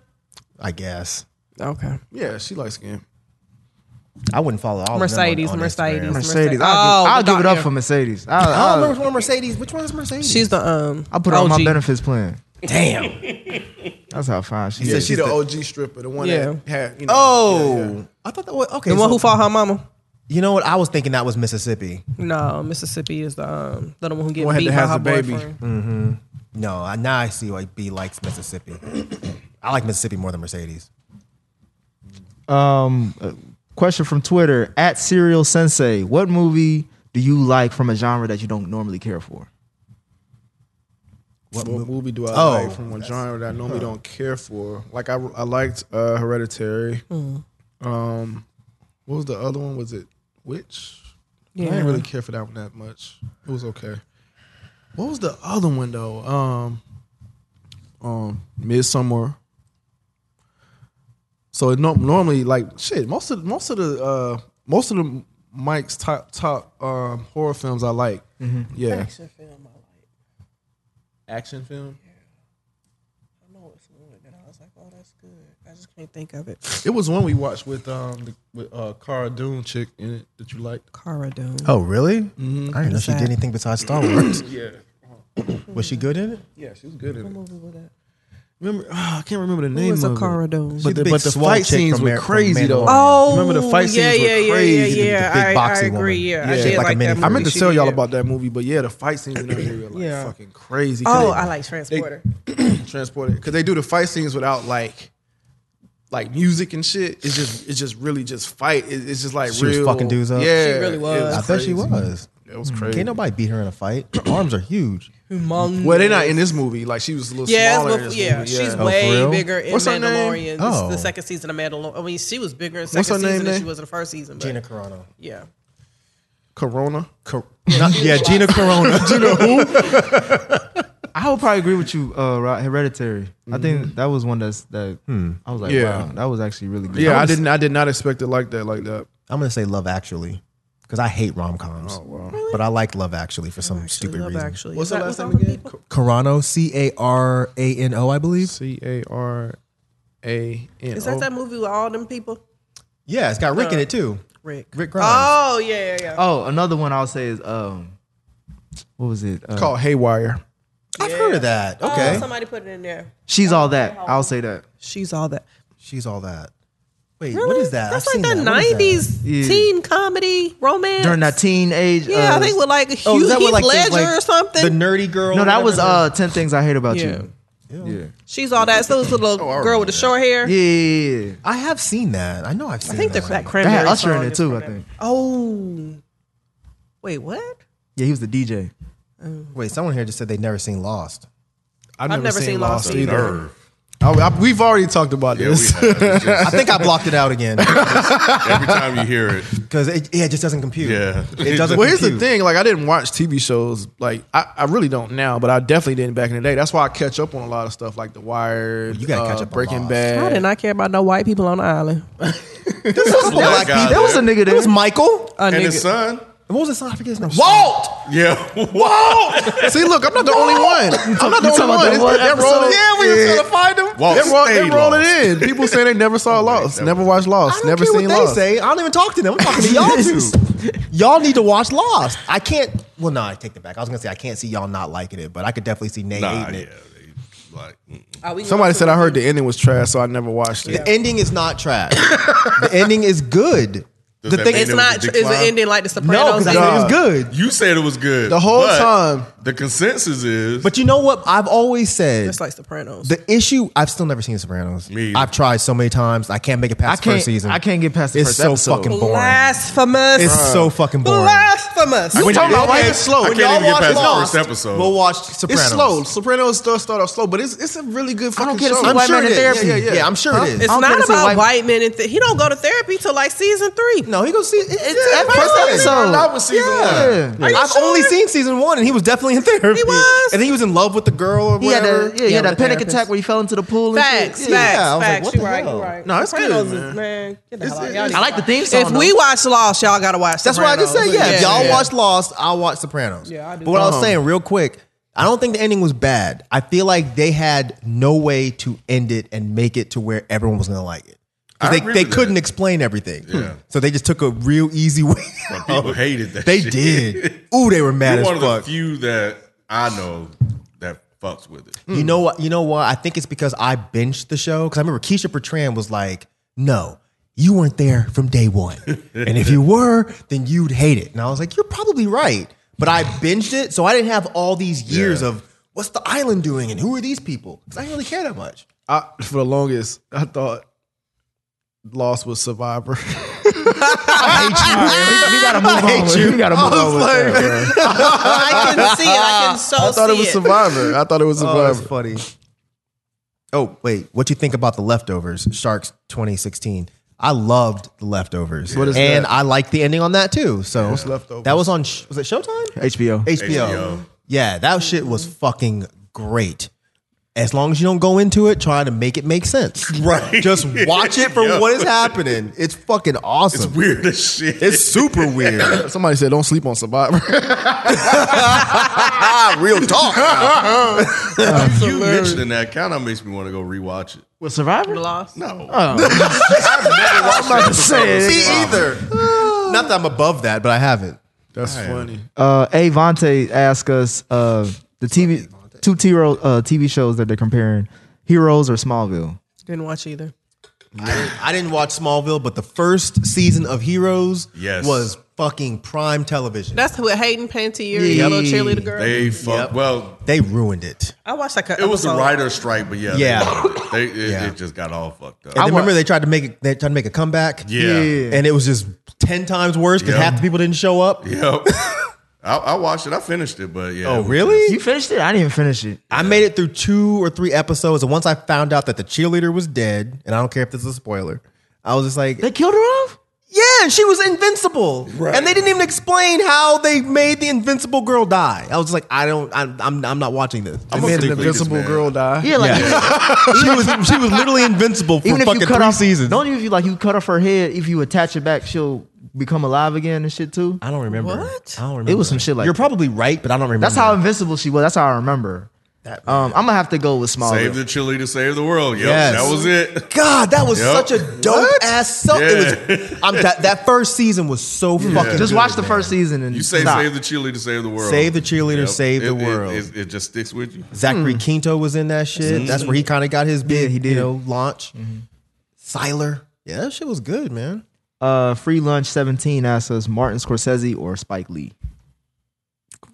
D: I guess
E: Okay.
C: Yeah, she likes skin.
D: I wouldn't follow all
E: Mercedes,
D: of them. on- on
E: Mercedes.
D: Instagram.
B: Mercedes.
E: Mercedes.
B: I'll,
E: Oh,
B: give, I'll
E: the
B: give it up
E: doctor.
B: for Mercedes.
D: I don't
B: I'll,
D: remember
B: I'll,
D: which one is Mercedes. Which one is Mercedes?
E: She's the um.
B: I'll put her on my
E: OG.
B: benefits plan.
D: damn.
B: That's how fine she
C: Yeah,
B: is.
D: said
C: she
D: she's
C: the,
D: the-
C: OG stripper, the one
E: Yeah.
C: that had you know.
D: Oh,
C: yeah, yeah.
D: I thought that was okay.
E: The one
D: so-
E: who fought her mama.
D: You know what? I was thinking that was Mississippi.
E: No, Mississippi is the um the one who
C: One
E: gets
C: had
E: beat
C: to
E: by
C: have
E: her
C: the baby.
E: boyfriend.
D: No, I, now I see why B likes Mississippi. I like Mississippi more than Mercedes.
B: Um, uh, question from Twitter at Serial Sensei. What movie do you like from a genre that you don't normally care for?
C: What movie do I
D: Oh.
C: like from a genre that I normally don't care for? Like I, I liked uh, Hereditary. Um, what was the other one? Was it Witch? I
E: Yeah.
C: didn't really care for that one that much. It was okay. What was the other one though? Um, um, Midsummer. So it no, normally like shit. Most of most of the uh, most of the Mike's top top um, horror films I like. Yeah, action,
E: film I like.
C: film.
E: I know it's movie that I was like, oh, that's good. I just can't think of it.
C: It was one we watched with um the, with uh Cara Dune chick in it that you liked.
E: Cara Dune.
D: Mm-hmm. Oh, really? I didn't know she did anything besides Star Wars.
C: Yeah.
D: Was she good in it?
C: Yeah, she was good in it.
D: Remember, ah, I can't remember the
E: Who
D: name
E: is
D: of
E: Akara
D: it.
E: Dome?
D: She's
C: But
D: the
C: the,
D: big
C: but the
D: swole
C: fight
D: chick
C: scenes
D: from
C: were
D: Mandal- from
C: crazy though.
D: Mandalorian.
E: Oh,
C: remember the fight
E: yeah,
C: scenes were
E: yeah, yeah,
C: crazy.
E: Yeah,
D: The
E: yeah,
D: big
E: I, I
D: boxing woman.
E: agree. Yeah, I
D: Yeah.
E: did
D: Like a
E: like, that
D: mini-
E: movie.
D: I
C: I meant to
E: She
C: tell y'all
E: did.
C: about that movie, but yeah, the fight scenes in that movie were like
E: Yeah.
C: fucking crazy. 'Cause
E: Oh,
C: they-
E: I like Transporter.
C: transported because they do the fight scenes without like like music and shit. It's just it's just really just fight. It- It's just like
D: She was
C: real
D: fucking dudes up.
C: Yeah,
E: She really
C: it
E: was.
D: I bet she
C: crazy.
D: was.
C: It was crazy.
D: Can't nobody beat her in a fight. Her arms are huge.
E: Humongous.
C: well, they're not in this movie. Like she was a little
E: Yeah, it's
C: smaller. in
E: before,
C: this
E: yeah,
C: movie.
E: she's
D: Oh, for
E: way
D: real?
E: bigger in
C: What's her
E: Mandalorian.
C: name?
E: This is
D: Oh.
E: the second season of Mandalorian. I mean, she was bigger in
C: her name
E: second season than
C: then?
E: she was in the first season. But
D: Gina Carano.
E: yeah,
C: Corona.
D: Not- yeah, Gina Carano.
B: I would probably agree with you. Uh, Ra- Hereditary. I think that was one that's that I was like,
C: Yeah.
B: wow, that was actually really good.
C: Yeah, I didn't. I did not expect it like that. Like that.
D: I'm gonna say Love Actually because I hate rom coms, but I like Oh, Love Actually for some stupid
E: Love
D: reason.
E: Actually.
C: What's
E: Is
C: her
E: that
C: last
E: with
C: name
E: all the
C: again?
E: people?
D: Carano, C A R A N O, I believe.
C: C A R A N.
E: Is that that movie with all them people?
D: Yeah, it's got Rick in it too.
E: Rick.
D: Rick Grimes.
E: Oh yeah, yeah, yeah.
B: Oh, another one I'll say is um, what was it? Uh,
C: called Haywire?
D: I've heard of that.
E: Oh,
D: Okay,
E: somebody put it in there.
B: She's all that. I'll say that.
E: She's all that.
D: she's all that. Wait,
E: Really?
D: what is that?
E: That's
D: I've
E: like
D: seen
E: that
D: What is that?
E: nineties
B: Yeah.
E: teen comedy romance
B: During that teenage.
E: Yeah,
B: uh,
E: I think with like Hugh
D: Oh, is that
E: Heath
D: what like the-
E: Ledger
D: like,
E: or something.
D: The nerdy girl.
B: no, that
D: whatever
B: was
D: the-
B: uh, ten things I hate about
E: Yeah.
B: you. Yeah.
E: She's all that. So it's the
D: Oh,
E: little girl with the short hair.
B: Yeah, yeah, yeah.
D: I have seen that. I know I've seen.
E: I think
D: that.
E: that, that
B: They
E: cranberry.
B: had Usher in
E: song
B: it
E: is
B: too.
E: from
B: I
E: that.
B: think.
E: Oh, wait, what?
B: Yeah, he was the DJ.
D: Wait, someone here just said they'd never seen Lost.
C: I've
E: never seen Lost either.
A: Nerve.
C: I, I, we've already talked about
A: Yeah, we
C: this.
A: have. It's
D: I
A: just-
D: think I blocked it out again
A: every time you hear it,
D: because it, yeah, it just doesn't compute.
A: yeah,
D: It doesn't.
C: Well, here's the
D: compute.
C: thing. Like, I didn't watch TV shows. Like, I, I really don't now, but I definitely didn't back in the day. That's why I catch up on a lot of stuff, like The Wire.
D: You gotta
C: uh,
D: catch up on
C: Breaking
D: Lost.
E: I did
C: Bad.
E: not care about no white people on the island.
A: There's a black guy
B: There was a nigga
D: It
B: there.
D: was Michael.
E: A
A: and his
E: nigga.
A: son.
D: What was his son? I forget his name.
C: Walt.
A: Yeah,
C: Walt. See, look, I'm not the only one. I'm not the
B: you talking
C: only
B: about
C: one.
B: that one
C: They're
B: episode?
C: rolling. Yeah, we
D: Yeah.
C: just gotta find them.
A: Walt
C: They're, roll,
A: stayed
C: they're rolling
A: lost.
C: in. People say they never saw Lost,
A: that
C: never
A: was-
C: watched
D: I
C: Lost,
D: don't
C: never
D: care
C: seen
D: what
C: Lost.
D: they say. I don't even talk to them. I'm talking to y'all two. Y'all need to watch Lost. I can't. Well, no, I take that back. I was gonna say I can't see y'all not liking it, but I could definitely see Nate
A: nah, yeah,
D: hating it.
A: they, like mm.
E: Are we going
C: Somebody
E: to-
C: said I heard the ending was trash, so I never watched it.
D: The ending is not trash. the ending is good.
A: Does
D: the
A: that
D: thing
A: mean
E: it's
A: it was
E: not.
A: a
E: Is it
A: decline?
E: ending like the
D: no,
E: Sopranos?
D: because I
E: ending?
D: said it was good.
A: you said it was good
C: The whole
A: but
C: time.
A: The consensus is,
D: But you know what? I've always said
E: It's like Sopranos.
D: the issue. I've still never seen The Sopranos.
A: Me either.
D: I've tried so many times. I can't make it
B: I
D: past the
B: can't.
D: first season.
B: I can't get past the
D: It's
B: first
D: so
B: episode.
D: fucking boring.
E: Blasphemous.
D: It's so fucking boring.
E: Blasphemous.
D: When
C: talking
D: you-
C: about why it's slow.
A: I
D: when
A: can't even
D: y'all
A: get
D: watch
A: past the
D: Lost,
A: first episode.
D: We'll watch Sopranos.
C: It's slow. Sopranos does start off slow, but it's it's a really good fucking
B: don't care to
C: show.
B: see
D: I'm
B: White
D: sure
B: man
D: it
B: in
D: is.
B: therapy.
D: Yeah, yeah, yeah. I'm sure it is.
E: It's
B: I don't care
E: not
B: to see
E: about white,
B: white-
E: men. And th- he don't go to therapy till like season three.
D: no, he goes see. It's, it's
B: first
D: first
B: episode.
D: episode.
A: that was season
B: Yeah.
A: one.
E: Are you
D: I've
E: sure?
D: only seen season one, and he was definitely in therapy.
E: He was.
D: and then he was in love with the girl or
B: He had
D: whatever.
B: that. Yeah, he
E: Yeah,
B: had that
E: with
B: panic
E: therapist.
B: attack when he fell into the pool. And
E: Facts,
B: shit. Yeah.
E: facts,
D: Yeah, I was like,
E: facts.
D: what
E: you
D: the
E: right,
D: hell?
E: you right.
C: No, it's good,
E: Sopranos is-
C: man.
E: get the hell out.
C: it's-
E: Y'all need
B: I like the
E: to-
B: theme song.
E: If we
B: though.
E: watch Lost, y'all gotta watch.
D: That's why I just said,
E: Sopranos.
D: yeah. If y'all
E: yeah.
D: watch Lost, I'll watch Sopranos.
E: Yeah, I do.
D: But what I
E: Uh-huh.
D: was saying, real quick, I don't think the ending was bad. I feel like they had no way to end it and make it to where everyone was gonna like it. 'Cause
A: I
D: They,
A: agree
D: they
A: with that.
D: couldn't explain everything.
A: Yeah.
D: So they just took a real easy way.
A: But
D: out.
A: people hated that.
D: They
A: shit.
D: did. Ooh, they were mad
A: You're one
D: as
A: of
D: fuck.
A: the few that I know that fucks with it.
D: You
C: Hmm.
D: know what? You know what? I think it's because I benched the show because I remember Keisha Bertrand was like, "No, you weren't there from day one, and if you were, then you'd hate it." And I was like, "You're probably right," but I binged it, so I didn't have all these years
A: Yeah.
D: of what's the island doing and who are these people because I didn't really care that much.
C: I, for the longest, I thought Lost was Survivor.
B: we gotta move on. with- We gotta move
C: I
B: on.
C: was
B: with that.
C: like,
E: I can see it. I can so
C: I thought it
E: see
C: was Survivor. I thought it was
D: Oh, that's
C: Survivor.
D: funny. Oh wait, what you think about the leftovers? Sharks 2016. I loved the leftovers,
C: What is
D: and
C: that?
D: I liked the ending on that too. So
C: What's Leftovers?
D: That was on. Sh- Was it Showtime?
B: HBO.
D: HBO.
A: HBO.
D: Yeah, that shit was fucking great. As long as you don't go into it trying to make it make sense.
A: Right.
D: Just watch it for
A: Yeah.
D: what is happening. It's fucking
A: It's
D: awesome. It's,
A: weird as shit.
D: super weird.
C: Somebody said, "Don't sleep on Survivor."
D: ah, real talk. Um,
A: you mentioning that kind of makes me want to go rewatch it.
B: With Survivor.
E: Lost.
A: No,
B: I'm about to
D: Me
B: say it.
D: either. Not that I'm above that, but I haven't.
C: That's funny.
B: Uh, Avante asked us, uh, The TV two T ro- uh, TV shows that they're comparing, Heroes or Smallville.
E: Didn't watch either.
D: I didn't, I didn't watch Smallville, but the first season of Heroes
A: Yes.
D: was fucking prime television.
E: That's with Hayden Panettiere,
D: Yeah.
E: yellow cheerleader girl.
A: They fuck.
D: Yep.
A: Well,
D: they ruined it.
E: I watched like a.
A: it was a writer strike, but yeah,
D: Yeah.
A: they, they- it,
D: Yeah.
A: it just got all fucked up.
D: And
B: I
D: then remember
B: wa-
D: they tried to make it, they tried to make a comeback.
A: yeah,
B: Yeah.
D: and it was just ten times worse because
A: Yeah.
D: half the people didn't show up.
A: yep. I, I watched it. I finished it, but yeah.
D: Oh,
A: it was
D: really?
B: You finished it? I didn't even finish it.
D: I made it through two or three episodes, and once I found out that the cheerleader was dead, and I don't care if this is a spoiler, I was just like,
B: They killed her off.
D: "Yeah, she was invincible," and they didn't even explain how they made the invincible girl die. I was just like, "I don't, I'm, I'm, I'm not watching this."
A: I'm
C: I made
A: stick
C: an
A: with this,
C: invisible
A: man.
C: girl die.
B: Yeah, like
D: she was, she was literally invincible for
B: even if
D: fucking
B: you cut
D: three
B: off
D: seasons.
B: don't even if you like you cut off her head. If you attach it back, she'll become alive again and shit too.
D: I don't remember.
E: What?
D: I don't remember.
B: It was some shit like
D: You're
B: that.
D: probably right, but I don't remember.
B: That's how invincible she was. That's how I remember. Um, I'm gonna have to go with
A: Save
B: Smallville.
A: the cheerleader, save the world. Yep,
D: Yes.
A: that was it.
D: God, that was
A: Yup.
D: such a dope ass. So,
A: Yeah.
D: it was, I'm, that, that first season was so fucking.
B: Just
D: good,
B: watch the
D: man.
B: first season and
A: You say
B: stop.
A: save the cheerleader, save the world.
D: Save the cheerleader, save the
A: It- it-
D: world.
A: It, it just sticks with you.
D: Zachary Quinto was in that shit. That's where he
A: Mm-hmm.
D: kind of got his big,
B: he
D: you
B: did.
D: know, launch. Siler, yeah, that shit was good, man.
B: uh, free lunch 17 asks us Martin Scorsese or Spike Lee.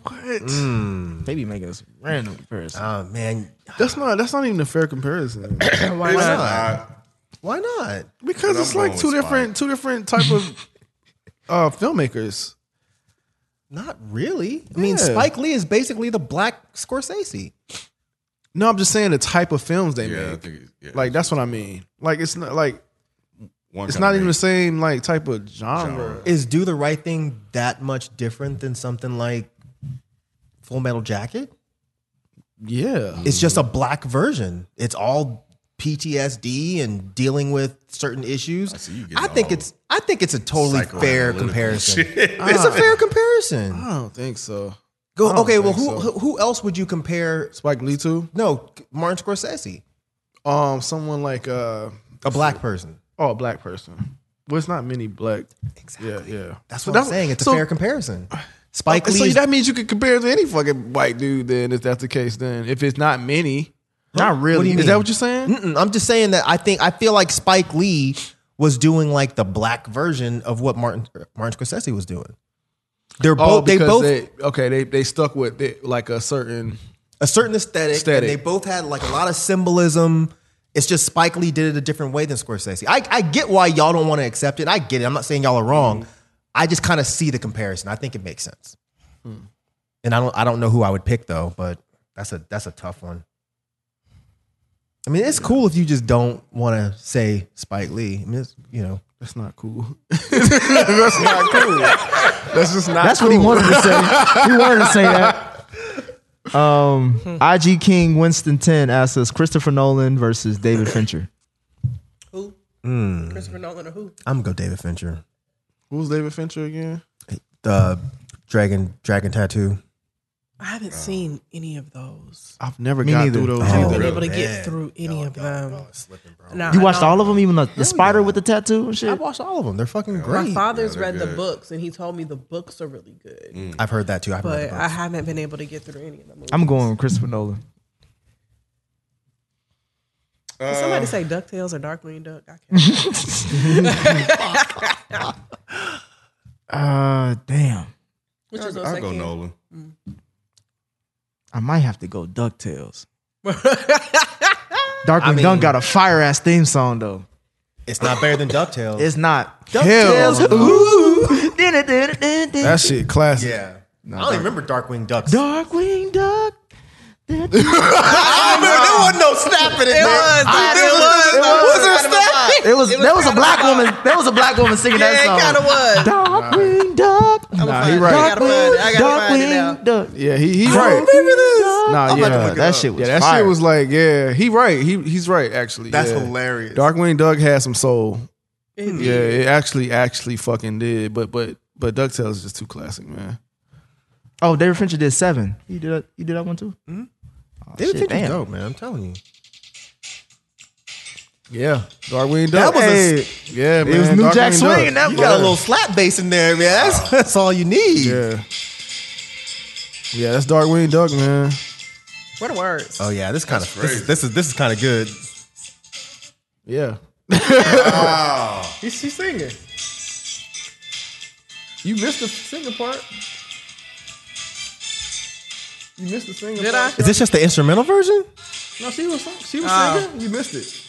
C: What?
B: Maybe make us random comparison.
D: Oh man,
C: That's not. That's not even a fair comparison.
A: Why
D: not? why not?
C: Because
A: I'm
C: it's like
A: going
C: two
A: with
C: different, two different type of uh, filmmakers.
D: Not really. I mean,
C: Yeah.
D: Spike Lee is basically the black Scorsese.
C: No, I'm just saying the type of films they
A: Yeah, I
C: make.
A: think it- yeah.
C: Like that's what I mean. Like it's not like
A: One
C: it's
A: kinda
C: not even the
A: made.
C: same like type of genre.
D: Is Do the Right Thing that much different than something like Full Metal Jacket?
C: Yeah.
D: It's just a
A: Mm-hmm.
D: black version. It's all PTSD and dealing with certain issues. I,
A: see you getting
D: think
A: all
D: it's I think it's a totally fair
A: Psychoanalytical
D: comparison.
A: shit.
D: It's a fair comparison.
C: I don't think so.
D: Go
C: don't
D: okay. Well, who
C: think so.
D: who who else would you compare?
C: Spike Lee too.
D: No, Martin Scorsese,
C: Um, someone like uh,
D: a black person.
C: oh, a black person. Well, it's not many black.
D: Exactly.
C: Yeah, yeah.
D: That's
C: So
D: what I'm saying. It's
C: so- Uh,
D: a fair comparison. Spike
C: So
D: Lee.
C: that means you could compare it to any fucking white dude. Then, if that's the case, then if it's not many,
B: Not really.
D: What do you Mm,
C: is
D: mean?
C: that what you're saying?
D: Mm-mm, I'm just saying that I think I feel like Spike Lee was doing like the black version of what Martin Martin Scorsese was doing. They're both.
C: Oh,
D: they
C: because
D: both
C: they- okay. They they stuck with it, like a certain.
D: a certain aesthetic,
C: Aesthetic.
D: And they both had like a lot of symbolism. It's just Spike Lee did it a different way than Scorsese. I, I get why y'all don't want to accept it. I get it. I'm not saying y'all are wrong. I just kind of see the comparison. I think it makes sense. And I don't I don't know who I would pick though, but that's a that's a tough one. I mean, it's cool if you just don't want to say Spike Lee. I mean, it's, you know,
C: That's not cool. that's not cool. That's just not.
B: That's what he wanted to say. he wanted to say that. Um, IG King Winston 10 asks us Christopher Nolan versus David Fincher.
E: Who? Christopher Nolan or who?
D: I'm gonna go David Fincher,
C: Who's David Fincher again?
D: the Dragon Dragon Tattoo.
E: I haven't seen any of those.
C: I've never
B: Me
C: got
B: neither.
C: through those.
B: I
E: I
D: Oh.
E: haven't
C: either.
E: been able to
D: man.
E: get through any of them. Nah,
B: You
E: I
B: watched
E: don't.
B: all of them, even the, the spider with the tattoo and
D: I
B: shit?
D: watched all of them. They're fucking
E: My
D: great.
E: father's read the
A: good. Mm.
E: books, and he told me the books are really good,
D: I've heard that too. I've
E: but
D: heard that.
E: I haven't been able to get through any of them.
B: I'm going with Christopher Nolan.
E: Did somebody say Ducktales or Dark Green Duck? I can't.
B: Uh, damn.
E: Which is what
A: I'll
E: I
A: Uh, go
E: can.
A: Nolan.
B: I might have to go DuckTales. Darkwing Duck got a fire ass theme song though.
D: It's not better than DuckTales.
B: It's not.
C: Hell
B: DuckTales. Ooh. Dun-dun-dun-dun-dun.
C: That shit classic.
D: yeah. I don't even remember Darkwing Ducks.
B: Darkwing Duck.
D: I remember there wasn't no snapping it, man.
E: was,
D: I-
E: it was.
D: It
E: I
D: was.
E: was
D: Wasn't a snap.
B: It was, there was a black woman. There was a black woman singing
E: Yeah,
B: that
E: it
B: song.
E: kind of was.
B: Darkwing Duck. Nah,
E: find it. I gotta find it. I gotta find it now.
B: Darkwing Duck.
C: Yeah, he he right. Nah,
B: I'm about to
C: yeah,
B: look it that up. shit was
C: yeah, that
B: fire.
C: shit was like, yeah, he right. He he's right actually.
D: That's
C: yeah.
D: hilarious.
C: Darkwing Duck had some soul.
E: It
C: Yeah, it actually actually fucking did. But but but Ducktales is just too classic, man.
B: Oh, David Fincher did seven. You did. that- You did that one too. Oh,
D: David
B: shit,
D: Fincher's
B: damn.
D: dope, man. I'm telling you.
C: Yeah, Darkwing
D: That
C: Duck.
D: was a-
C: yeah, man.
B: It was New
C: Darkwing
B: Jack
C: Duck.
B: Swing. and That
D: You got a
B: was-
D: little slap bass in there, man. That's, that's all you need.
C: Yeah. Yeah, that's Darkwing Duck, man.
E: What are the words?
D: Oh yeah, this kind of
A: crazy.
D: this, this is this is kind of good.
C: Yeah.
E: He's, he's singing.
C: You missed the singing part. You missed the singing
E: Did
C: part.
E: I?
D: Is this just the instrumental version?
C: No, she was sing- she was
E: Oh.
C: singing. You missed it.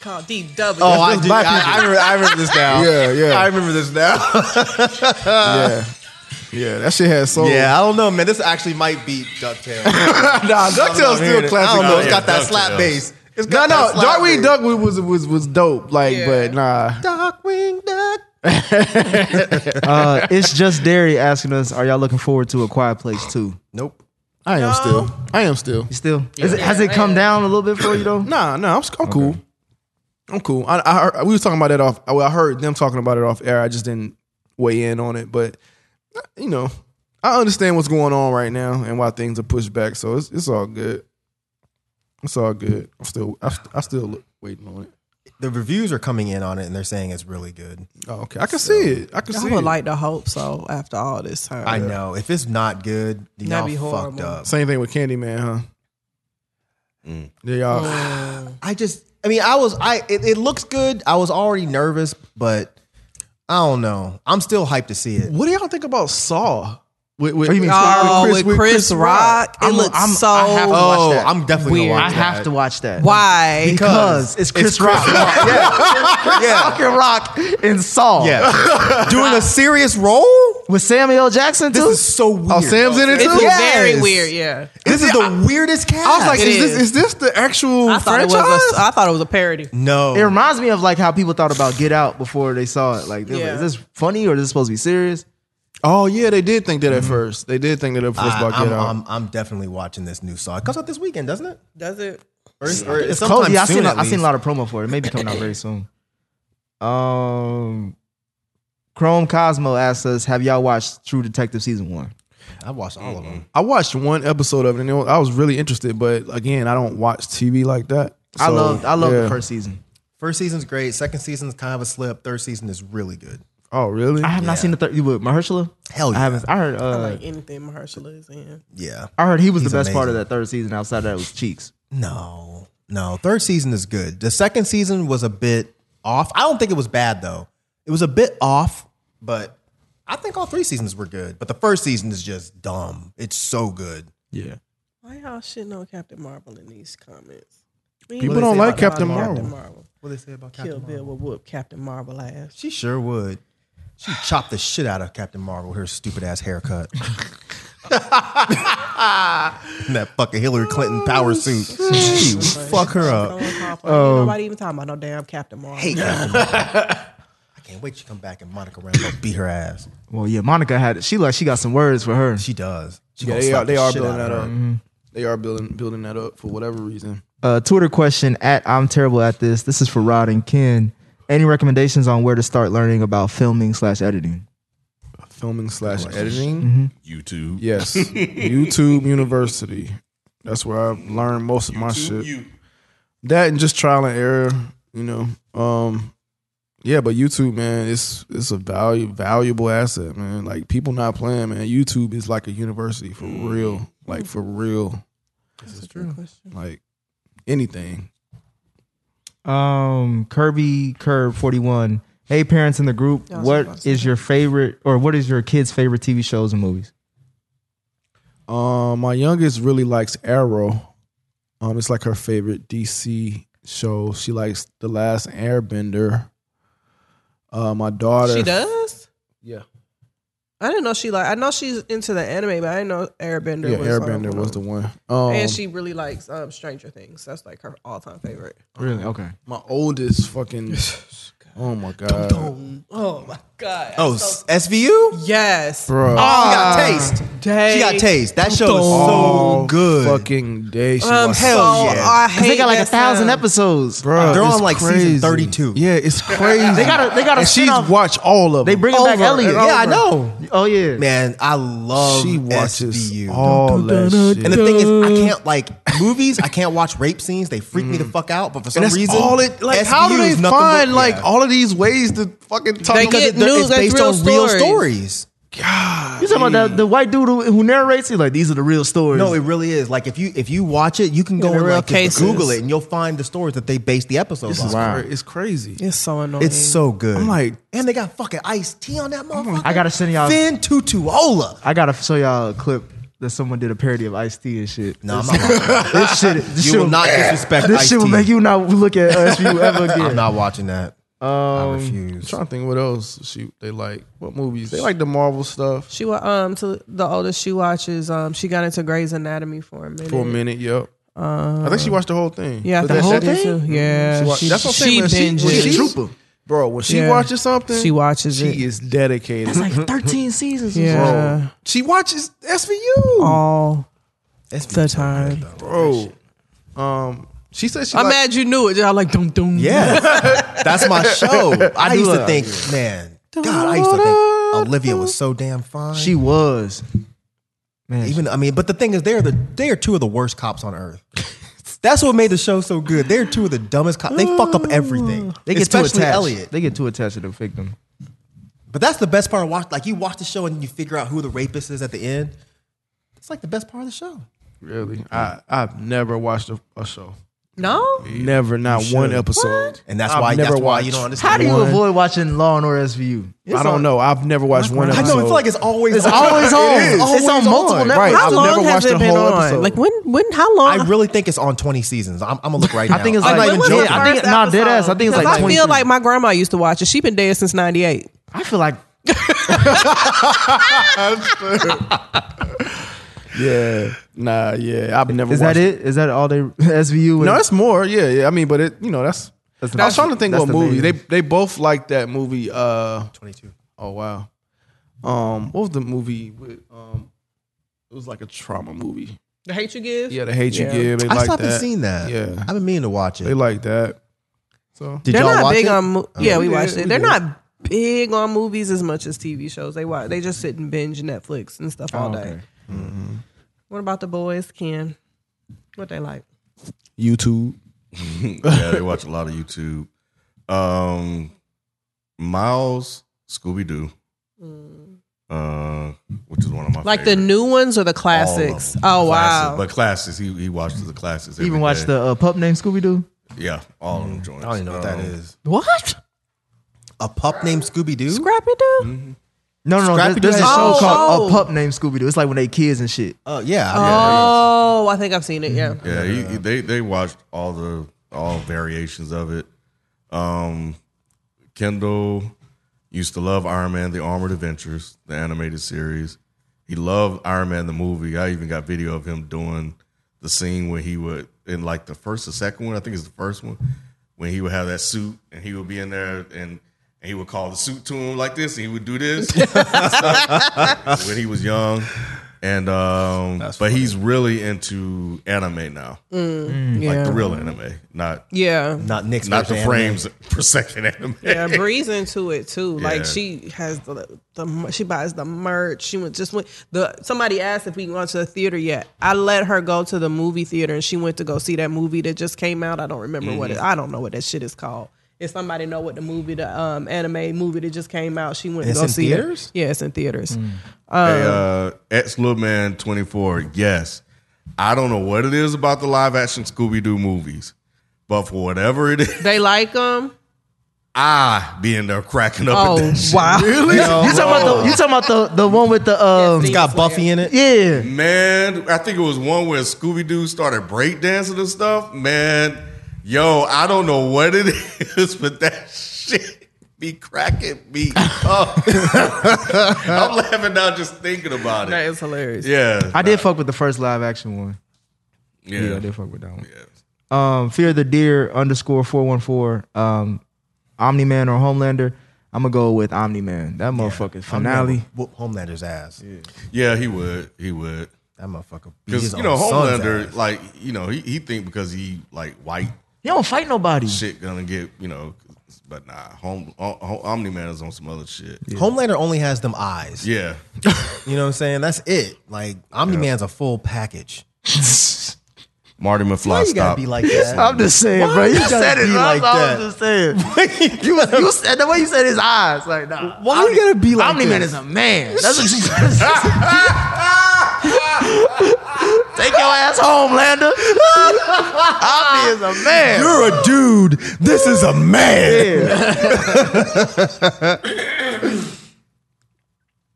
E: Called DW.
D: Oh, I do. I, I, remember, I remember this now.
C: Yeah, yeah.
D: I remember this now.
C: yeah. Uh, Yeah, that shit has soul.
D: yeah, I don't know, man. This actually might be Ducktail. I
C: nah, DuckTales still
D: don't
C: a classic.
D: know. It's
A: Yeah,
D: got that
A: DuckTales.
D: slap bass. It's
C: No,
D: got
C: no,
D: that slap
C: Darkwing
D: bass.
C: Duck was was was dope. Like,
E: Yeah.
C: but nah,
D: Darkwing Duck.
B: Uh, it's just Derry asking us, are y'all looking forward to a quiet place too?
D: Nope.
C: I am
E: No.
C: still. I am still.
B: You still? Is it, has it
E: Yeah,
B: come
E: I-
B: down a little bit for you though?
C: Nah, nah, I'm, s- I'm cool. I'm cool. I, I heard, we was talking about that off. Well, I heard them talking about it off air. I just didn't weigh in on it, but you know, I understand what's going on right now and why things are pushed back. So it's it's all good. It's all good. I'm still I, st- I still look, waiting on it.
D: The reviews are coming in on it, and they're saying it's really good.
C: Oh, okay. I can see it. I can
E: I
C: see
E: would
C: it.
E: like to hope so after all this
C: Oh,
E: time.
D: I know. If it's not good,
E: That'd
D: then y'all
E: be
D: fucked
E: horrible.
D: up.
C: Same thing with Candyman, huh?
B: Mm.
C: Yeah, y'all.
E: Oh.
D: I just, I mean, I was, I it, it looks good. I was already nervous, but I don't know. I'm still hyped to see it.
C: What do y'all think about Saw? With, with,
B: you mean?
E: Oh, with Chris Rock? It
C: I'm-
E: looks
C: I'm-
E: so-
C: I have to watch
D: Oh,
C: that.
D: I'm definitely
B: Weird.
D: gonna
B: I
D: watch
B: have
D: that.
B: to watch that.
E: Why?
B: Because it's Chris, Rock. yeah. Fucking Rock in Saw.
D: Yeah, doing a serious role.
B: With Samuel L. Jackson too?
D: This is so weird.
C: Oh, Sam's in it
E: It's
C: too.
D: Yeah.
E: very
D: Yes.
E: weird. Yeah.
D: This is the weirdest cast.
C: I was like,
E: It
C: is,
E: is.
C: this is this the actual
E: I thought, it
C: franchise?
E: was a, I thought it was a parody.
D: no.
B: it reminds me of like how people thought about Get Out before they saw it. Like, they were like,
E: Yeah.
B: is this funny or is this supposed to be serious?
C: oh yeah, they did think that at first. They did think that at first
D: Mm-hmm. I,
C: about Get
D: am
C: Out.
D: I'm, I'm definitely watching this new Saw. It comes out this weekend, doesn't it?
E: Does it?
D: Or it's, or it's
B: Close.
D: sometime
B: Yeah, I
D: soon.
B: seen, a,
D: at
B: I seen a
D: least.
B: lot of promo for it. It may be coming out very soon. Um, Chrome Cosmo asks us, "Have y'all watched True Detective season one?"
D: I watched all of them.
C: I watched one episode of it, and it was, I was really interested. But again, I don't watch TV like that.
B: I
C: So,
B: loved, I loved
C: yeah.
B: the first season.
D: First season's great. Second season's kind of a slip. Third season is really good.
C: Oh really?
B: I have not seen the third. You would Mahershala?
D: Hell yeah.
B: I haven't. I heard. Uh, I,
E: Like anything Mahershala is in.
D: Yeah.
B: heard he was the
D: He's
B: best part of
D: amazing.
B: that third season. Outside of that was Cheeks.
D: No, no. Third season is good. The second season was a bit off. I don't think it was bad though. It was a bit off, but I think all three seasons were good. But the first season is just dumb. It's so good.
C: yeah.
E: Why y'all shitting on Captain Marvel in these comments?
C: People don't like Captain Marvel.
D: What they say about
E: Kill Bill would whoop Captain Marvel ass.
D: She sure would. She chopped the shit out of Captain Marvel with her stupid ass haircut. and that fucking Hillary Clinton power suit. She would fuck her
C: Uh,
D: up.
C: um,
E: Nobody even talking about no damn Captain Marvel.
D: Hate Captain Marvel. I can't wait to come back and Monica Rambeau beat her ass.
B: Well, yeah, Monica had. She like she got some words for her.
D: She does. She
C: Yeah,
D: gonna
C: they
D: slap
C: are, they
D: the
C: are
D: shit
C: building
D: out
C: that
D: of
C: up. Mm-hmm.
D: her. Mm-hmm.
C: They are building building that up for whatever reason.
B: Uh, Twitter question at I'm terrible at this. This is for Rod and Ken. Any recommendations on where to start learning about filming slash editing?
C: Filming slash editing.
D: Mm-hmm.
A: YouTube.
C: Yes, YouTube University. That's where I learned most of my shit.
A: You.
C: that and just trial and error, you know. Um yeah, but YouTube, man, it's it's a value valuable asset, man. Like people not playing, man. YouTube is like a university for
E: Mm-hmm.
C: real. Like for real. Like anything.
B: Um, Kirby Curb 41. Hey, parents in the group,
E: Yeah, I was about
B: what
E: to
B: is your favorite or what is your kids' favorite TV shows and movies?
C: Um my youngest really likes Arrow. Um it's like her favorite DC show. She likes The Last Airbender. Uh my daughter
E: She does.
C: Yeah.
E: I didn't know she like. I know she's into the anime, but I didn't know Airbender.
C: Yeah,
E: was
C: Airbender
E: her-
C: was the one. Um,
E: and she really likes um, Stranger Things. That's like her all time favorite.
B: Really? Okay.
C: my oldest fucking Oh my god.
E: Oh my god.
D: Oh,
E: I'm so-
D: s- SVU?
E: yes.
C: Bro.
D: she got taste. She got taste. That show is so
C: All
D: good.
C: Fucking day. She
E: Um,
C: watched
E: hell
D: Hell
E: so
D: yeah.
E: I
B: Cause
E: hate
B: they got like a
E: that
B: thousand
E: sound.
B: episodes.
C: Bro,
D: They're on,
C: it's
D: like, season 32.
C: Yeah, it's crazy.
B: They got a- they got a
C: And she's
B: spin-off.
C: watched all of them.
B: They bringing back
C: Over
B: Elliot.
C: and
D: Yeah, I
C: over.
D: know.
B: Oh yeah.
D: Man, I love
C: She watches
D: SVU.
C: all that shit.
D: And the thing is, I can't like movies. I can't watch rape scenes. They freak me the fuck out. But for some
C: And that's
D: reason,
C: all it like. how do
D: SVU
C: they
D: is nothing but-
C: find like
D: yeah.
C: all of these ways to fucking talk?
E: They
C: about
E: get
C: it?
E: news
D: it's
E: that's
D: based
E: real
D: on real
E: stories.
D: stories?
C: God.
B: You talking about that the white dude who, who narrates it? Like these are the real stories.
D: No, it really is. Like if you if you watch it, you can go
E: the
D: and
E: real
D: like, just
E: cases.
D: Google it, and you'll find the stories that they based the episodes
C: This
D: on.
C: is
B: Wow.
C: cra- it's crazy.
E: It's so annoying.
D: It's so good.
C: I'm like-
D: and they got fucking iced tea on that motherfucker.
B: I gotta send y'all-
D: Finn Tutuola.
B: I gotta show y'all a clip that someone did a parody of Ice T and shit.
D: No, I'm not. Watching that.
B: this shit, this
D: You
B: shit
D: will not disrespect.
B: This
D: Ice-T.
B: shit will make you not look at SVU ever again.
D: I'm not watching that. I
C: I'm
D: refuse.
C: trying to think what else she they like. What movies? They like the Marvel stuff.
E: She wa- um to the oldest she watches um she got into Grey's Anatomy for a minute.
C: For a minute, yep.
D: Uh,
C: I think she watched the whole thing.
E: Yeah, I
C: Was
E: think
C: that
E: she
C: that
E: did
C: day?
E: too. Yeah,
C: She wa-
E: she,
C: that's what I'm
E: she
C: saying. When she, when she,
E: binges.
B: She's a trooper.
C: bro, when she
E: Yeah.
C: watches something,
E: She watches
C: she
E: it.
C: is dedicated.
B: It's like 13 seasons.
E: Yeah.
C: bro, she watches SVU,
E: all
D: That's
E: the time.
C: bro. Um, she said she
E: I'm
C: like-
E: mad you knew it. Y'all like dum dum.
D: Yeah, that's my show. I,
B: do
D: used to
B: love
D: think, man, God, I used to think Olivia was so damn fine.
B: She was. Man,
D: even, I mean, but the thing is, they're the they are two of the worst cops on earth. That's what made the show so good. They're two of the dumbest cops. They fuck up everything.
B: they get too
D: especially
B: attached.
D: Elliot.
B: They get too attached to the victim.
D: But that's the best part of watch. Like you watch the show and you figure out who the rapist is at the end. It's like the best part of the show.
C: really. I I've never watched a, a show.
E: No.
C: Never, not one episode.
D: And that's
C: I've
D: why
C: never
D: that's why you
C: watched.
D: don't
B: How
D: understand.
B: do you
D: One.
B: avoid watching Law and Order SVU?
C: I don't know. I've never watched one
D: I
C: episode.
D: know. I feel like it's always
B: It's always on.
C: is.
B: It's on multiple
D: on.
B: networks.
C: Right.
E: How
C: I've
E: long
C: never
E: has
C: watched
E: it
C: the
E: been
C: whole
E: on?
C: episode.
E: Like when? When? How long?
D: I really think it's on 20 seasons. I'm, I'm gonna look right now.
B: I think it's
D: I'm
B: like-
E: when
D: not even
E: was
B: yeah,
E: the
D: joking.
B: I think-
E: first
B: nah, dead
E: episode?
B: ass. I think it's
E: 'Cause
B: like
E: I feel
B: 23.
E: like my grandma used to watch it. She been dead since '98.
B: I feel like
C: yeah, nah, yeah. I've never.
B: is that
C: watched
B: it? Is that all they SVU?
C: No, it's more. Yeah, yeah. I mean, but it, you know, that's.
B: That's
C: I was trying to think
B: that's
C: what
B: the main-
C: movie they they both like that movie. Uh,
D: 22.
C: oh wow, um, what was the movie? With, um, it was like a trauma movie.
E: The hate you give.
C: Yeah, the hate you
E: Yeah.
C: give. They
D: I
C: like
D: still haven't
C: that.
D: seen that.
C: Yeah.
D: I've been meaning to watch
C: They
D: it.
C: like that. So
D: Did
E: They're
D: y'all
E: not
D: watch
E: big
D: it?
E: on. Mo- yeah, we
C: We
E: watched
C: did,
E: it.
C: we
E: They're
C: did.
E: not big on movies as much as TV shows. They watch. They just sit and binge Netflix and stuff all day. What about the boys, Ken? What they like?
C: YouTube.
A: yeah, they watch a lot of YouTube. Um, Miles, Scooby Doo, uh, which is one of my
E: Like the
A: favorite.
E: new ones or the
A: All of
E: classics?
A: them.
E: Oh
A: Classic-
E: wow!
A: But classics, he he watches the classics. every
B: even watch
A: day.
B: the uh, pup named Scooby Doo.
A: yeah, all of them joints.
D: I don't even know what that is.
E: what?
D: A pup named Scooby Doo.
E: Scrappy Doo?
B: No, no, no.
D: Scrappy
B: there- There's a
D: Doo
B: show
E: Oh,
D: has-
B: called
E: oh.
B: A Pup Named Scooby Doo. It's like when they kids and shit.
D: Oh yeah.
E: Oh, I think I've seen it. Yeah.
A: Yeah, he, he- they they watched all the all variations of it. Um, Kendall used to love Iron Man: The Armored Adventures, the animated series. He loved Iron Man the movie. I even got video of him doing the scene where he would in like the first or second one. I think it's the first one when he would have that suit and he would be in there and. and he would call the suit to him like this, and he would do this when he was young, and um, but he's really into anime now
E: Yeah.
A: like the real anime, not
E: yeah.
D: Not Nick's
A: not the
D: version of anime.
A: frames per second anime.
E: Yeah, Bree's into it too.
A: Yeah.
E: Like she has the, the mer- she buys the merch. She went just went the somebody asked if we went to the theater yet. I let her go to the movie theater and she went to go see that movie that just came out. I don't remember what it. I don't know what that shit is called. If somebody know what the movie, the um, anime movie that just came out, she went
D: It's
E: to go
D: in
E: see
D: theaters?
E: it. Yeah, it's in theaters.
A: Hey, uh, X Little Man twenty four. Yes, I don't know what it is about the live action Scooby Doo movies, but for whatever it is,
E: They like them.
A: I be in there cracking up. at
E: Oh
A: that shit.
E: wow! Really?
B: You talking about the you talking about the the one with the um
D: It's got Buffy in it.
B: yeah.
A: Man, I think it was one where Scooby Doo started breakdancing and stuff. Man, yo, I don't know what it is, but that shit be cracking me up. I'm laughing now just thinking about
E: That
A: it.
E: is hilarious.
A: Yeah,
B: I did fuck with the first live action one.
A: Yeah,
B: Yeah, I did fuck with that one.
A: yeah.
B: Um, Fear the Deer underscore four one four. Um, Omni Man or Homelander. I'm gonna go with Omni Man. That motherfucking finale.
D: Whoop Homelander's ass.
A: Yeah, he would. He would.
D: That motherfucker. beat his
A: Because you know,
D: own son's
A: Homelander,
D: ass.
A: like you know, he, he think because he like white
B: He don't fight nobody.
A: shit gonna get you know, but nah, Home, Omni Man is on some other shit. Yeah,
D: Homelander only has them eyes. You know what I'm saying? That's it. Like Omni Man's a full package.
A: Marty McFly
D: Why you
A: stop.
D: gotta be like that?
B: I'm just saying,
D: Why
B: bro. You
D: you gotta
B: said it.
D: be
B: Like
D: like
B: I
D: that?
B: was just saying. you, was- you said the way you said his eyes, like nah.
D: Why you gotta be like
B: Omni Man
D: this?
B: is a man. That's what you Take your ass home, Landa. Omni is a man.
D: You're a dude. This is a man.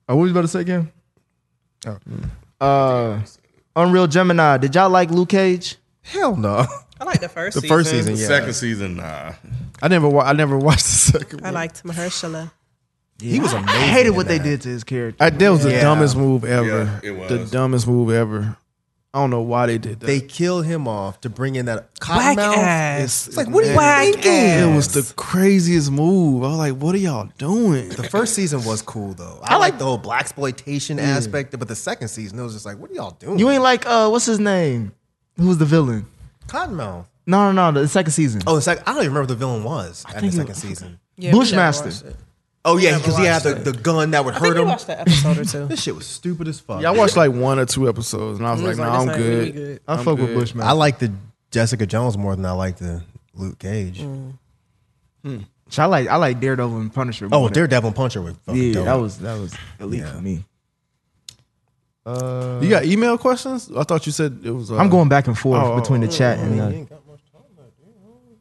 B: Oh, what was you about to say again? Uh, Unreal Gemini. Did y'all like Luke Cage?
C: Hell no.
E: I like the first
D: The
E: season.
D: first season,
A: the
D: yeah.
A: second season, nah.
C: I never. Wa- I never watched the second.
E: I liked Mahershala.
D: He was amazing.
B: I hated what
D: in
B: they
D: that.
B: did to his character.
C: I, that was the
D: Yeah.
C: dumbest move ever.
A: Yeah, it
C: The
A: was.
C: dumbest move ever. I don't know why they did that.
D: They killed him off to bring in that
E: Whack
D: cottonmouth.
E: ass.
D: It's like, what are you
E: Whack
D: thinking?
E: ass.
C: it was the craziest move. I was like, "What are y'all doing?"
D: The first season was cool though. I, like the whole black exploitation aspect, but the second season it was just like, what are y'all doing?
B: You ain't like uh, what's his name? Who was the villain?
D: Cottonmouth.
B: No, no, no. The second season.
D: Oh, the second. I don't even remember what the villain was at the
B: think it
D: second
B: was-
D: season.
E: Yeah, we never
B: Bushmaster.
E: watched it.
D: Oh yeah,
E: Never
D: because he had
E: watched
D: the, the gun that would
E: I think
D: hurt
E: we
D: him.
E: watched that episode or two.
D: This shit was stupid as fuck.
C: Yeah, I watched like one or two episodes, and I was,
E: It was
C: like,
E: like,
C: "No,
E: this
C: I'm
E: ain't
C: good."
E: really good.
B: I
C: I'm
B: fuck with
C: good.
B: Bushman.
D: I liked the Jessica Jones more than I liked the Luke Cage.
E: Mm.
B: I like I like Daredevil and Punisher.
D: Oh,
B: more than-
D: Daredevil and Puncher were fucking
B: Yeah,
D: dope.
B: that was that was elite for me.
C: You got email questions? I thought you said it was. Uh,
B: I'm going back and forth
C: oh,
B: between the chat and uh,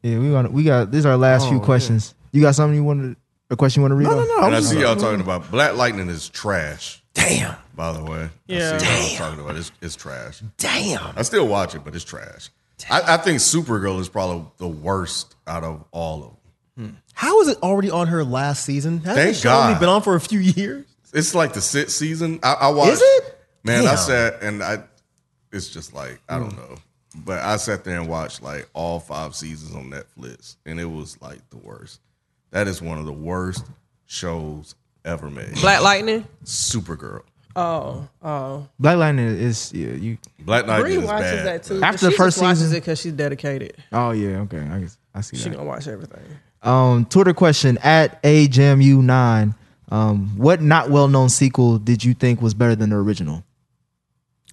B: yeah, we got we got these are our last few questions. You got something you wanted a question you want to read?
C: No,
B: off?
C: no, no.
A: And
C: I'm
A: I
C: just,
A: see y'all talking about Black Lightning is trash.
D: damn,
A: By the way,
E: Yeah.
A: I see y'all talking about it's, it's trash.
D: damn.
A: I still watch it, but it's trash. I, I think Supergirl is probably the worst out of all of them.
D: How is it already on her last season? Hasn't
A: Thank
D: the show only
A: God.
D: been on for a few years?
A: It's like the sixth season. I, I watched.
D: Is it?
A: Man, I
D: Damn.
A: sat and I. It's just like I don't know, but I sat there and watched like all five seasons on Netflix, and it was like the worst. That is one of the worst shows ever made.
E: Black Lightning.
A: Supergirl,
E: Oh, oh.
B: Black Lightning is yeah, you
A: Black Knight
E: Bree
A: is
E: watches
A: bad.
E: that too.
B: After the
E: she
B: first
E: just watches
B: season-
E: it because she's dedicated.
B: Oh yeah, okay. I guess I see
E: She
B: that.
E: gonna watch everything.
B: Um Twitter question at AJMU9. Um, what not well known sequel did you think was better than the original?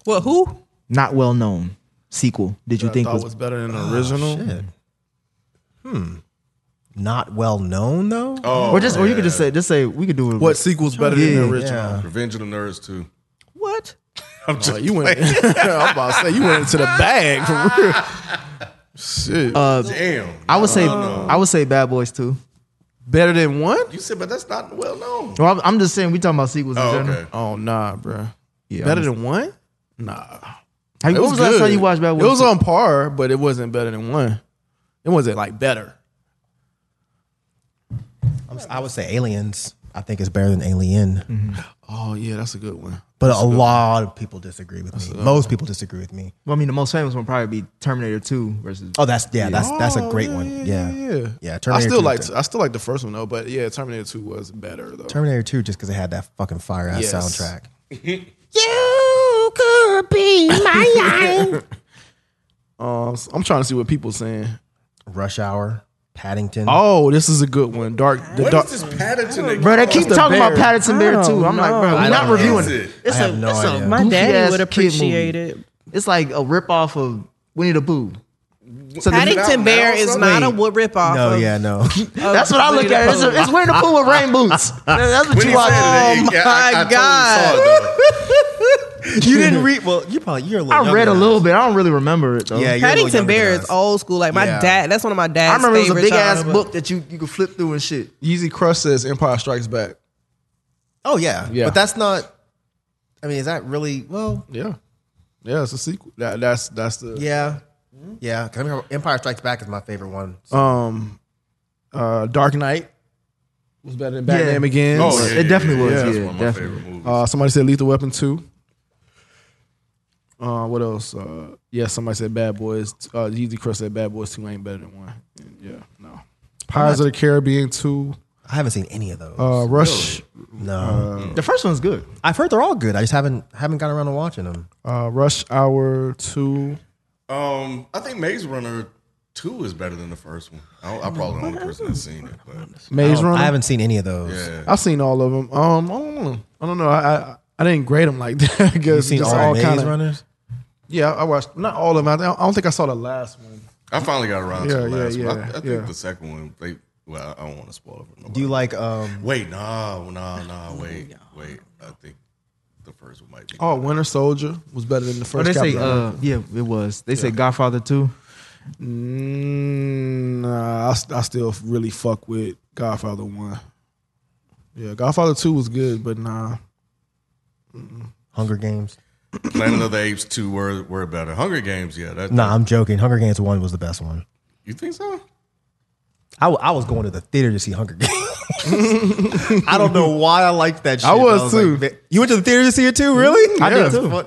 E: What? Who?
B: Not well known sequel did you
C: I
B: think
C: thought
B: was, Oh,
C: it was Ah. better than the original.
D: Shit. Hmm. Not well known though.
A: Oh,
B: or just or you could just say just say we could do it.
C: What sequel's better than
B: Yeah.
C: the original?
D: Yeah.
A: Revenge of the Nerds too.
E: What?
A: I'm just
C: Like, you went. I'm about to say you went into the bag for real. Shit.
A: damn.
B: I would say I would say Bad Boys too.
C: better than one?
A: you said, but that's not well known.
B: Well, I'm, I'm just saying we talking about sequels in
A: Oh,
B: general.
A: okay.
C: Oh nah, bruh.
B: Yeah,
C: better
B: I'm-
C: than one? Nah.
B: Have you-
C: It
B: when was the last time
C: good.
B: you watched Bad Boys?
C: It was
B: two?
C: on par, but it wasn't better than one. It wasn't like better.
D: I'm, si would say Aliens. I think it's better than Alien,
C: Oh yeah, that's a good one.
D: but a lot of people disagree with me. Most people disagree with me.
B: Well, I mean, the most famous one probably be Terminator 2 versus.
D: Oh, that's yeah, that's that's a
C: Oh,
D: great
C: yeah,
D: one.
C: yeah,
D: Yeah,
C: yeah, yeah. I
D: Terminator
C: still
D: 2
C: like
D: Ter-
C: I still like the first one though, but yeah, Terminator Two was better though.
D: Terminator Two just because it had that fucking fire ass
C: Yes.
D: soundtrack.
F: You could be my eye.
C: Um, s- I'm trying to see what people saying.
D: Rush Hour, Paddington.
C: Oh, this is a good one. Dark. The
A: What
C: dark.
A: is this Paddington? they
B: Bro, they
A: call
B: keep
A: it?
B: talking about
C: bear.
B: Patterson Bear 2. I'm like, bro, we're
D: I
B: not
D: don't know.
B: reviewing
A: Is
B: it.
A: it?
B: It's
D: I have no idea.
E: My
B: goofy ass
E: daddy would
B: kid
E: appreciate
B: movie.
E: it.
B: It's like a ripoff of Winnie the Pooh. So the-
A: Paddington Bear
E: Paddington Bear
A: now, is
E: is
A: son?
E: not
A: not
E: a
A: a
E: wood ripoff.
D: no, yeah, no.
B: that's what I look at. It's, a, it's Winnie the Pooh with rain boots. That's what
A: When
B: you
A: he said
B: watch.
A: it, yeah, I- I
E: my
A: totally
E: God.
A: saw it, though.
D: you didn't read. Well, you probably you're a little.
B: I read
D: younger
B: a
D: than
B: little
D: us.
B: bit. I don't really remember it though.
D: Yeah, you're a little
E: Paddington
D: younger
E: Bear
D: than
E: is
D: us.
E: old school. Like my
C: Yeah.
E: dad, that's one of my dad's.
B: I remember it was a
E: favorite
B: big ass
E: genre.
B: book that you, you could flip through and shit.
C: Yeezy Crush says Empire Strikes Back.
D: Oh yeah,
C: Yeah.
D: But that's not. I mean, is that really? Well,
C: Yeah, yeah, it's a sequel. That, that's that's the
D: yeah, yeah. 'Cause I mean, Empire Strikes Back is my favorite one.
C: um, uh, Dark Knight was better than Batman
B: Yeah.
C: Begins.
A: Oh, yeah, yeah,
B: It definitely
A: yeah,
B: was,
A: yeah. That's
B: yeah,
A: one of my
B: definitely.
A: favorite movies.
C: Uh, somebody said Lethal Weapon Two. Uh, what else? Uh, yeah, somebody said Bad Boys. Uh, Yeezy Crush said Bad Boys Two ain't better than one. And yeah, no. Pirates of the Caribbean Two.
D: I haven't seen any of those.
C: Uh, Rush.
D: no,
B: The first one's good.
D: I've heard they're all good. I just haven't haven't gotten around to watching them.
C: Uh, Rush Hour Two.
A: Um, I think Maze Runner Two is better than the first one. I, I'm probably the only person that's seen it. But
D: I,
C: Maze
D: don't-
C: Runner.
D: I haven't seen any of those.
A: yeah,
C: I've seen all of them. Um, I don't know. I don't know. I I, I didn't grade them like that. I guess
D: You've seen
C: Just
D: all, Maze
C: kinda-
D: Runners?
C: Yeah, I watched not all of them. I don't- I don't think I saw the last one.
A: I finally got around to
C: Yeah,
A: the
C: yeah,
A: last one. I,
C: yeah,
A: I think
C: yeah.
A: the second one. They, well, I don't want to spoil it. For nobody.
D: Do you like um
A: Wait, no, no, no. Wait, wait. I think the first one might be.
C: Oh, Winter Soldier was better than the
B: Oh,
C: first.
B: they say,
C: Captain America.
B: uh, yeah, it was. They say Godfather too.
C: Mm, nah, I, st- I still really fuck with Godfather One. Yeah, Godfather Two was good, but nah.
D: Hunger Games?
A: Planet of the Apes two were were better. Hunger Games, yeah. That,
D: Nah, I'm joking. Hunger Games one was the best one.
A: you think so?
D: I, w- I was going to the theater to see Hunger Games. I don't know why I liked that shit.
C: I was
D: like,
C: too.
D: "Man, you went to the theater to see it too? Really?
B: I did
D: Yeah.
B: too.
D: Fu-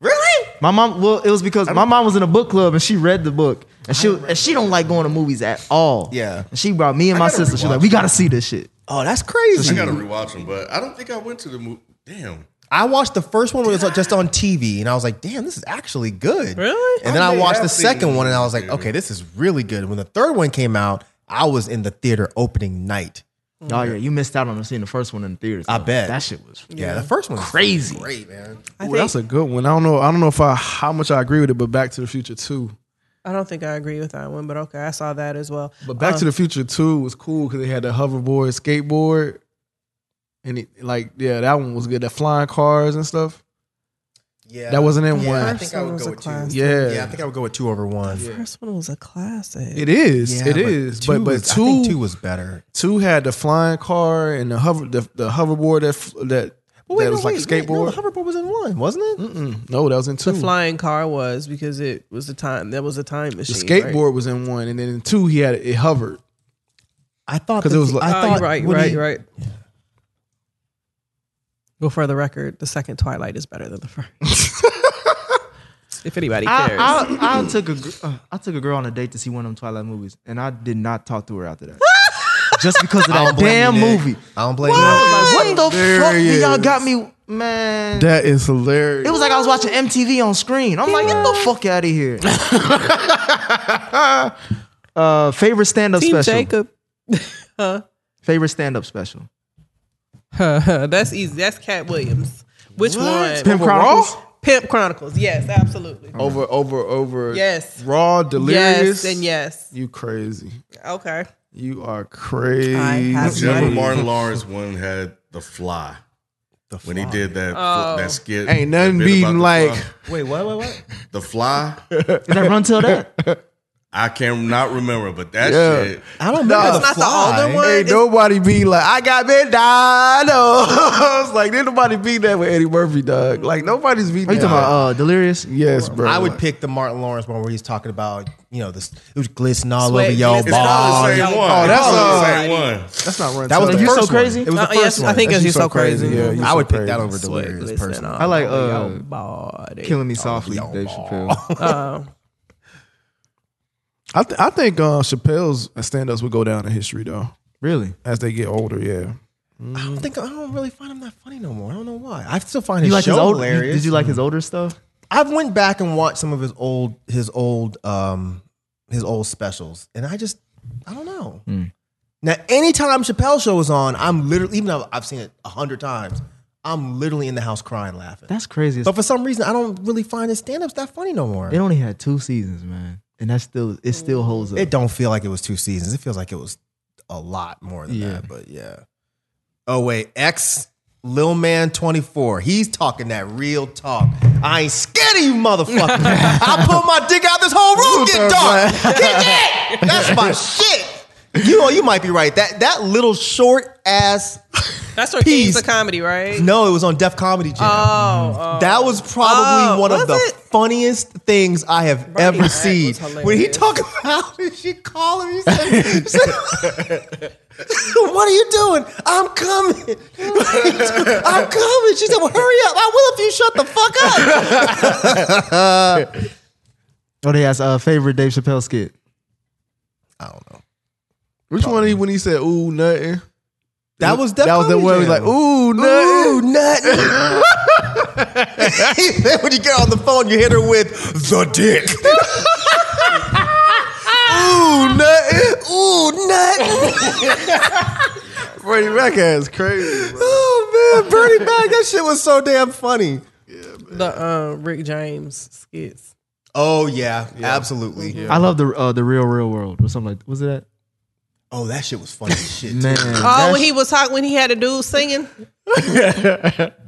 D: Really?
B: My mom. Well, it was because my mom was in a book club and she read the book and she and she don't like going to movies at all.
D: Yeah.
B: And she brought me and my
A: gotta
B: sister. She's
A: rewatch
B: like, we gotta see this shit.
D: Oh, that's
A: I
D: crazy.
A: gotta rewatch them, but I don't think I went to the movie. Damn.
D: I watched the first one when it was just on TV, and I was like, "Damn, this is actually good."
E: Really?
D: And then I,
A: may
D: watched
A: have
D: the
A: seen
D: second one, and I was
A: it in
D: like,
A: the
D: "Okay, this is really good." When the third one came out, I was in the theater opening night.
B: Oh yeah, you missed out on seeing the first one in the theaters.
D: I
B: though.
D: bet.
B: that shit was.
D: Yeah, the first one
B: Crazy.
D: great, man.
E: I
C: Ooh,
E: think
C: that's a good one. I don't know. I don't know if I how much I agree with it, but Back to the Future Two.
E: I don't think I agree with that one, but okay, I saw that as well. Uh,
C: But Back to
D: Uh.
C: the Future Two was cool because they had the hoverboard, skateboard, and it, like yeah, that one was good. The flying cars and stuff.
D: Yeah,
C: That wasn't in
D: Yeah,
C: one.
D: I think I
E: That
D: would
E: was
D: go
E: a
D: with two.
E: classic.
C: Yeah.
D: yeah, I think I would go with two over one.
E: The first one was a classic.
C: It is.
D: Yeah,
C: it is. But but
D: was- I
C: two
D: think two was better.
C: two had the flying car and the hover the, the hoverboard that f- that that was like
D: wait, no,
C: skateboard.
D: the hoverboard was in one, wasn't it?
C: Mm, no, that was in two.
E: the flying car was because it was the time that was a time
C: The
E: machine. right?
C: skateboard was in one, and then in two he had it hovered.
D: I thought
C: 'Cause
D: that
C: it was
D: the-
C: like-
E: Oh,
D: I thought
E: right,
D: when
E: right,
D: he-
E: right. Well, for the record, the second Twilight is better than the first. if anybody
B: I,
E: cares,
B: I, I took a gr- uh, I took a girl on a date to see one of them Twilight movies, and I did not talk to her after that, just because of that damn movie.
D: I don't blame
B: I
D: you.
B: was like, what the
C: There
B: fuck
C: he
B: did y'all
C: is.
B: got me, man?
C: That is hilarious.
B: It was like I was watching MTV on screen. I'm like, get the fuck out of here. uh, favorite stand up
E: Team
B: special.
E: Jacob.
B: Favorite stand up special.
E: that's easy. That's Cat Williams. Which one?
B: Pimp
C: Over Raw?
B: Chronicles? Oh,
E: Pimp Chronicles. Yes, absolutely.
C: over over over.
E: Yes.
C: raw delirious.
E: Yes and yes.
C: You crazy.
E: Okay.
C: You are crazy.
E: I have
A: Jennifer
E: Right.
A: Martin Lawrence one had the fly. When he did that that skit,
C: Ain't
A: that
C: nothing
A: bit about
C: beating
A: the
C: like
A: fly.
D: Wait, what? What? What?
A: the fly.
B: Is that Run Till That?
A: I cannot remember, but that
C: Yeah.
A: shit.
D: I don't
C: Nah,
D: know.
C: it's
E: not the older one.
C: ain't
E: It's-
C: nobody be like I got me I was like, did nobody beat that with Eddie Murphy, dog? Like nobody's beating.
B: Are you
C: that.
B: talking about uh, Delirious?
C: Yes, bro.
D: I would
C: Like,
D: pick the Martin Lawrence one where he's talking about you know this. It was glistening all
E: Sweat
D: over your
E: glistening all
A: It's
E: over
A: the
D: ball.
E: y'all.
A: same one.
E: Oh,
C: that's,
A: It's
C: uh,
A: the same one.
C: That's not run.
D: That was
C: Till
D: the
B: You
D: first
B: so
D: one.
B: crazy?
D: It was the
E: Uh,
D: first
E: yes,
D: one.
E: I think
C: That
E: it's
C: shit
E: you so crazy.
C: Yeah, you
D: I
C: so
D: would pick
C: crazy.
D: that over
E: Sweat
D: delirious
E: glistening
D: personally.
E: all
B: I like
E: over
B: uh,
E: your body. Um,
B: Killing Me Softly, Dave Chappelle.
C: I, th- I think uh, Chappelle's stand-ups would go down in history though
B: really?
C: as they get older. Yeah,
D: I don't think I don't really find him that funny no more. I don't know why. I still find
B: You
D: his
B: like
D: show
B: his old,
D: hilarious.
B: Did you like his older stuff?
D: I've went back and watched some of his old his old um his old specials, and I just I don't know. Now, anytime Chappelle show is on, I'm literally even though I've seen it a hundred times, I'm literally in the house crying laughing.
B: That's crazy. as
D: but for some reason, I don't really find his stand-ups that funny no more.
B: It only had two seasons, man, and that still it still holds up.
D: It don't feel like it was two seasons. It feels like it was a lot more than
B: Yeah.
D: that. But yeah. Oh wait, X Lil Man 24. He's talking that real talk. I ain't scared of you, motherfucker. I put my dick out this whole room get dark. Get that. That's my shit. You know, you might be right. That that little short ass
E: That's where
D: Peace.
E: Kings of Comedy, right?
D: No, it was on Def Comedy Jam.
E: Oh,
D: That was probably
E: Oh,
D: one
E: was
D: of the
E: it?
D: funniest things I have
E: Bernie
D: ever
E: Mac
D: seen.
E: was
D: When he
E: hilarious.
D: talked about it, she called him. He said, said, "What are you doing? I'm coming. What are you doing? I'm coming." She said, "Well, hurry up. I will if you shut the fuck up."
B: oh, they asked uh, favorite Dave Chappelle skit.
D: I don't know.
C: which one? He, when he said "ooh nothing,"
D: That was Def
C: that was the
D: Comedy
C: one. He was
D: Jam.
C: like "ooh nothing."
D: Ooh, nut. then when you get on the phone, you hit her with the dick. Ooh, nut. Ooh, nut.
C: Freddie Mac is crazy. Bro.
D: Oh, man. Bernie Mac, that shit was so damn funny.
E: the um, Rick James skits.
D: Oh yeah, absolutely.
B: I love the uh, the real real world or something like that. Was it that?
D: Oh, that shit was funny as shit. too.
B: Man.
E: Oh, when he was talking, when he had a dude singing,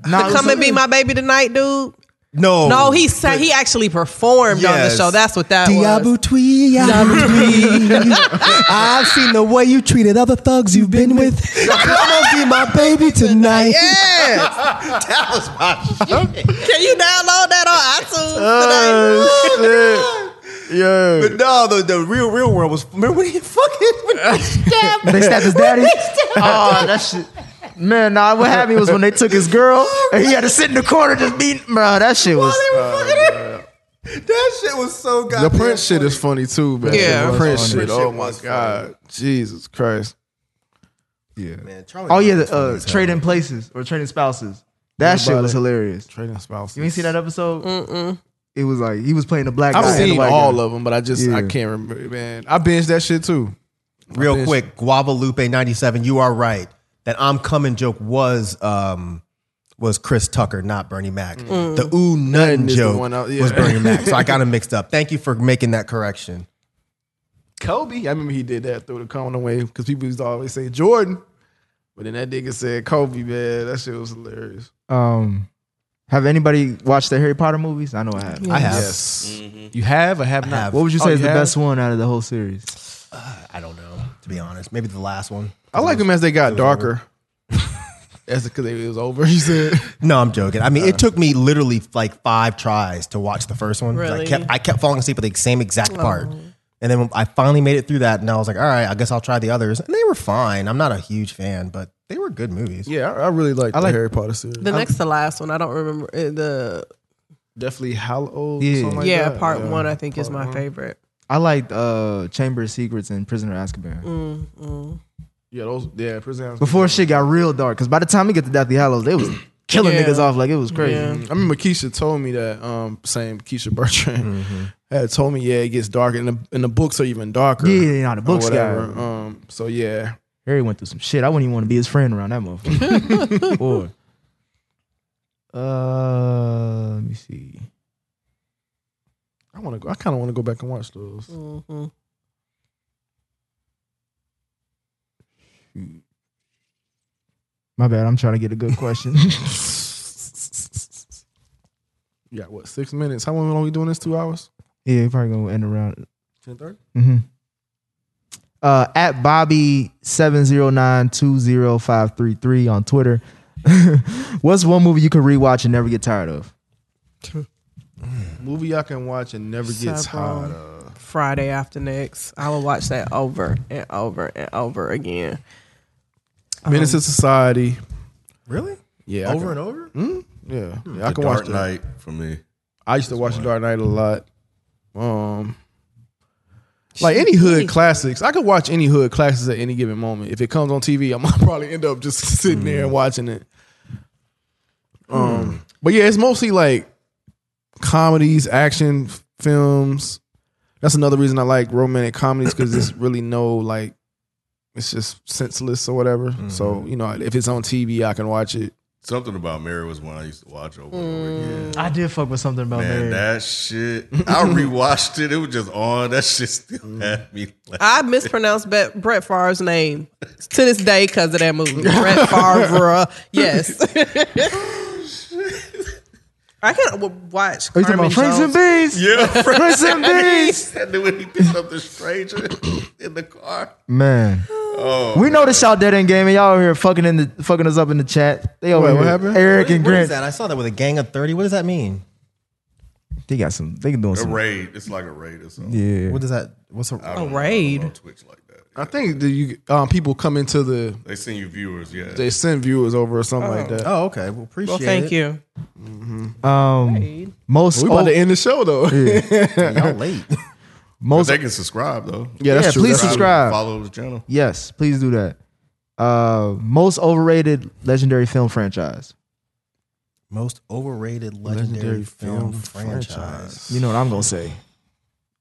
B: Nah,
E: "Come and be my baby tonight, dude."
D: No,
C: Oh,
E: No, he sang, he actually performed on the
D: Yes.
E: show. That's what that
D: Diablo
E: was.
D: twee, Diablo twee. I've seen the way you treated other thugs you've been with. Come and be my baby tonight. that was my shit.
E: Can you download that on iTunes today?
B: Oh, shit. Yeah.
D: But no, the, the real real world was. Remember when he fucking when he stabbed
B: They stabbed his daddy. oh, that shit. Man, nah, what had me was when they took his girl and he had to sit in the corner just beating. Bro, that shit was.
D: Uh, That shit was so
C: The
D: goddamn.
C: Prince shit is funny too, man.
E: Yeah.
C: the Prince shit.
D: Prince
C: Oh
D: shit
C: my
D: was
C: god, Jesus Christ. Yeah,
D: Man, Charlie
B: Oh, yeah,
D: Brown was
B: the, uh,
D: funny as
B: trading places or trading spouses. That shit
C: about
B: was
C: it?
B: hilarious.
C: trading spouses.
B: You ain't seen that episode? Mm-mm. It was like he was playing the black. guy
C: I've
B: and the
C: seen
B: white
C: all
B: guy.
C: of them, but I just
B: Yeah.
C: I can't remember. Man, I binged that shit too.
D: hell. Real quick, Guava Lupe ninety seven. You are right. That I'm coming joke was um was Chris Tucker, not Bernie Mac. The ooh nothing
C: is the
D: joke
C: one I- yeah.
D: was Bernie Mac. So I got him mixed up. Thank you for making that correction.
C: Kobe, I remember he did that through the corner way because people used to always say Jordan, but then that nigga said Kobe. Man, that shit was hilarious.
B: Um, have anybody watched the Harry Potter movies? I know I have.
D: I have.
C: Yes, you have or have not.
D: have.
B: What would you
C: Oh,
B: say is
C: you
B: the
C: have?
B: best one out of the whole series?
D: I don't know to be honest. Maybe the last one.
C: I like them as they got darker. That's because it was over. He said.
D: No, I'm joking. I mean, it took me literally like five tries to watch the first one. 'cause I
E: Really? Oh.
D: kept I kept falling asleep at the same exact part. And then when I finally made it through that, and I was like, all right, I guess I'll try the others. And they were fine. I'm not a huge fan, but they were good movies.
C: Yeah, I, I really liked
B: I
C: the
B: like-
C: Harry Potter series.
E: The next to last one, I don't remember uh, the
C: Definitely Hallows.
B: Yeah.
C: Yeah, something like
E: yeah
C: that.
E: part
C: Yeah.
E: one. I think is
C: Part
E: my
C: one.
E: favorite.
B: I liked uh, Chamber of Secrets and Prisoner of Azkaban.
E: Mm-hmm.
C: Yeah, those. Yeah, Prison House.
B: Before shit got real dark, because by the time we get to Deathly Hallows, they was killing
E: Yeah.
B: niggas off like it was crazy.
E: Yeah.
C: Mm. I remember Keisha told me that. Um, same Keisha Bertrand had told me, yeah, it gets darker, and the, and the books are even darker.
B: Yeah, yeah, nah, the
C: or
B: books got-
C: whatever. Um, so yeah,
B: Harry went through some shit. I wouldn't even want to be his friend around that motherfucker. Boy. Uh, let me see.
C: I want to go. I kind of want to go back and watch those.
E: Mm.
B: My bad. I'm trying to get a good question.
C: You got what? Six minutes. How long are we doing this? Two hours.
B: yeah, we probably gonna end around
C: Ten thirty.
B: Mm-hmm. Uh, at Bobby seven zero nine two zero five three three on Twitter. What's one movie you could rewatch and never get tired of?
C: Movie I can watch and never get
E: Several.
C: tired of.
E: Friday after next, I will watch that over and over and over again.
C: Menace
E: Um,
C: to Society.
D: Really?
C: Yeah,
D: Over
C: I
D: and
C: can,
D: over?
C: Yeah, yeah I
A: The
C: can
A: Dark
C: watch that.
A: Knight for me.
C: I used to watch The Dark Knight a lot. Um, like any hood classics, I could watch any hood classics at any given moment. If it comes on TV, I'm gonna probably end up just sitting there and watching it. Um, but yeah, it's mostly like comedies, action f- films. That's another reason I like romantic comedies because there's really no like, it's just senseless or whatever. So you know, if it's on TV, I can watch it.
A: Something about Mary was one I used to watch over and over again.
B: I did fuck with something
C: Mm.
B: about
A: Man, that shit. I rewatched it. It was just on. That shit still
C: Mm.
A: had me. Like,
E: I mispronounced Bet- Brett Favre's name to this day because of that movie. Brett Favre, yes. I can w- watch.
B: Oh, Are you talking
E: Carmen
B: about Friends and
E: Jones.
B: Bees?
A: yeah, Frank
B: Friends and Bees.
A: said that when he picked up the stranger in the car.
B: Man. Oh, we noticed y'all dead end game and y'all over here fucking in the fucking us up in the chat. They over
C: Wait,
B: here.
C: what happened?
B: Eric and
D: What is
B: Grant.
D: that? I saw that with a gang of 30. What does that mean?
B: They got some they doing
A: A
B: some
A: raid. It's like a raid or something.
B: Yeah.
D: What does that? What's a.
E: A Oh, raid.
A: On Twitch like that.
C: I think that you um, people come into the
A: They send you viewers. Yeah.
C: they send viewers over or something like that.
D: Oh, okay. Well,
E: Well,
D: appreciate
E: thank
D: it.
E: you.
B: Um most
C: We about
B: oh,
C: to end the show though. Yeah,
D: Y'all late.
A: But
B: most
A: they can subscribe though.
B: Yeah, please subscribe.
A: Follow the channel.
B: Yes, please do that. Uh, most overrated legendary film franchise.
D: Most overrated legendary, film, franchise.
B: You know what I'm gonna say?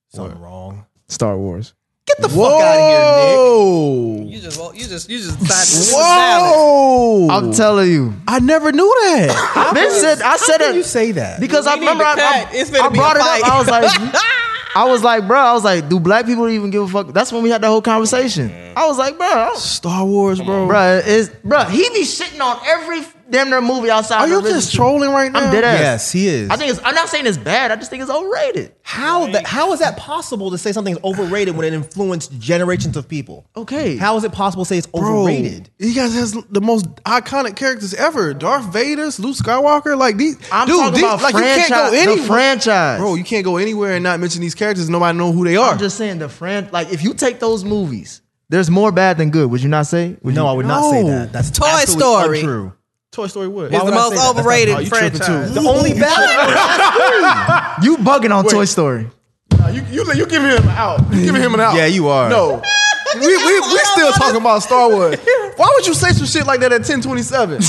D: Something wrong.
B: Star Wars.
D: Get Get the fuck out of here, Nick.
E: You just, you just, you just decided. Whoa!
C: Whoa!
B: I'm telling you.
C: I never knew that.
B: I said I said
D: How
B: it
D: can you say that?
B: because I
E: We need
B: remember
E: to
B: I,
E: cut. It's
B: I,
E: finna
B: I
E: be a
B: brought it up.
E: fight.
B: I was like, I was like, bro, I was like, do black people even give a fuck? That's when we had the whole conversation.
C: Mm-hmm.
B: I was like, bro, I don't-
C: Star Wars, bro.
B: bro, is bro, he be shitting on every damn near movie outside.
C: Are
B: of
C: you
B: religion.
C: just trolling right now?
B: I'm dead ass.
D: yes, he is.
B: I think it's. I'm not saying it's bad. I just think it's overrated.
D: how that how is that possible to say something's overrated when it influenced generations of people?
B: Okay.
D: How is it possible to say it's
C: Bro,
D: overrated?
C: He guys has the most iconic characters ever: Darth Vader's, Luke Skywalker. Like these,
B: I'm
C: dude,
B: talking
C: these-
B: about
C: like you can't go
B: franchise- the
C: anywhere.
B: franchise.
C: bro. You can't go anywhere and not mention these characters. Nobody know who they are.
B: I'm just saying the friend. Like if you take those movies, there's more bad than good. Would you not say? Would
D: No,
B: you,
D: I would not say
C: No.
D: that. That's
E: Toy
D: absolutely
E: Story.
D: Untrue.
C: Toy Story what?
E: It's the
D: would I
E: most
D: say that? That's not-
E: overrated
C: Oh, you tripping
E: franchise.
D: The only bad.
B: you bugging on Toy Story.
C: you, you you give him an out. You give him an out.
D: Yeah, you are.
C: No. We, we, we still talking about Star Wars. Why would you say some shit like that at 1027?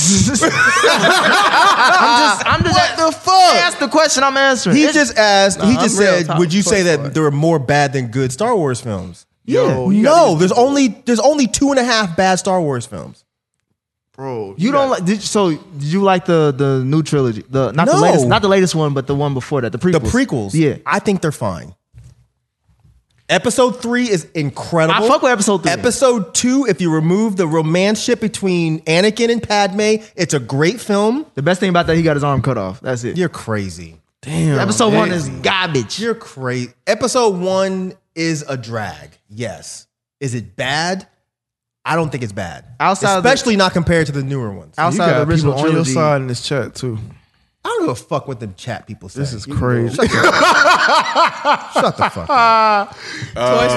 B: I'm just. Ah, I'm just.
C: what the fuck?
B: Ask the question. I'm answering.
D: he
B: It's-
D: just asked. he
B: Nah,
D: just
B: I'm real
D: said,
B: talk.
D: "Would you
B: Toy
D: say
B: Story. Oh,
D: that there were more bad than good Star Wars films?"
C: Yo, you gotta
D: No, there's only there's only two and a half bad Star Wars films.
C: bro.
B: You don't like did, so did you like the the new trilogy the not the
D: No.
B: latest not the latest one but the one before that the prequels
D: The prequels.
B: yeah
D: I think they're fine. Episode three is incredible.
B: I fuck with episode three.
D: Episode two, if you remove the romance shit between Anakin and Padme, it's a great film.
B: the best thing about that he got his arm cut off that's it
D: You're crazy.
C: Damn.
B: episode one is garbage
D: You're crazy. Episode one is a drag. Yes. Is it bad? I don't think it's bad.
B: Outside of the-
D: especially not compared to the newer ones. I
B: outside of the original
C: people on your
B: trilogy
C: side in this chat too.
D: don't give a fuck what the chat people say.
C: This is crazy.
D: Shut the fuck up.
B: Uh,
E: Toy Story is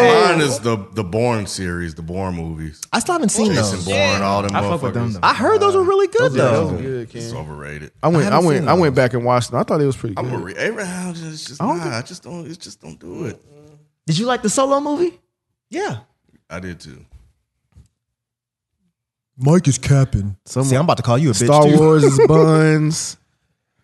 E: ass.
A: Mine is the the Bourne series, the Bourne movies.
D: I still haven't seen
A: Jason
D: those.
A: Bourne, all them
B: I fuck with them
A: motherfuckers.
B: though
D: I heard those were really good though.
A: It's overrated.
C: I went, I,
D: haven't
C: went,
D: seen
C: I went back and watched them. I thought it was pretty
A: I'm a
C: good.
A: re- Abraham, it's just nah, I just don't. It just don't do it.
B: did you like the solo movie
D: Yeah.
A: I did too.
D: Mike is capping. See, I'm about to call you a bitch
C: Star
D: too.
C: Wars is buns.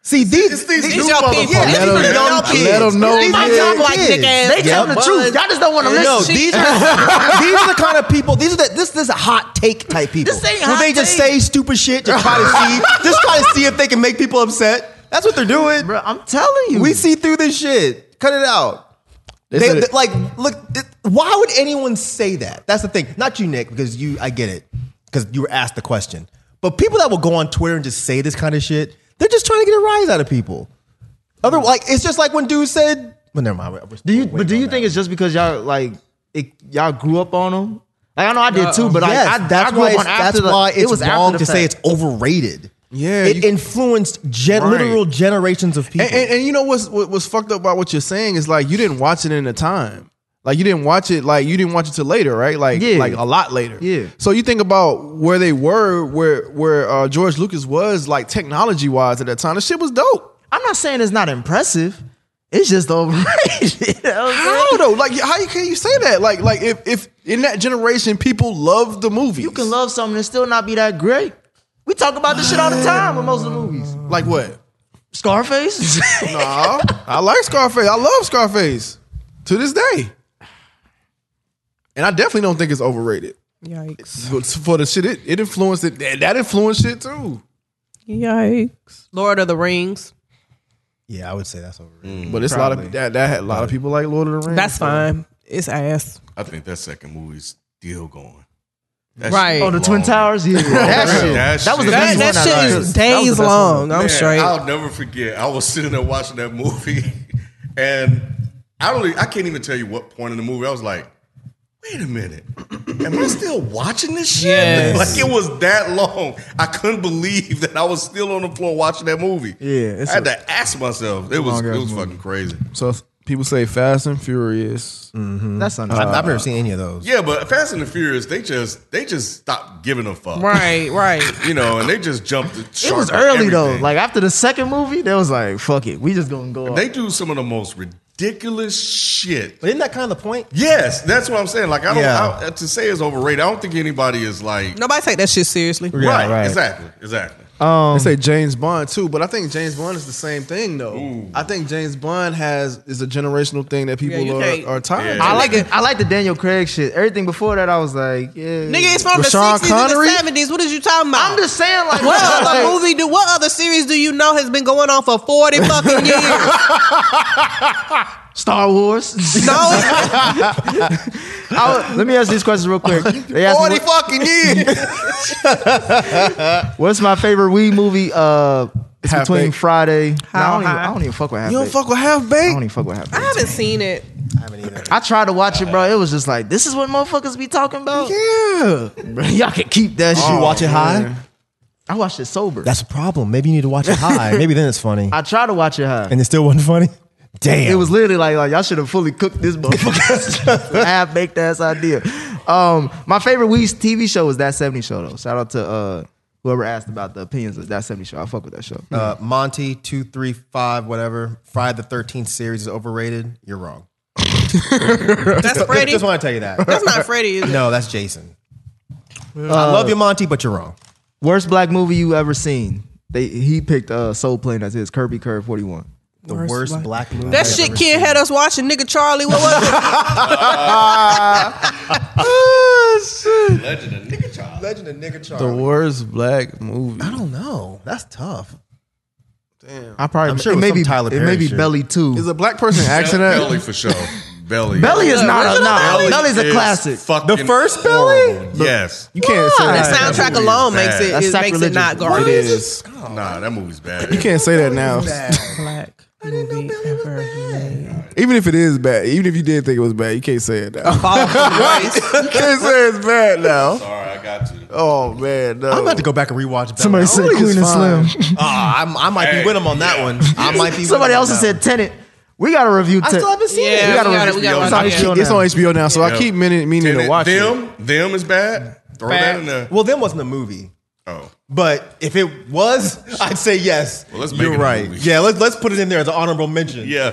D: See, these,
A: these
D: these
A: new
E: These y'all
A: motherfuckers.
E: people. These
D: Let 'em-
E: people
D: let 'em-
E: young kids.
C: let 'em know
E: They might
D: these
E: talk like
D: kids.
E: dick ass.
B: they tell the
D: but-
B: truth y'all just don't want to listen
D: No,
E: she-
D: these are these are the kind of people. These are the, this this is hot take type people.
B: This ain't
D: where
B: hot
D: they just
B: take.
D: say stupid shit to try to see just try to see if they can make people upset. That's what they're doing.
B: bro I'm telling you
D: We see through this shit. Cut it out. They,
C: said-
D: they- like look. It, why would anyone say that? That's the thing. Not you, Nick, because you. I get it because you were asked the question. But people that will go on Twitter and just say this kind of shit, they're just trying to get a rise out of people. Other like it's just like when dude said. Well, never mind.
B: do you but do you think it's just because y'all like it, y'all grew up on them like I know I did too but
D: yes,
B: I, I I
D: that's
B: grew
D: why
B: up
D: it's,
B: on after
D: that's
B: the,
D: why it's
B: it was
D: wrong
B: after the
D: to say
B: fact.
D: it's overrated.
C: Yeah,
D: it
C: you-
D: influenced gen-
C: Right.
D: literal generations of people.
C: And, and, and you know what's what, what's fucked up about what you're saying is like you didn't watch it in the time. Like you didn't watch it like you didn't watch it till later, right? Like
B: Yeah.
C: like a lot later.
B: Yeah.
C: So you think about where they were, where where uh, George Lucas was like technology wise at that time. The shit was dope.
B: I'm not saying it's not impressive. It's just overrated. You know what I'm saying?
C: How though? Like how you can you say that? Like like if if in that generation people love the movies.
B: You can love something and still not be that great. We talk about this shit all the time with most of the movies.
C: like what?
B: Scarface.
C: Nah, I like Scarface. I love Scarface to this day. And I definitely don't think it's overrated.
E: Yikes!
C: But for the shit, it, it influenced it. That that influenced shit too.
E: Yikes! Lord of the Rings.
D: yeah, I would say that's overrated.
C: But it's a lot of that that had a lot of people like Lord of the Rings.
E: That's fine. It's ass.
A: I think that second movie's still going. That
E: Right.
A: shit
E: Oh,
B: the
A: long.
B: Twin Towers. Yeah, that shit.
A: That
B: That was the
A: shit.
E: That,
B: best
E: that
B: one. I
E: shit
B: liked.
E: is
B: That was
E: days
B: the best
E: long. I'm
A: Man,
E: straight.
A: I'll never forget. I was sitting there watching that movie, and I don't. even- I can't even tell you what point in the movie I was like, "Wait a minute, am I still watching this shit?"
E: Yes.
A: Like it was that long. I couldn't believe that I was still on the floor watching that movie.
B: Yeah, it's
A: I had to ask myself. It was it
C: long-ass
A: was
C: movie.
A: fucking crazy.
C: So if people say Fast and Furious.
D: Mm.
B: That's
D: I've,
B: unfair.
D: I've never seen any of those.
A: Yeah, but Fast and the Furious, they just they just stopped giving a fuck.
E: Right, right.
A: You know, and they just jumped the
B: It was
A: shark on
B: early though.
A: everything.
B: Like after the second movie, they was like, "Fuck it, we just gonna go."
A: they do some of the most ridiculous shit.
D: But isn't that kind of the point?
A: Yes, that's what I'm saying. Like I don't
D: Yeah.
A: I- to say it's overrated. I don't think anybody is like
E: Nobody take that shit seriously.
A: right,
D: right.
A: Exactly. Exactly.
D: Um,
C: They say James Bond too, but I think James Bond is the same thing though. I think James Bond has is a generational thing that people
E: you
C: are,
E: can't-
C: are tired.
A: Yeah.
B: I
A: I
B: like it. I like the Daniel Craig shit. Everything before that, I was like, yeah.
E: Nigga, it's from
C: With Sean
E: the 60s and
C: Connery?
E: the 70s. What is you talking about?
B: I'm just saying, like,
E: What
B: bro, like,
E: other movie do? What other series do you know has been going on for forty fucking years?
B: Star Wars.
E: No,
B: I- let me ask these questions real quick. They asked me,
D: Forty fucking years.
B: what- what's my favorite weed movie? Uh, it's
C: Half
B: between
C: Baked.
B: Friday.
E: How
B: Nah, I, don't even,
E: high?
B: I don't even fuck with half.
C: You don't
B: Baked.
C: fuck Ah. with
B: I
C: half baked.
B: don't even fuck with half.
E: I
B: Baked.
E: haven't seen it.
D: I haven't either.
B: I tried to watch it, bro. It was just like, this is what motherfuckers be talking about.
C: Yeah,
B: Bro, y'all can keep that shit.
D: you watch it high?
B: I watched it sober.
D: That's a problem. Maybe you need to watch it high. Maybe then it's funny.
B: I tried to watch it high.
D: And it still wasn't funny. Damn.
B: It was literally like, like y'all should have fully cooked this motherfucker. Half baked ass idea. Um, my favorite Weez TV show was that 70 show though. Shout out to uh whoever asked about the opinions of that 70 show. I fuck with that show.
D: uh, Monty two three five whatever. Friday the Thirteenth series is overrated. You're wrong.
E: That's Freddy.
D: Just want to tell you that.
E: That's not Freddy, is it?
D: No, that's Jason. I love you, Monty, but you're wrong.
B: Worst black movie you ever seen. They he picked uh Soul Plane as his Kirby Curve 41.
D: The worst, black movie.
E: That
D: I've
E: shit
D: ever
E: kid
D: seen.
E: had us watching. Nigga Charlie, what was it?
A: Legend of nigga child.
D: Legend of Nigga
C: the
D: Charlie.
C: worst black movie.
D: I don't know. That's tough.
B: I probably
D: I'm sure
B: it
D: it was
B: may
D: some
B: be
D: Tyler
B: it may
D: Perry
B: be
D: shit.
B: Belly
C: Is
B: too.
C: a black person acting that?
A: Belly for sure. Belly.
B: Belly is not a nah,
A: Belly
B: Belly's a
A: is
B: classic.
A: fucking
D: The first Belly?
A: horrible. Yes.
C: You can't say
E: That
C: that.
E: soundtrack
A: movie
E: alone
A: is
E: makes it,
A: bad.
E: it
B: That's
E: makes it not
B: sacrilegious.
E: garbage.
C: It is.
A: Nah, that movie's bad.
C: You can't say that now.
E: Black movie ever made.
C: Even if it is bad, even if you did think it was bad, you can't say it now.
E: Fall from grace.
C: you can't say it's bad now.
A: Sorry, I got you.
C: Oh man, no.
D: I'm about to go back and rewatch. Bella.
B: Somebody said
C: Belly is
B: Queen and Slim.
C: fine.
D: Ah, I'm- I might be
A: Hey.
D: with him on that one. I might
B: Somebody
D: be. with him on
B: else has said
D: that
B: Tenet. We got to review
D: one. I
B: Tenet.
D: still haven't seen
E: Yeah,
D: it.
E: we
B: You gotta
E: got it. We
A: review it.
E: got to
B: Sorry,
E: watch
B: Sean.
E: it.
C: it's on HBO now, so I
A: Yep.
C: keep meaning, meaning
A: And
C: to watch it.
A: them, them is bad. Throw that in there.
D: Well, them wasn't a movie.
A: Oh,
D: But if it was, I'd say yes.
A: Well, let's make
D: You're
A: it a
D: right.
A: movie.
D: Yeah, let's let's put it in there as an honorable mention.
A: yeah.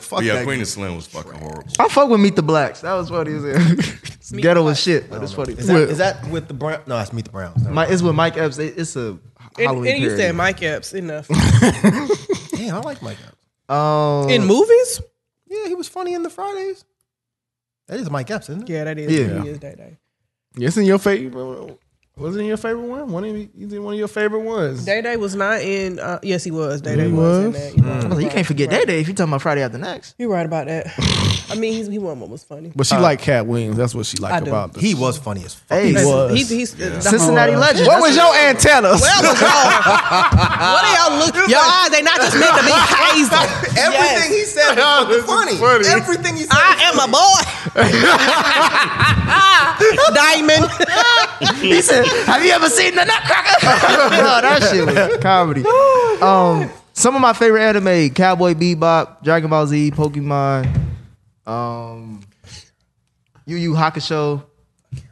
D: Fuck
A: yeah,
D: that
A: Queen of Slim was fucking horrible.
B: I fuck with Meet the Blacks. That was funny. as hell. Ghetto was shit, but it's funny.
D: Is that, is that with the Brown? No, that's Meet the Browns. Never mind.
B: My, it's with Mike Epps. It- it's a
E: And,
B: Halloween
E: and you
B: parody.
E: said Mike Epps enough
D: Damn, I like Mike. Epps.
B: um,
E: in movies.
D: Yeah, he was funny in the Fridays. That is Mike Epps, isn't it?
E: Yeah, that is.
B: Yeah.
E: He is that day.
C: It's in your favorite. Was it in your favorite one? One of you you did one of your favorite ones.
E: Day Day was not in. Uh, yes, he was. Day Day
C: He
E: was. in
C: was?
E: that. You're right.
B: I was Hmm. like, you can't forget that day if you're talking about Friday after next.
E: You're right about that. I mean, he's, he wasn't what was funny.
C: But she liked Cat Williams. That's what she
E: I
C: liked
E: do.
C: about this.
D: He was funny as fuck.
B: Hey,
C: was.
E: He, he's the
B: Cincinnati legend.
C: what
B: That's
C: was your antennas?
E: What are y'all look? Your eyes, they not just meant to be hazy.
D: Everything he said was funny. Everything he said.
E: I am a boy. Diamond.
B: what- He said, "Have you ever seen the Nutcracker?" no, that shit was comedy. um, some of my favorite anime: Cowboy Bebop, Dragon Ball Z, Pokemon, um, Yu Yu Hakusho. Is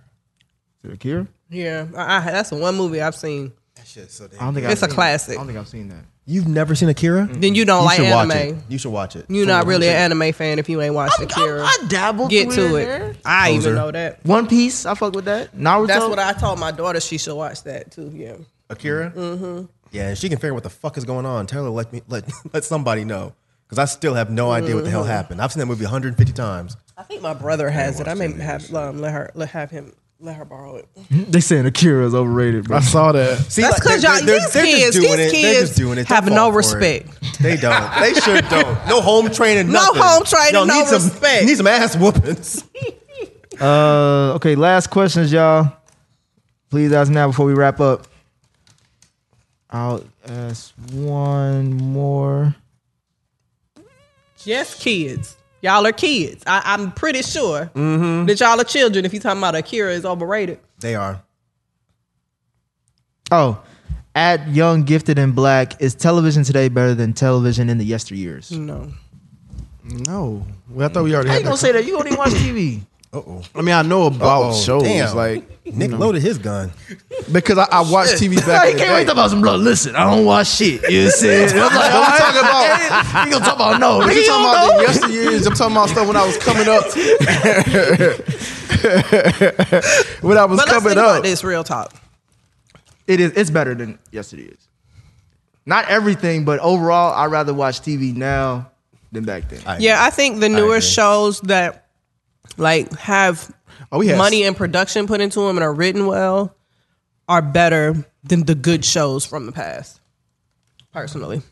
B: it Akira?
E: Yeah, I, I, that's the one movie I've seen.
D: That shit so
B: I
D: damn.
B: don't think
E: It's
B: I've
E: a
B: seen
E: classic.
B: That. I don't think I've seen that.
D: You've never seen Akira? You
E: Then you don't like
D: should
E: anime.
D: watch it. You should watch it.
E: You're not really an anime fan if you ain't watched Akira.
B: I, I dabbled.
E: Get
B: through
E: to
B: and there.
E: it. I
D: Poser.
E: even know that.
B: One Piece. I fuck with that. Naruto.
E: That's what I told my daughter. She should watch that too. Yeah.
D: Akira? Mm-hmm. Yeah, and she can figure out what the fuck is going on. Tell her let me let let somebody know. Because I still have no idea what the
E: Mm-hmm.
D: hell happened. I've seen that movie 150 times.
E: I think my brother has it. I may have um, let her let have him let her borrow it.
B: they saying Akira is overrated, bro.
C: I saw that.
D: See,
E: That's
D: like,
E: 'cause
D: they're-
E: y'all-
D: they're-
E: these
D: they're just
E: kids- these
D: doing it. They're
E: kids
D: just doing it. Don't
E: have
D: fall
E: no
D: for it.
E: respect.
D: They don't. They sure don't. No home training.
E: No
D: nothing.
E: home training,
D: Y'all
E: no
D: need some,
E: respect.
D: Need some ass whoopings.
B: Uh, okay, last questions, y'all. Please ask now before we wrap up. I'll ask one more.
E: Yes, kids. Y'all are kids. I, I'm pretty sure that y'all are children. If you're talking about Akira is overrated.
D: They are.
B: Oh, at Young, Gifted, and Black, is television today better than television in the yesteryears?
E: No.
C: No, Well, I thought we already.
B: How
C: Had
B: you gonna
C: that.
B: say that? You don't even watch TV.
D: Uh oh.
C: I mean, I know about
D: Uh-oh,
C: shows
D: damn.
C: like
D: Nick
E: Mm-hmm.
D: loaded his gun.
C: because I, I watch TV back.
B: Hey,
C: in
B: can't
C: the
B: wait
C: day.
B: to about some blood. Listen, I don't watch shit. You said. I'm like,
C: I'm talking about.
B: you gonna talk about no?
C: But
B: nigga,
C: you
B: you
C: talking
B: don't know.
C: about the yesteryears. I'm talking about stuff when I was coming up. when I was
E: But let's
C: coming
E: think
C: up.
E: about this real talk.
B: It is. It's better than yesteryears. Not everything, but overall, I'd rather watch TV now than back then.
E: Yeah, I think the newer
D: agree.
E: shows that like have
C: Oh, we had
E: money and production put into them and are written well are better than the good shows from the past. Personally,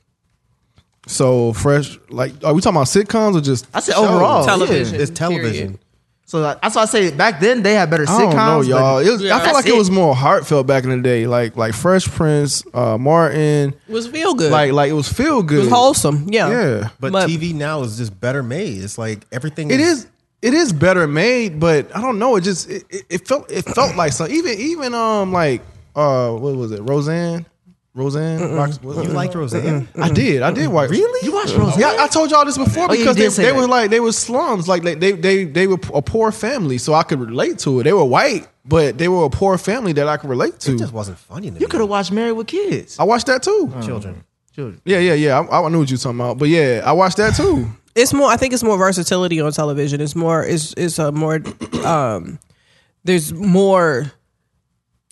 C: So fresh, like, are we talking about sitcoms or just?
B: I said
C: Oh,
B: overall,
E: television.
B: yeah.
D: It's television.
E: Period.
B: So like, that's why I say back then they had better
C: I
B: sitcoms.
C: don't know, y'all.
B: but
C: It was, I
E: Yeah.
C: feel like
B: That's
C: it.
B: it.
C: was more heartfelt back in the day, like like Fresh Prince, uh, Martin,
E: It was feel good.
C: like like it was feel
E: it
C: good.
E: was wholesome. Yeah.
C: Yeah.
D: But,
E: But-
D: TV now is just better made. It's like everything.
C: It is it is better made, but I don't know. It just it, it, it felt it felt like so. Even even um like uh what was it? Roseanne, Roseanne. Rox- what-
D: You liked Roseanne?
C: I
B: Mm-hmm.
C: did. I did watch. Really?
B: You watched Roseanne?
C: Yeah, I told y'all this before
B: Oh, you
C: because
B: did
C: they,
B: say
C: they
B: that.
C: were like they were slums, like they, they they they were a poor family, so I could relate to it. They were white, but they were a poor family that I could relate
D: It
C: to.
D: just wasn't funny to
B: You could have watched Married with Kids.
C: I watched that too.
D: children.
C: Yeah, yeah, yeah. I, I knew what you were talking about, but yeah, I watched that too.
E: it's more. I think it's more versatility on television. It's more. It's it's a more. Um, there's more.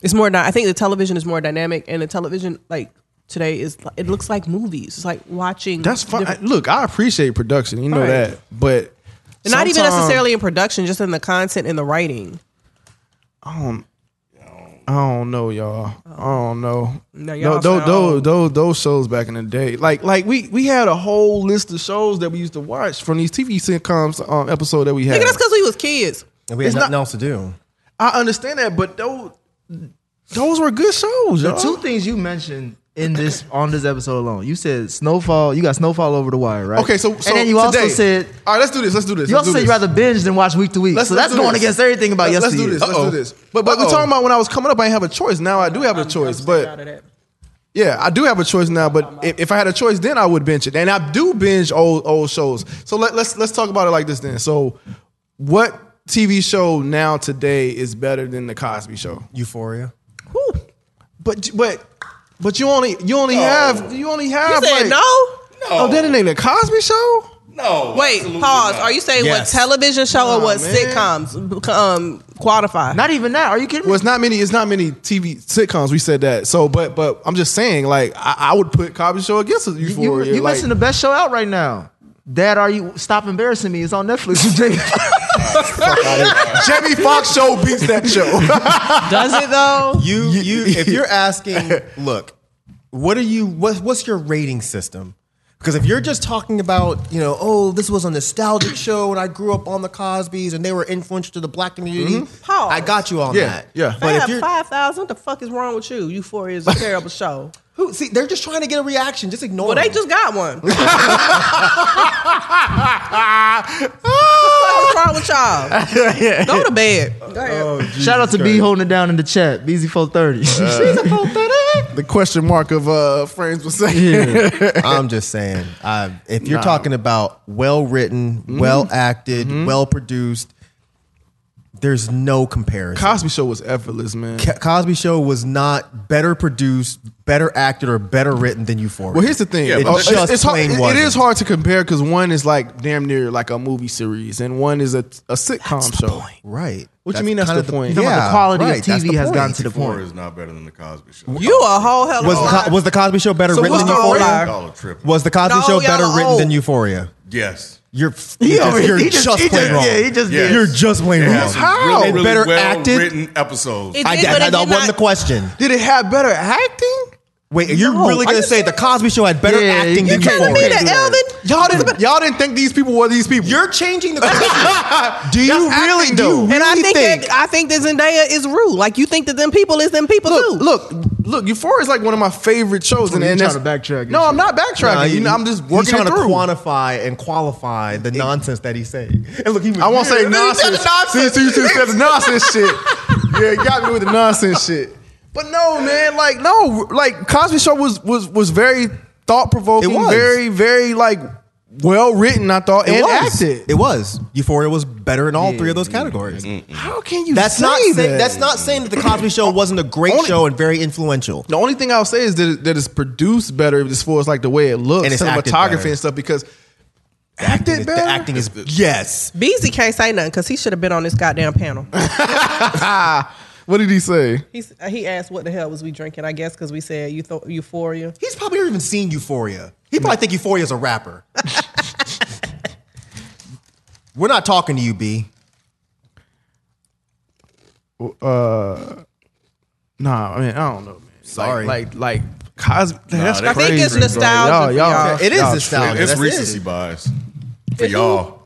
E: It's more. Di- I think the television is more dynamic, and the television like today is. It looks like movies. It's like watching.
C: That's fine.
E: different-
C: Look, I appreciate production. You know
E: Right.
C: that, but
E: And not even
C: sometimes-
E: necessarily in production, just in the content and the writing.
C: I don't know, y'all. I don't know. No,
E: No, Oh. y'all um,
C: y'all those,
E: sound
C: those,
E: old.
C: those, those shows back in the day, like like we we had a whole list of shows that we used to watch from these TV sitcoms um, episode that we had.
E: Nigga, that's because we was kids.
D: And we had
C: It's
D: nothing
C: not-
D: else to do.
C: I understand that, but those those were good shows.
B: The
C: Y'all.
B: two things you mentioned in this on this episode alone, you said Snowfall. You got Snowfall over the wire, right?
C: okay, so, so
B: and then you also
C: today-
B: said
C: all right, let's do this. Let's do this.
B: you
C: let's
B: also
C: do
B: said you
C: this.
B: rather binge than watch week to week. so
C: let's
B: that's
C: do
B: going
C: this.
B: against everything about
C: let's,
B: yesteryear.
C: Let's do this.
B: Uh-oh.
C: Let's do this. But but we're talking about when I was coming up, I didn't have a choice. Now I do have a choice, but. Yeah, I do have a choice now, but if, if I had a choice then I would binge it. And I do binge old old shows. So let, let's let's talk about it like this then. So what TV show now today is better than the Cosby show?
D: Euphoria.
C: But but but you only you only have you only have
E: You said
C: like,
E: no.
C: Oh, that ain't the Cosby show?
A: No.
E: Wait,
A: absolutely
E: pause.
A: not.
E: Are you saying
D: Yes.
E: what television show or what
C: man.
E: sitcoms um, qualify?
B: Not even that. Are you kidding me?
C: Well, it's not many. It's not many TV sitcoms. We said that. So, but but I'm just saying, like I, I would put Cosby Show against
B: You- you
C: Euphoria.
B: you
C: like,
B: missing the best show out right now. Dad, are you stop embarrassing me? It's on Netflix. You take-
C: Jamie Foxx show beats that show.
E: Does it though?
D: You you if you're asking, look, what are you what what's your rating system? Because if you're just talking about, you know, oh, this was a nostalgic show and I grew up on the Cosbys and they were influential to the black community,
E: Pause.
D: I got you on
C: Yeah,
D: that.
C: yeah.
E: I
D: But if
E: have
D: you're
E: five thousand. What the fuck is wrong with you? Euphoria is a terrible show.
D: who see, they're just trying to get a reaction. Just ignore
E: Well, they
D: them.
E: just got one. What the fuck is wrong with y'all? Go to bed. Oh, Go ahead.
B: Shout out to B holding it down in the chat.
C: Uh,
B: BZ430.
C: the question mark of uh, frames per second.
D: I'm just saying, I, if you're talking about well written, well acted, well produced, there's no comparison.
C: Cosby Show was effortless, man.
D: Co- Cosby Show was not better produced, better acted, or better written than Euphoria.
C: Well, here's the thing.
A: Yeah, but
C: Uh,
A: it's
D: just
C: hard,
D: plain
C: it- it
D: wasn't.
C: is hard to compare because one is like damn near like a movie series, and one is a, a sitcom show.
D: right.
C: What you mean that's
D: kinda
C: the point?
B: Talking about the quality of
D: right, that's
B: TV
D: the
B: has
D: point.
B: gotten to the
A: Four
B: point.
A: is not better than the Cosby Show.
E: You a whole hell of
D: Was
E: a
D: the,
E: lot.
D: Co- was the Cosby Show better written
E: what's the
D: than
E: whole
D: Euphoria?
E: lie?
A: Dollar tripping.
D: Was the Cosby
E: No,
D: Show
E: y'all
D: better
E: are
D: written than
E: old.
D: Euphoria?
A: yes.
D: You're you're just, you're just, plain wrong.
B: Yeah, he just
A: Yes.
B: did.
D: You're just plain
A: It
D: wrong.
A: has some
C: How?
A: Really, really
D: Better
A: well
D: acted?
A: Written episodes.
E: It
D: I,
E: did,
D: I,
E: but it
D: that
E: did
D: wasn't
E: not-
D: the question.
C: Did it have better acting?
D: Wait, you're really
B: I
D: gonna
B: just
D: say the Cosby Show had better
B: Yeah,
D: acting
B: you
D: than
B: trying to
D: Euphoria?
B: be
E: Hey,
B: that
E: Elvin,
C: Y'all didn't y'all didn't think these people were these people.
D: You're changing the question. do
C: That's
D: you
C: acting,
D: really do?
C: though.
D: You
E: And I
D: really
E: think,
C: Uh,
E: that I think that Zendaya is rude. Like you think that them people is them people
C: look,
E: too.
C: look, look, Euphoria is like one of my favorite shows, and,
B: You're
C: and
B: trying
C: that's-
B: to backtrack and
C: No, I'm
B: shit.
C: not backtracking.
D: Nah,
C: you know, I'm just
D: he's
C: working
D: trying
C: it through.
D: to quantify and qualify the nonsense that he's saying. And look, he was
C: I won't say
D: He said
C: nonsense.
D: nonsense.
C: Since you since you said the nonsense shit, yeah, you got me with the nonsense shit. But no, man, like no, like Cosby Show was was was very thought provoking,
D: It was.
C: very very like well written. I thought and
D: was.
C: acted.
D: It was. Euphoria was better in all three of those categories.
C: How can you?
D: That's
C: say
D: not
C: that?
D: saying that's not saying that the Cosby Show wasn't a great
C: Only-
D: show and very influential.
C: The only thing I'll say is that, it- that it's produced better as far as like the way it looks,
D: And it's acted
C: cinematography
D: better.
C: and stuff. Because acted
D: The
C: better.
D: acting is yes.
E: Beezy can't say nothing because he should have been on this goddamn panel.
C: What did he say?
E: He's, he asked, "What the hell was we drinking?" I guess because we said you thought Euphoria.
D: He's probably never even seen Euphoria. He probably think Euphoria is a rapper. We're not talking to you, B.
B: Uh,
C: Nah, I mean, I don't know, man.
D: Sorry.
C: like, like, like Cosby. that's
A: that's
E: I think it's
A: Crazy, bro.
C: Y'all-
E: nostalgia.
C: y'all-
E: for y'all.
D: It is
C: Nah,
D: nostalgia.
A: It's
D: That's
A: recency
D: it.
A: bias for y'all.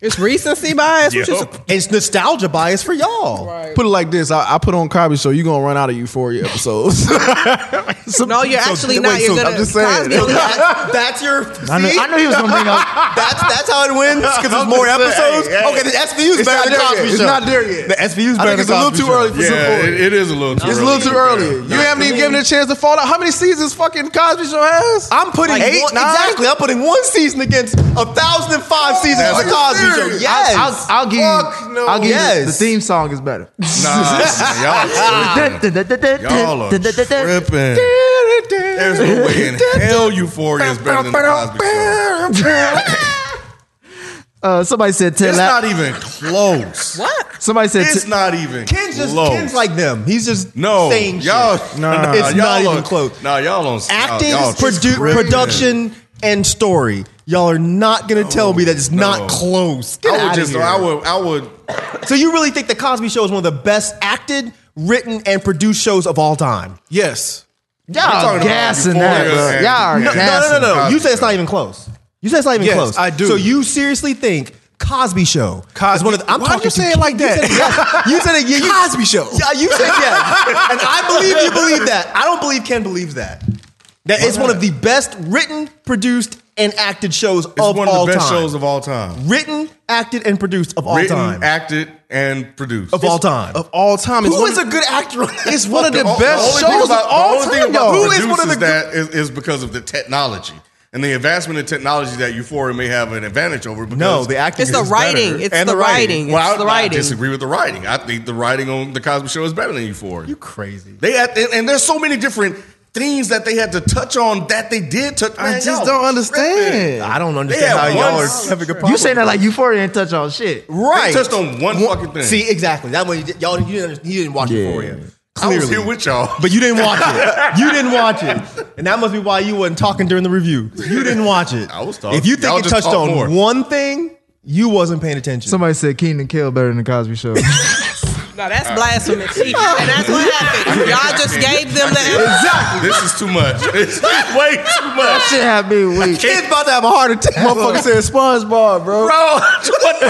E: It's recency bias.
A: Yeah.
E: which is-
D: It's nostalgia bias for y'all.
E: Right.
C: Put it like this: I, I put on Cosby Show. You gonna run out of Euphoria episodes.
E: No, you're
D: So-
E: actually
D: wait,
E: not. you're
D: so
E: gonna,
C: I'm just saying.
E: Cosby only has-
D: That's, that's your.
B: I knew,
D: see?
B: I knew he was gonna bring up.
D: That's that's how it wins because there's
C: I'm
D: more
C: just saying,
D: episodes.
C: hey, hey.
D: Okay, the SVU is
C: It's
D: better
C: not
D: than
C: there yet.
D: Cosby
C: It's
D: Show.
C: not there yet.
D: The SVU is
C: I
D: better
C: think
D: than
C: it's a little
D: Cosby
C: too
D: Show.
C: early for
A: Yeah,
C: Euphoria.
A: it, it is a little too
C: It's a
A: early.
C: little too early. You haven't even given it a chance to fall out. How many seasons fucking Cosby Show has?
D: I'm putting
C: Like
D: eight,
C: one- nine?
D: exactly. I'm putting one season against a thousand and five seasons of
A: That's-
D: the Cosby Show.
C: serious?
D: Yes,
B: I'll, I'll give
D: Fuck
B: you.
D: no.
B: I'll give you. The
D: Yes.
B: theme song is better.
A: Nah, man, y'all, tripping. y'all are tripping. There's no way in hell Euphoria is better than the Cosby Show.
B: Uh, somebody said Ted.
A: It's
B: La-
A: not even close.
D: e-
E: what?
B: somebody said.
A: It's
B: Ted-
A: not even
D: Ken's just
A: close.
D: Ken's like them. He's just
A: no,
D: saying
A: y'all,
D: shit.
A: nah,
D: It's
A: y'all
D: not
A: are-
D: even close.
A: Nah, y'all on y'all-
D: acting,
A: y'all
D: produ-
A: tripping.
D: production, and story. Y'all are not gonna tell me that it's not
A: no.
D: close. Get
A: I would
D: outta
A: just,
D: here.
A: I would, I would.
D: so you really think the Cosby Show is one of the best acted, written, and produced shows of all time?
C: yes.
B: y'all
A: talking
B: are
A: about
B: gassing that,
A: Euphoria
B: bro.
A: and-
B: Y'all are
A: No,
D: No,
B: gassing.
D: no, no, no, no.
A: Cosby
D: You say it's
A: Show.
D: not even close. You say it's not even
C: Yes,
D: close.
C: I do.
D: So you seriously think Cosby Show is
C: Cosby-
D: one of the, I'm
C: Why'd
D: talking
C: you
D: to
C: say it like
D: You said,
C: that?
D: yes. you said it. Yeah, you,
C: Cosby Show.
D: Yeah, you said yes. and I believe you believe that. I don't believe Ken believes that. That it's one of the best written, produced, and acted shows
A: It's
D: of
A: one
D: all
A: of the best
D: time.
A: shows of all time.
D: written, acted, and produced of all
A: Written,
D: time.
A: acted, and produced.
D: of all time.
C: Of all time, it's
D: Who
C: one
D: is a good actor?
C: It's one of the
A: Oh,
C: best
A: only thing
C: shows
A: about-
C: of all
A: the only
C: time,
A: thing about
C: y'all.
A: Who is
D: one of the
A: that is, is because of the technology and the advancement in technology that Euphoria may have an advantage over. Because
D: No, the acting
E: It's the
D: is
E: writing.
D: better.
E: It's
D: And
E: the writing. It's
A: Well, I,
E: the
A: I
E: writing.
A: disagree with the writing. I think the writing on the Cosby Show is better than Euphoria.
D: You crazy.
A: They had, and, and there's so many different things that they had to touch on that they did touch.
C: I
A: Man,
C: just
A: y'all
C: don't
A: tripping.
C: understand.
D: I don't
A: They
D: understand how
A: had
D: y'all
A: one-
D: are having a problem.
B: You saying that like Euphoria ain't touch all shit.
A: They
D: right?
A: touched on one fucking thing.
D: See, exactly. That way, y'all you didn't, you didn't watch Euphoria.
A: I
D: Clearly,
A: was here with y'all.
D: but you didn't watch it. You didn't watch it, and that must be why you wasn't talking during the review. You didn't watch it.
A: I was talking.
D: If you
A: Y'all
D: think it
A: just
D: touched
A: talk
D: on
A: more.
D: one thing, you wasn't paying attention.
B: Somebody said Keenan Kill better than the Cosby Show.
E: No, that's blasphemous. See, and that's what happened. Y'all just gave them the.
A: Exactly. This is too much. It's way too much.
B: shit had me weak.
D: Kid's about to have a heart attack.
C: Motherfucker said SpongeBob, bro.
A: Bro, what the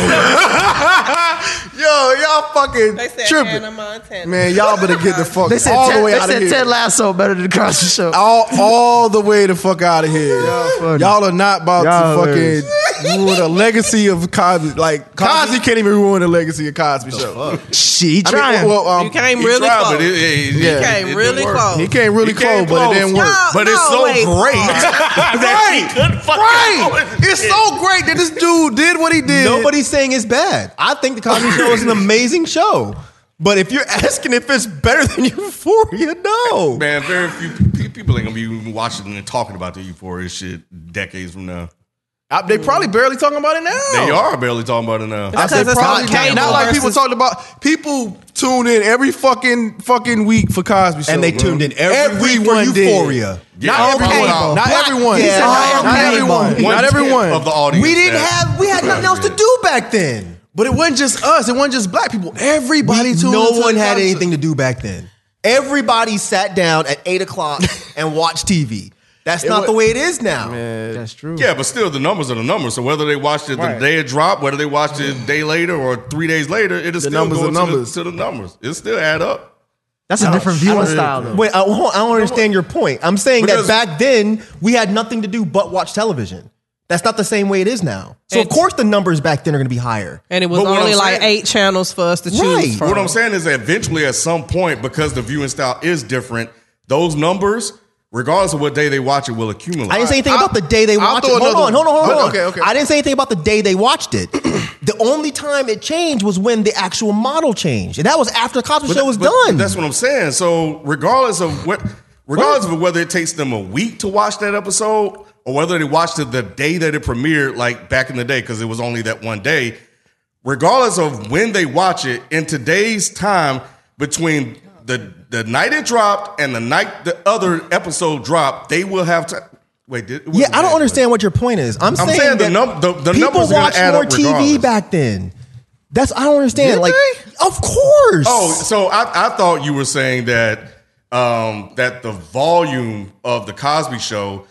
D: Yo, y'all fucking
E: They said
D: tripping.
E: Hannah Montana.
C: Man, y'all better get the fuck
B: They said
C: all
B: Ted,
C: the way
B: they
C: out
B: said
C: of here.
B: Ted Lasso better than the Cosby Show.
C: all, all the way the fuck out of here.
B: funny.
C: Y'all are not about
B: Y'all
C: to
B: hilarious.
C: fucking ruin the legacy of Cosby. Like Cosby, can't even ruin the legacy of Cosby Show.
B: she
C: I mean,
B: trying.
C: well, um,
E: you came
A: He
E: really
A: tried,
E: close.
A: but it- it- it-
C: Yeah.
A: it
E: You came
A: didn't
E: really
A: work.
E: close.
C: he came really
A: He
C: close,
A: came
C: but it didn't
A: close.
C: work.
E: Y'all-
A: But it's
E: no,
A: so
E: wait.
A: great. that he
C: Right.
A: couldn't fucking
C: Right.
A: do it.
C: It's so great that this dude did what he did.
D: Nobody's saying it's bad. I think the Cosby Show is an amazing show. But if you're asking if it's better than Euphoria, no.
A: Man, very few pe- people ain't gonna be even watching and talking about the Euphoria shit decades from now.
C: I- they probably barely talking about it now.
A: They are barely talking about it now.
E: That's
C: They
E: because it's
C: probably
E: not
C: not,
E: cable.
C: not like people
E: versus-
C: talked about. People tune in every fucking fucking week for Cosby Show,
D: and they
C: bro.
D: tuned in every week
C: Everyone
D: for
C: did.
D: Euphoria.
A: Yeah,
C: Not
A: I'm talking
C: everyone.
A: about
C: Not everyone.
D: Yeah.
C: Not
D: Not
C: everyone.
A: one
C: Not
A: tenth
C: everyone.
A: of the audience.
D: We didn't
A: that-
D: have, we had nothing else to do back then.
C: But it wasn't just us. It wasn't just black people. Everybody tuned.
D: no
C: into
D: one
C: the
D: had
C: Cosby Show.
D: anything to do back then. Everybody sat down at 8 o'clock and watched TV. That's not
C: wa-
D: the way it is now.
B: That's true.
A: Yeah, but still, the numbers are the numbers. So whether they watched it
C: Right.
A: the day it dropped, whether they watched it a day later or three days later, it is
C: The
A: still
C: numbers are
A: going to the-
C: numbers.
A: To, the, numbers. It still add up.
B: That's a different viewing style though.
D: Wait, I, hold on, I don't understand your point. I'm saying
A: Because-
D: that back then we had nothing to do but watch television. That's not the same way it is now. So of
E: It's-
D: course the numbers back then are going to be higher.
E: And it was
A: But what
E: only
A: I'm
E: like
A: saying-
E: eight channels for us to choose
D: Right.
E: from.
A: What I'm saying is that eventually, at some point, because the viewing style is different, those numbers, regardless of what day they watch it, will accumulate.
D: I didn't say anything
C: I'll-
D: about the day they
C: I'll
D: watched it.
C: throw
D: Hold
C: another
D: on, hold on, hold
C: one.
D: on.
C: Okay, okay.
D: I didn't say anything about the day they watched it. the only time it changed was when the actual model changed, and that was after the Cosby Show was
A: But- but
D: done.
A: That's what I'm saying. So regardless of what, regardless of whether it takes them a week to watch that episode or whether they watched it the day that it premiered, like back in the day, because it was only that one day. Regardless of when they watch it in today's time, between the the night it dropped and the night the other episode dropped, they will have to wait. Did, it
D: Yeah,
A: wasn't
D: I don't
A: that,
D: understand what your point is. I'm,
A: I'm saying the
D: that
A: num- the- the
D: people
A: numbers are gonna
D: watched
A: add
D: more
A: up regardless.
D: TV back then. That's I don't understand.
A: Did
D: like,
A: they?
D: of course.
A: but- Oh, so I, I thought you were saying that um, that the volume of the Cosby Show,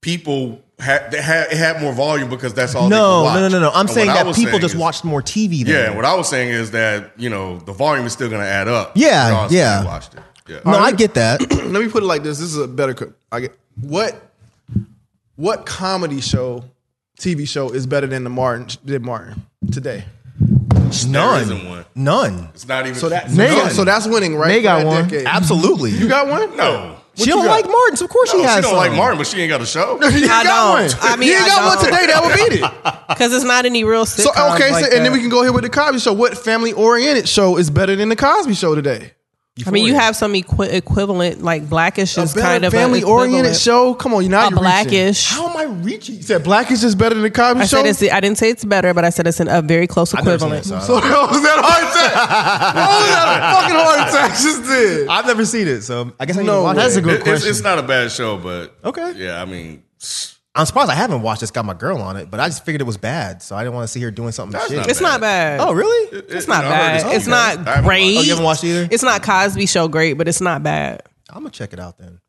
A: people had they had it had more volume because that's all.
D: no,
A: they could watch.
D: no, no, no, no. I'm
A: And
D: saying
A: what I
D: that
A: was
D: people
A: saying
D: just
A: is-
D: watched more TV. Then.
A: Yeah, and what I was saying is that you know the volume is still going to add up.
D: Yeah,
A: regardless if
D: yeah.
A: you watched it. Yeah.
D: no, I get that.
C: Let me put it like this. This is a better. co- I get what what comedy show, TV show is better than the Martin did Martin today.
A: isn't one.
D: None. None.
A: It's not even
C: So that
B: Megan.
C: so that's winning right.
B: They
C: for
B: got
C: that
B: one.
C: decade.
D: Absolutely.
C: You got one?
A: no.
D: she don't like Martins. Of course she
A: she
D: has.
A: don't like
D: some.
A: Martin, but she ain't got a show.
C: You got
E: I don't.
C: one.
E: I mean,
C: you
E: I
C: got one
E: don't.
C: today that would beat it.
E: Because it's not any real
C: So
E: sitcom.
C: okay,
E: like
C: so, and then
E: that.
C: we can go here with the Cosby Show. What family oriented show is better than the Cosby Show today?
E: I mean, you have some equi- equivalent, like blackish is kind of a
C: family oriented
E: equivalent.
C: show. Come on, you now
E: A
C: you're
E: Blackish.
C: Reaching. How am I reaching? You said Blackish is better than the Cosby
E: I
C: Show.
E: said it's. I didn't say it's better, but I said it's an, a very close equivalent.
C: so that was that heart attack. oh, was that fucking heart attack just did.
D: I've never seen it, so I guess I need
C: No,
D: to watch
B: that's
D: it.
B: a good
A: It- it's,
B: question.
A: it's not a bad show, but
D: Okay.
A: Yeah, I mean,
D: I'm surprised I haven't watched. It's got my girl on it, but I just figured it was bad, so I didn't want to see her doing something.
A: That's
D: shitty.
A: not
E: It's not bad.
D: Oh, really?
E: It's not bad. It's not great.
D: Oh, you haven't watched either?
E: It's not Cosby Show great, but it's not bad.
D: I'm gonna check it out then.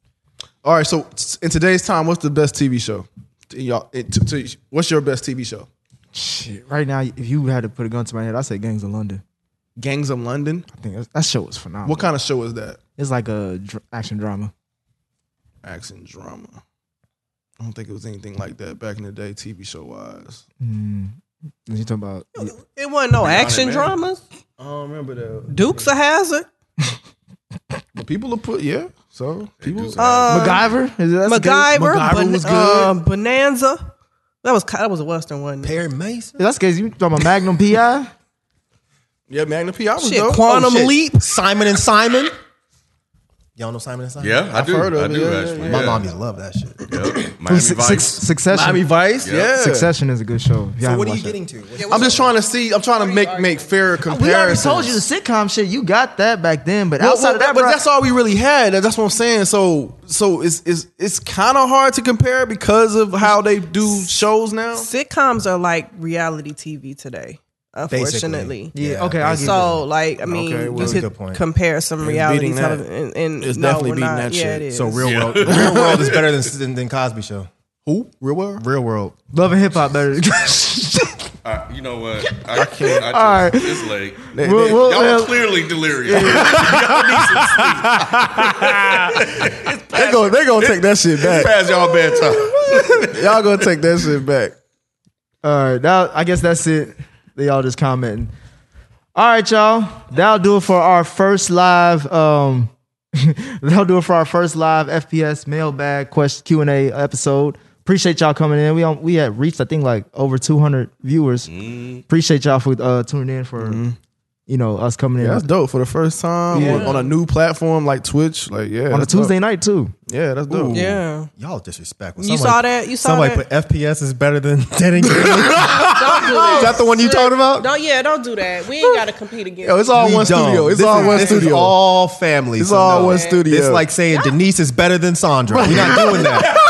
C: All right, so t- in today's time, what's the best TV show? To Y'all, it- to- to- what's your best TV show?
B: Shit, right now, if you had to put a gun to my head, I say Gangs of London.
C: Gangs of London.
B: I think that's, that show was phenomenal.
C: What kind of show is that?
B: It's like a dr- action drama.
C: Action drama. I don't think it was anything like that back in the day, TV show wise.
B: You talking about?
E: It wasn't no action
A: man.
E: dramas.
C: I don't remember that.
E: Dukes of Hazard.
C: But people have put yeah. So people uh,
B: Uh, MacGyver? Is that that's
E: MacGyver.
C: MacGyver
E: Ban-
C: was good.
E: um, Bonanza. That was that was a western one.
D: Perry Mason.
B: That's case you talking about Magnum PI?
C: yeah, Magna P. I was
E: Shit,
C: dope.
E: Quantum
D: Oh,
C: shit.
E: Leap.
D: Simon and Simon. Y'all know Simon and Simon?
A: Yeah, I
C: I've
A: do.
C: heard of
A: I
C: it,
A: do
C: yeah, yeah,
A: actually.
C: yeah.
D: My
A: yeah.
D: mom used to love that shit.
A: Yeah. Miami
B: Su-
A: Vice.
B: Suc- Succession.
C: Miami Vice.
A: Yeah.
C: Yeah.
B: Succession is a good show. if
D: So
B: haven't
D: what are you
B: watched it.
D: getting to? What's-
C: I'm just trying to see. I'm trying to make make fairer comparisons.
B: We already told you the sitcom shit. You got that back then, but
C: Well,
B: outside
C: well,
B: of that,
C: but
B: bro,
C: that's all we really had. That's what I'm saying. So, so it's it's it's kind of hard to compare because of how they do shows now.
E: Sitcoms are like reality TV today,
D: Basically.
E: unfortunately.
B: yeah. Okay, I get that.
E: So, like, I mean,
C: Okay, well,
E: you
C: that's
D: a
E: could
D: good point.
E: compare some reality
C: beating that.
E: television. And, and
C: It's
E: no,
C: definitely
E: we're
C: beating
E: not.
C: that
E: yeah,
C: shit.
E: It is.
D: So real world, real world is better than, than than Cosby Show.
C: Who? Real world?
D: Real world.
B: Love and hip hop better.
A: Uh, you know what? I, I can't. I
B: All
A: just, It's late.
B: We'll- we'll-
A: Y'all
B: we'll-
A: are clearly delirious. y'all need some sleep.
C: They go. They gonna take that shit
A: It's past y'all bedtime.
C: Oh, Y'all gonna take that shit back.
B: All right, now I guess that's it. They all just commenting. All right, y'all. That'll do it for our first live. Um, that'll do it for our first live FPS mailbag question Q and A episode. Appreciate y'all coming in. We on, we had reached I think like over 200 viewers.
C: Mm-hmm.
B: Appreciate y'all for uh, tuning in for you know us coming
C: Yeah,
B: in
C: that's dope for the first time on, on a new platform like Twitch. Like yeah,
B: on a
C: that's
B: Tuesday
C: dope.
B: night too.
C: Yeah, that's dope.
E: Yeah.
D: Y'all disrespectful.
E: You saw that? You saw
D: somebody
E: that?
D: put FPS is better than Dead and Gay.
E: Don't do
D: Is
E: that.
D: that the one you talking about?
E: Don't, yeah, don't do that. We ain't got to compete against
C: Yo, it's all
D: We
C: one
D: dumb.
C: studio. It's
D: This
C: all
D: is-
C: one
D: this
C: studio.
D: Is all family.
C: It's
D: so
C: all
D: no.
C: one studio.
D: It's like saying Denise is better than Sandra. We're not doing that.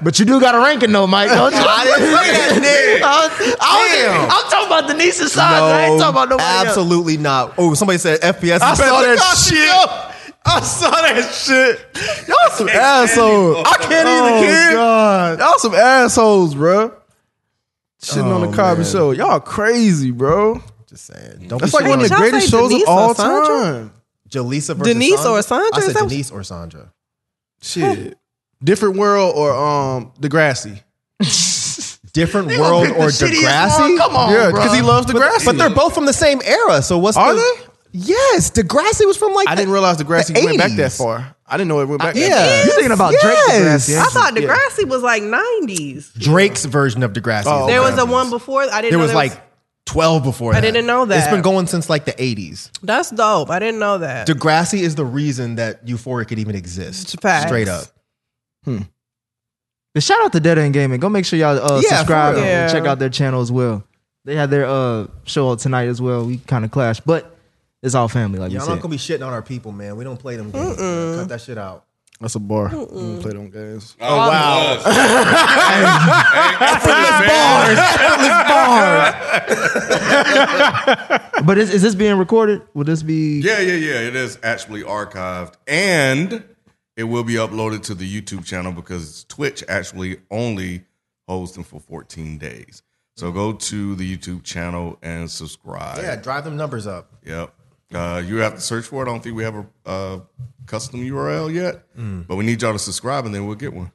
B: But you do got a ranking though, Mike. Don't you? I
D: didn't say that, nigga.
B: was- I
D: Damn.
B: was- I'm talking about Denise's side. I ain't talking about nobody else.
D: absolutely not. Oh, somebody said FPS. Is
C: I
D: better
C: saw
D: than
C: that
D: Cosby.
C: shit.
D: I saw that shit.
C: Y'all some assholes. I can't even care.
D: God.
C: Y'all some assholes, bro. Shitting on the Cosby Show. Y'all crazy, bro.
D: Just saying. Don't
C: That's
D: be
C: like
D: shitting
C: one of the
E: y'all
C: greatest
E: say
C: shows of
E: Denise or
C: all
E: Sandra?
C: time.
D: Jaleesa versus
E: Denise or Sandra?
D: I
E: Is
D: said
E: that what-
D: Denise or Sandra.
C: Shit. Different World or um Degrassi.
D: Different world or Degrassi?
B: Come on,
C: yeah,
B: bro.
C: because he loves Degrassi.
D: But they're both from the same era. So what's
C: Are
D: the,
C: they?
D: Yes, Degrassi was from like
C: I
D: the-
C: didn't realize Degrassi
D: the
C: went back that
D: 80s.
C: far. I didn't know it went back. that far.
D: Yeah,
B: You're thinking about Drake
D: Yes.
B: Degrassi,
E: I
B: ain't
E: thought Degrassi was like 90s.
D: Drake's version of Degrassi.
C: Oh,
E: There
C: okay.
E: was a one before. I didn't
D: There
E: know
D: was like twelve before. That.
E: didn't know that.
D: It's been going since like the eighties.
E: That's dope. I didn't know that.
D: Degrassi is the reason that Euphoria could even
E: It's
D: exist.
E: facts.
D: Straight up.
B: But shout out to Dead End Gaming. Go make sure y'all uh,
D: Yeah, for
B: subscribe
E: real.
B: and check
E: Yeah.
B: out their channel as well. They had their uh, show tonight as well. We kind of clashed, but It's all family, like
D: Y'all
B: you
D: not
B: said.
D: gonna be shitting on our people, man. We don't play them games. man. Cut that shit out.
C: That's a bar. I'm gonna Play them games.
A: Oh, wow.
B: But is, is this being recorded? Will this be?
A: Yeah, yeah, yeah. It is actually archived and it will be uploaded to the YouTube channel because Twitch actually only holds them for 14 days. So go to the YouTube channel and subscribe.
D: Yeah, drive them numbers up.
A: Yep. Uh, you have to search for it. I don't think we have a, uh custom URL yet,
C: Mm.
A: but we need y'all to subscribe and then we'll get one.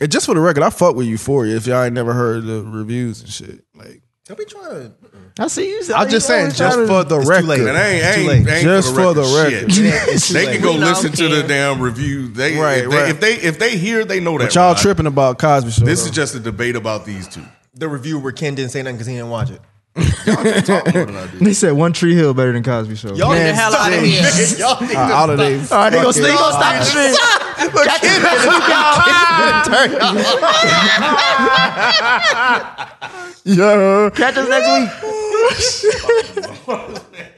C: And just for the record, I fuck with Euphoria. If y'all ain't never heard the reviews and shit, like
D: Don't be trying to.
B: I see you.
C: I'm just saying, just for the
D: It's too late.
A: And
C: record.
A: I ain't, I ain't, I ain't
C: Just for the
A: shit.
C: record.
D: It's too
A: They
D: late.
A: can go
E: We know
A: listen to the
E: Ken.
A: damn review. They,
C: Right,
A: if they,
C: right.
A: if they if they hear, they know that.
C: But y'all
A: Rod.
C: tripping about Cosby Show.
A: This is
C: though.
A: just a debate about these two.
D: The review where Ken didn't say nothing because he didn't watch it.
A: Talk more than I do.
B: They said One Tree Hill better than Cosby Show.
D: Y'all
E: Get
D: need
E: the
D: to
E: hell out of here.
D: Y'all need to
C: out of they
B: All right, they gonna, they
C: fucking-
B: gonna stop the shit.
C: Yeah.
B: Catch us next week.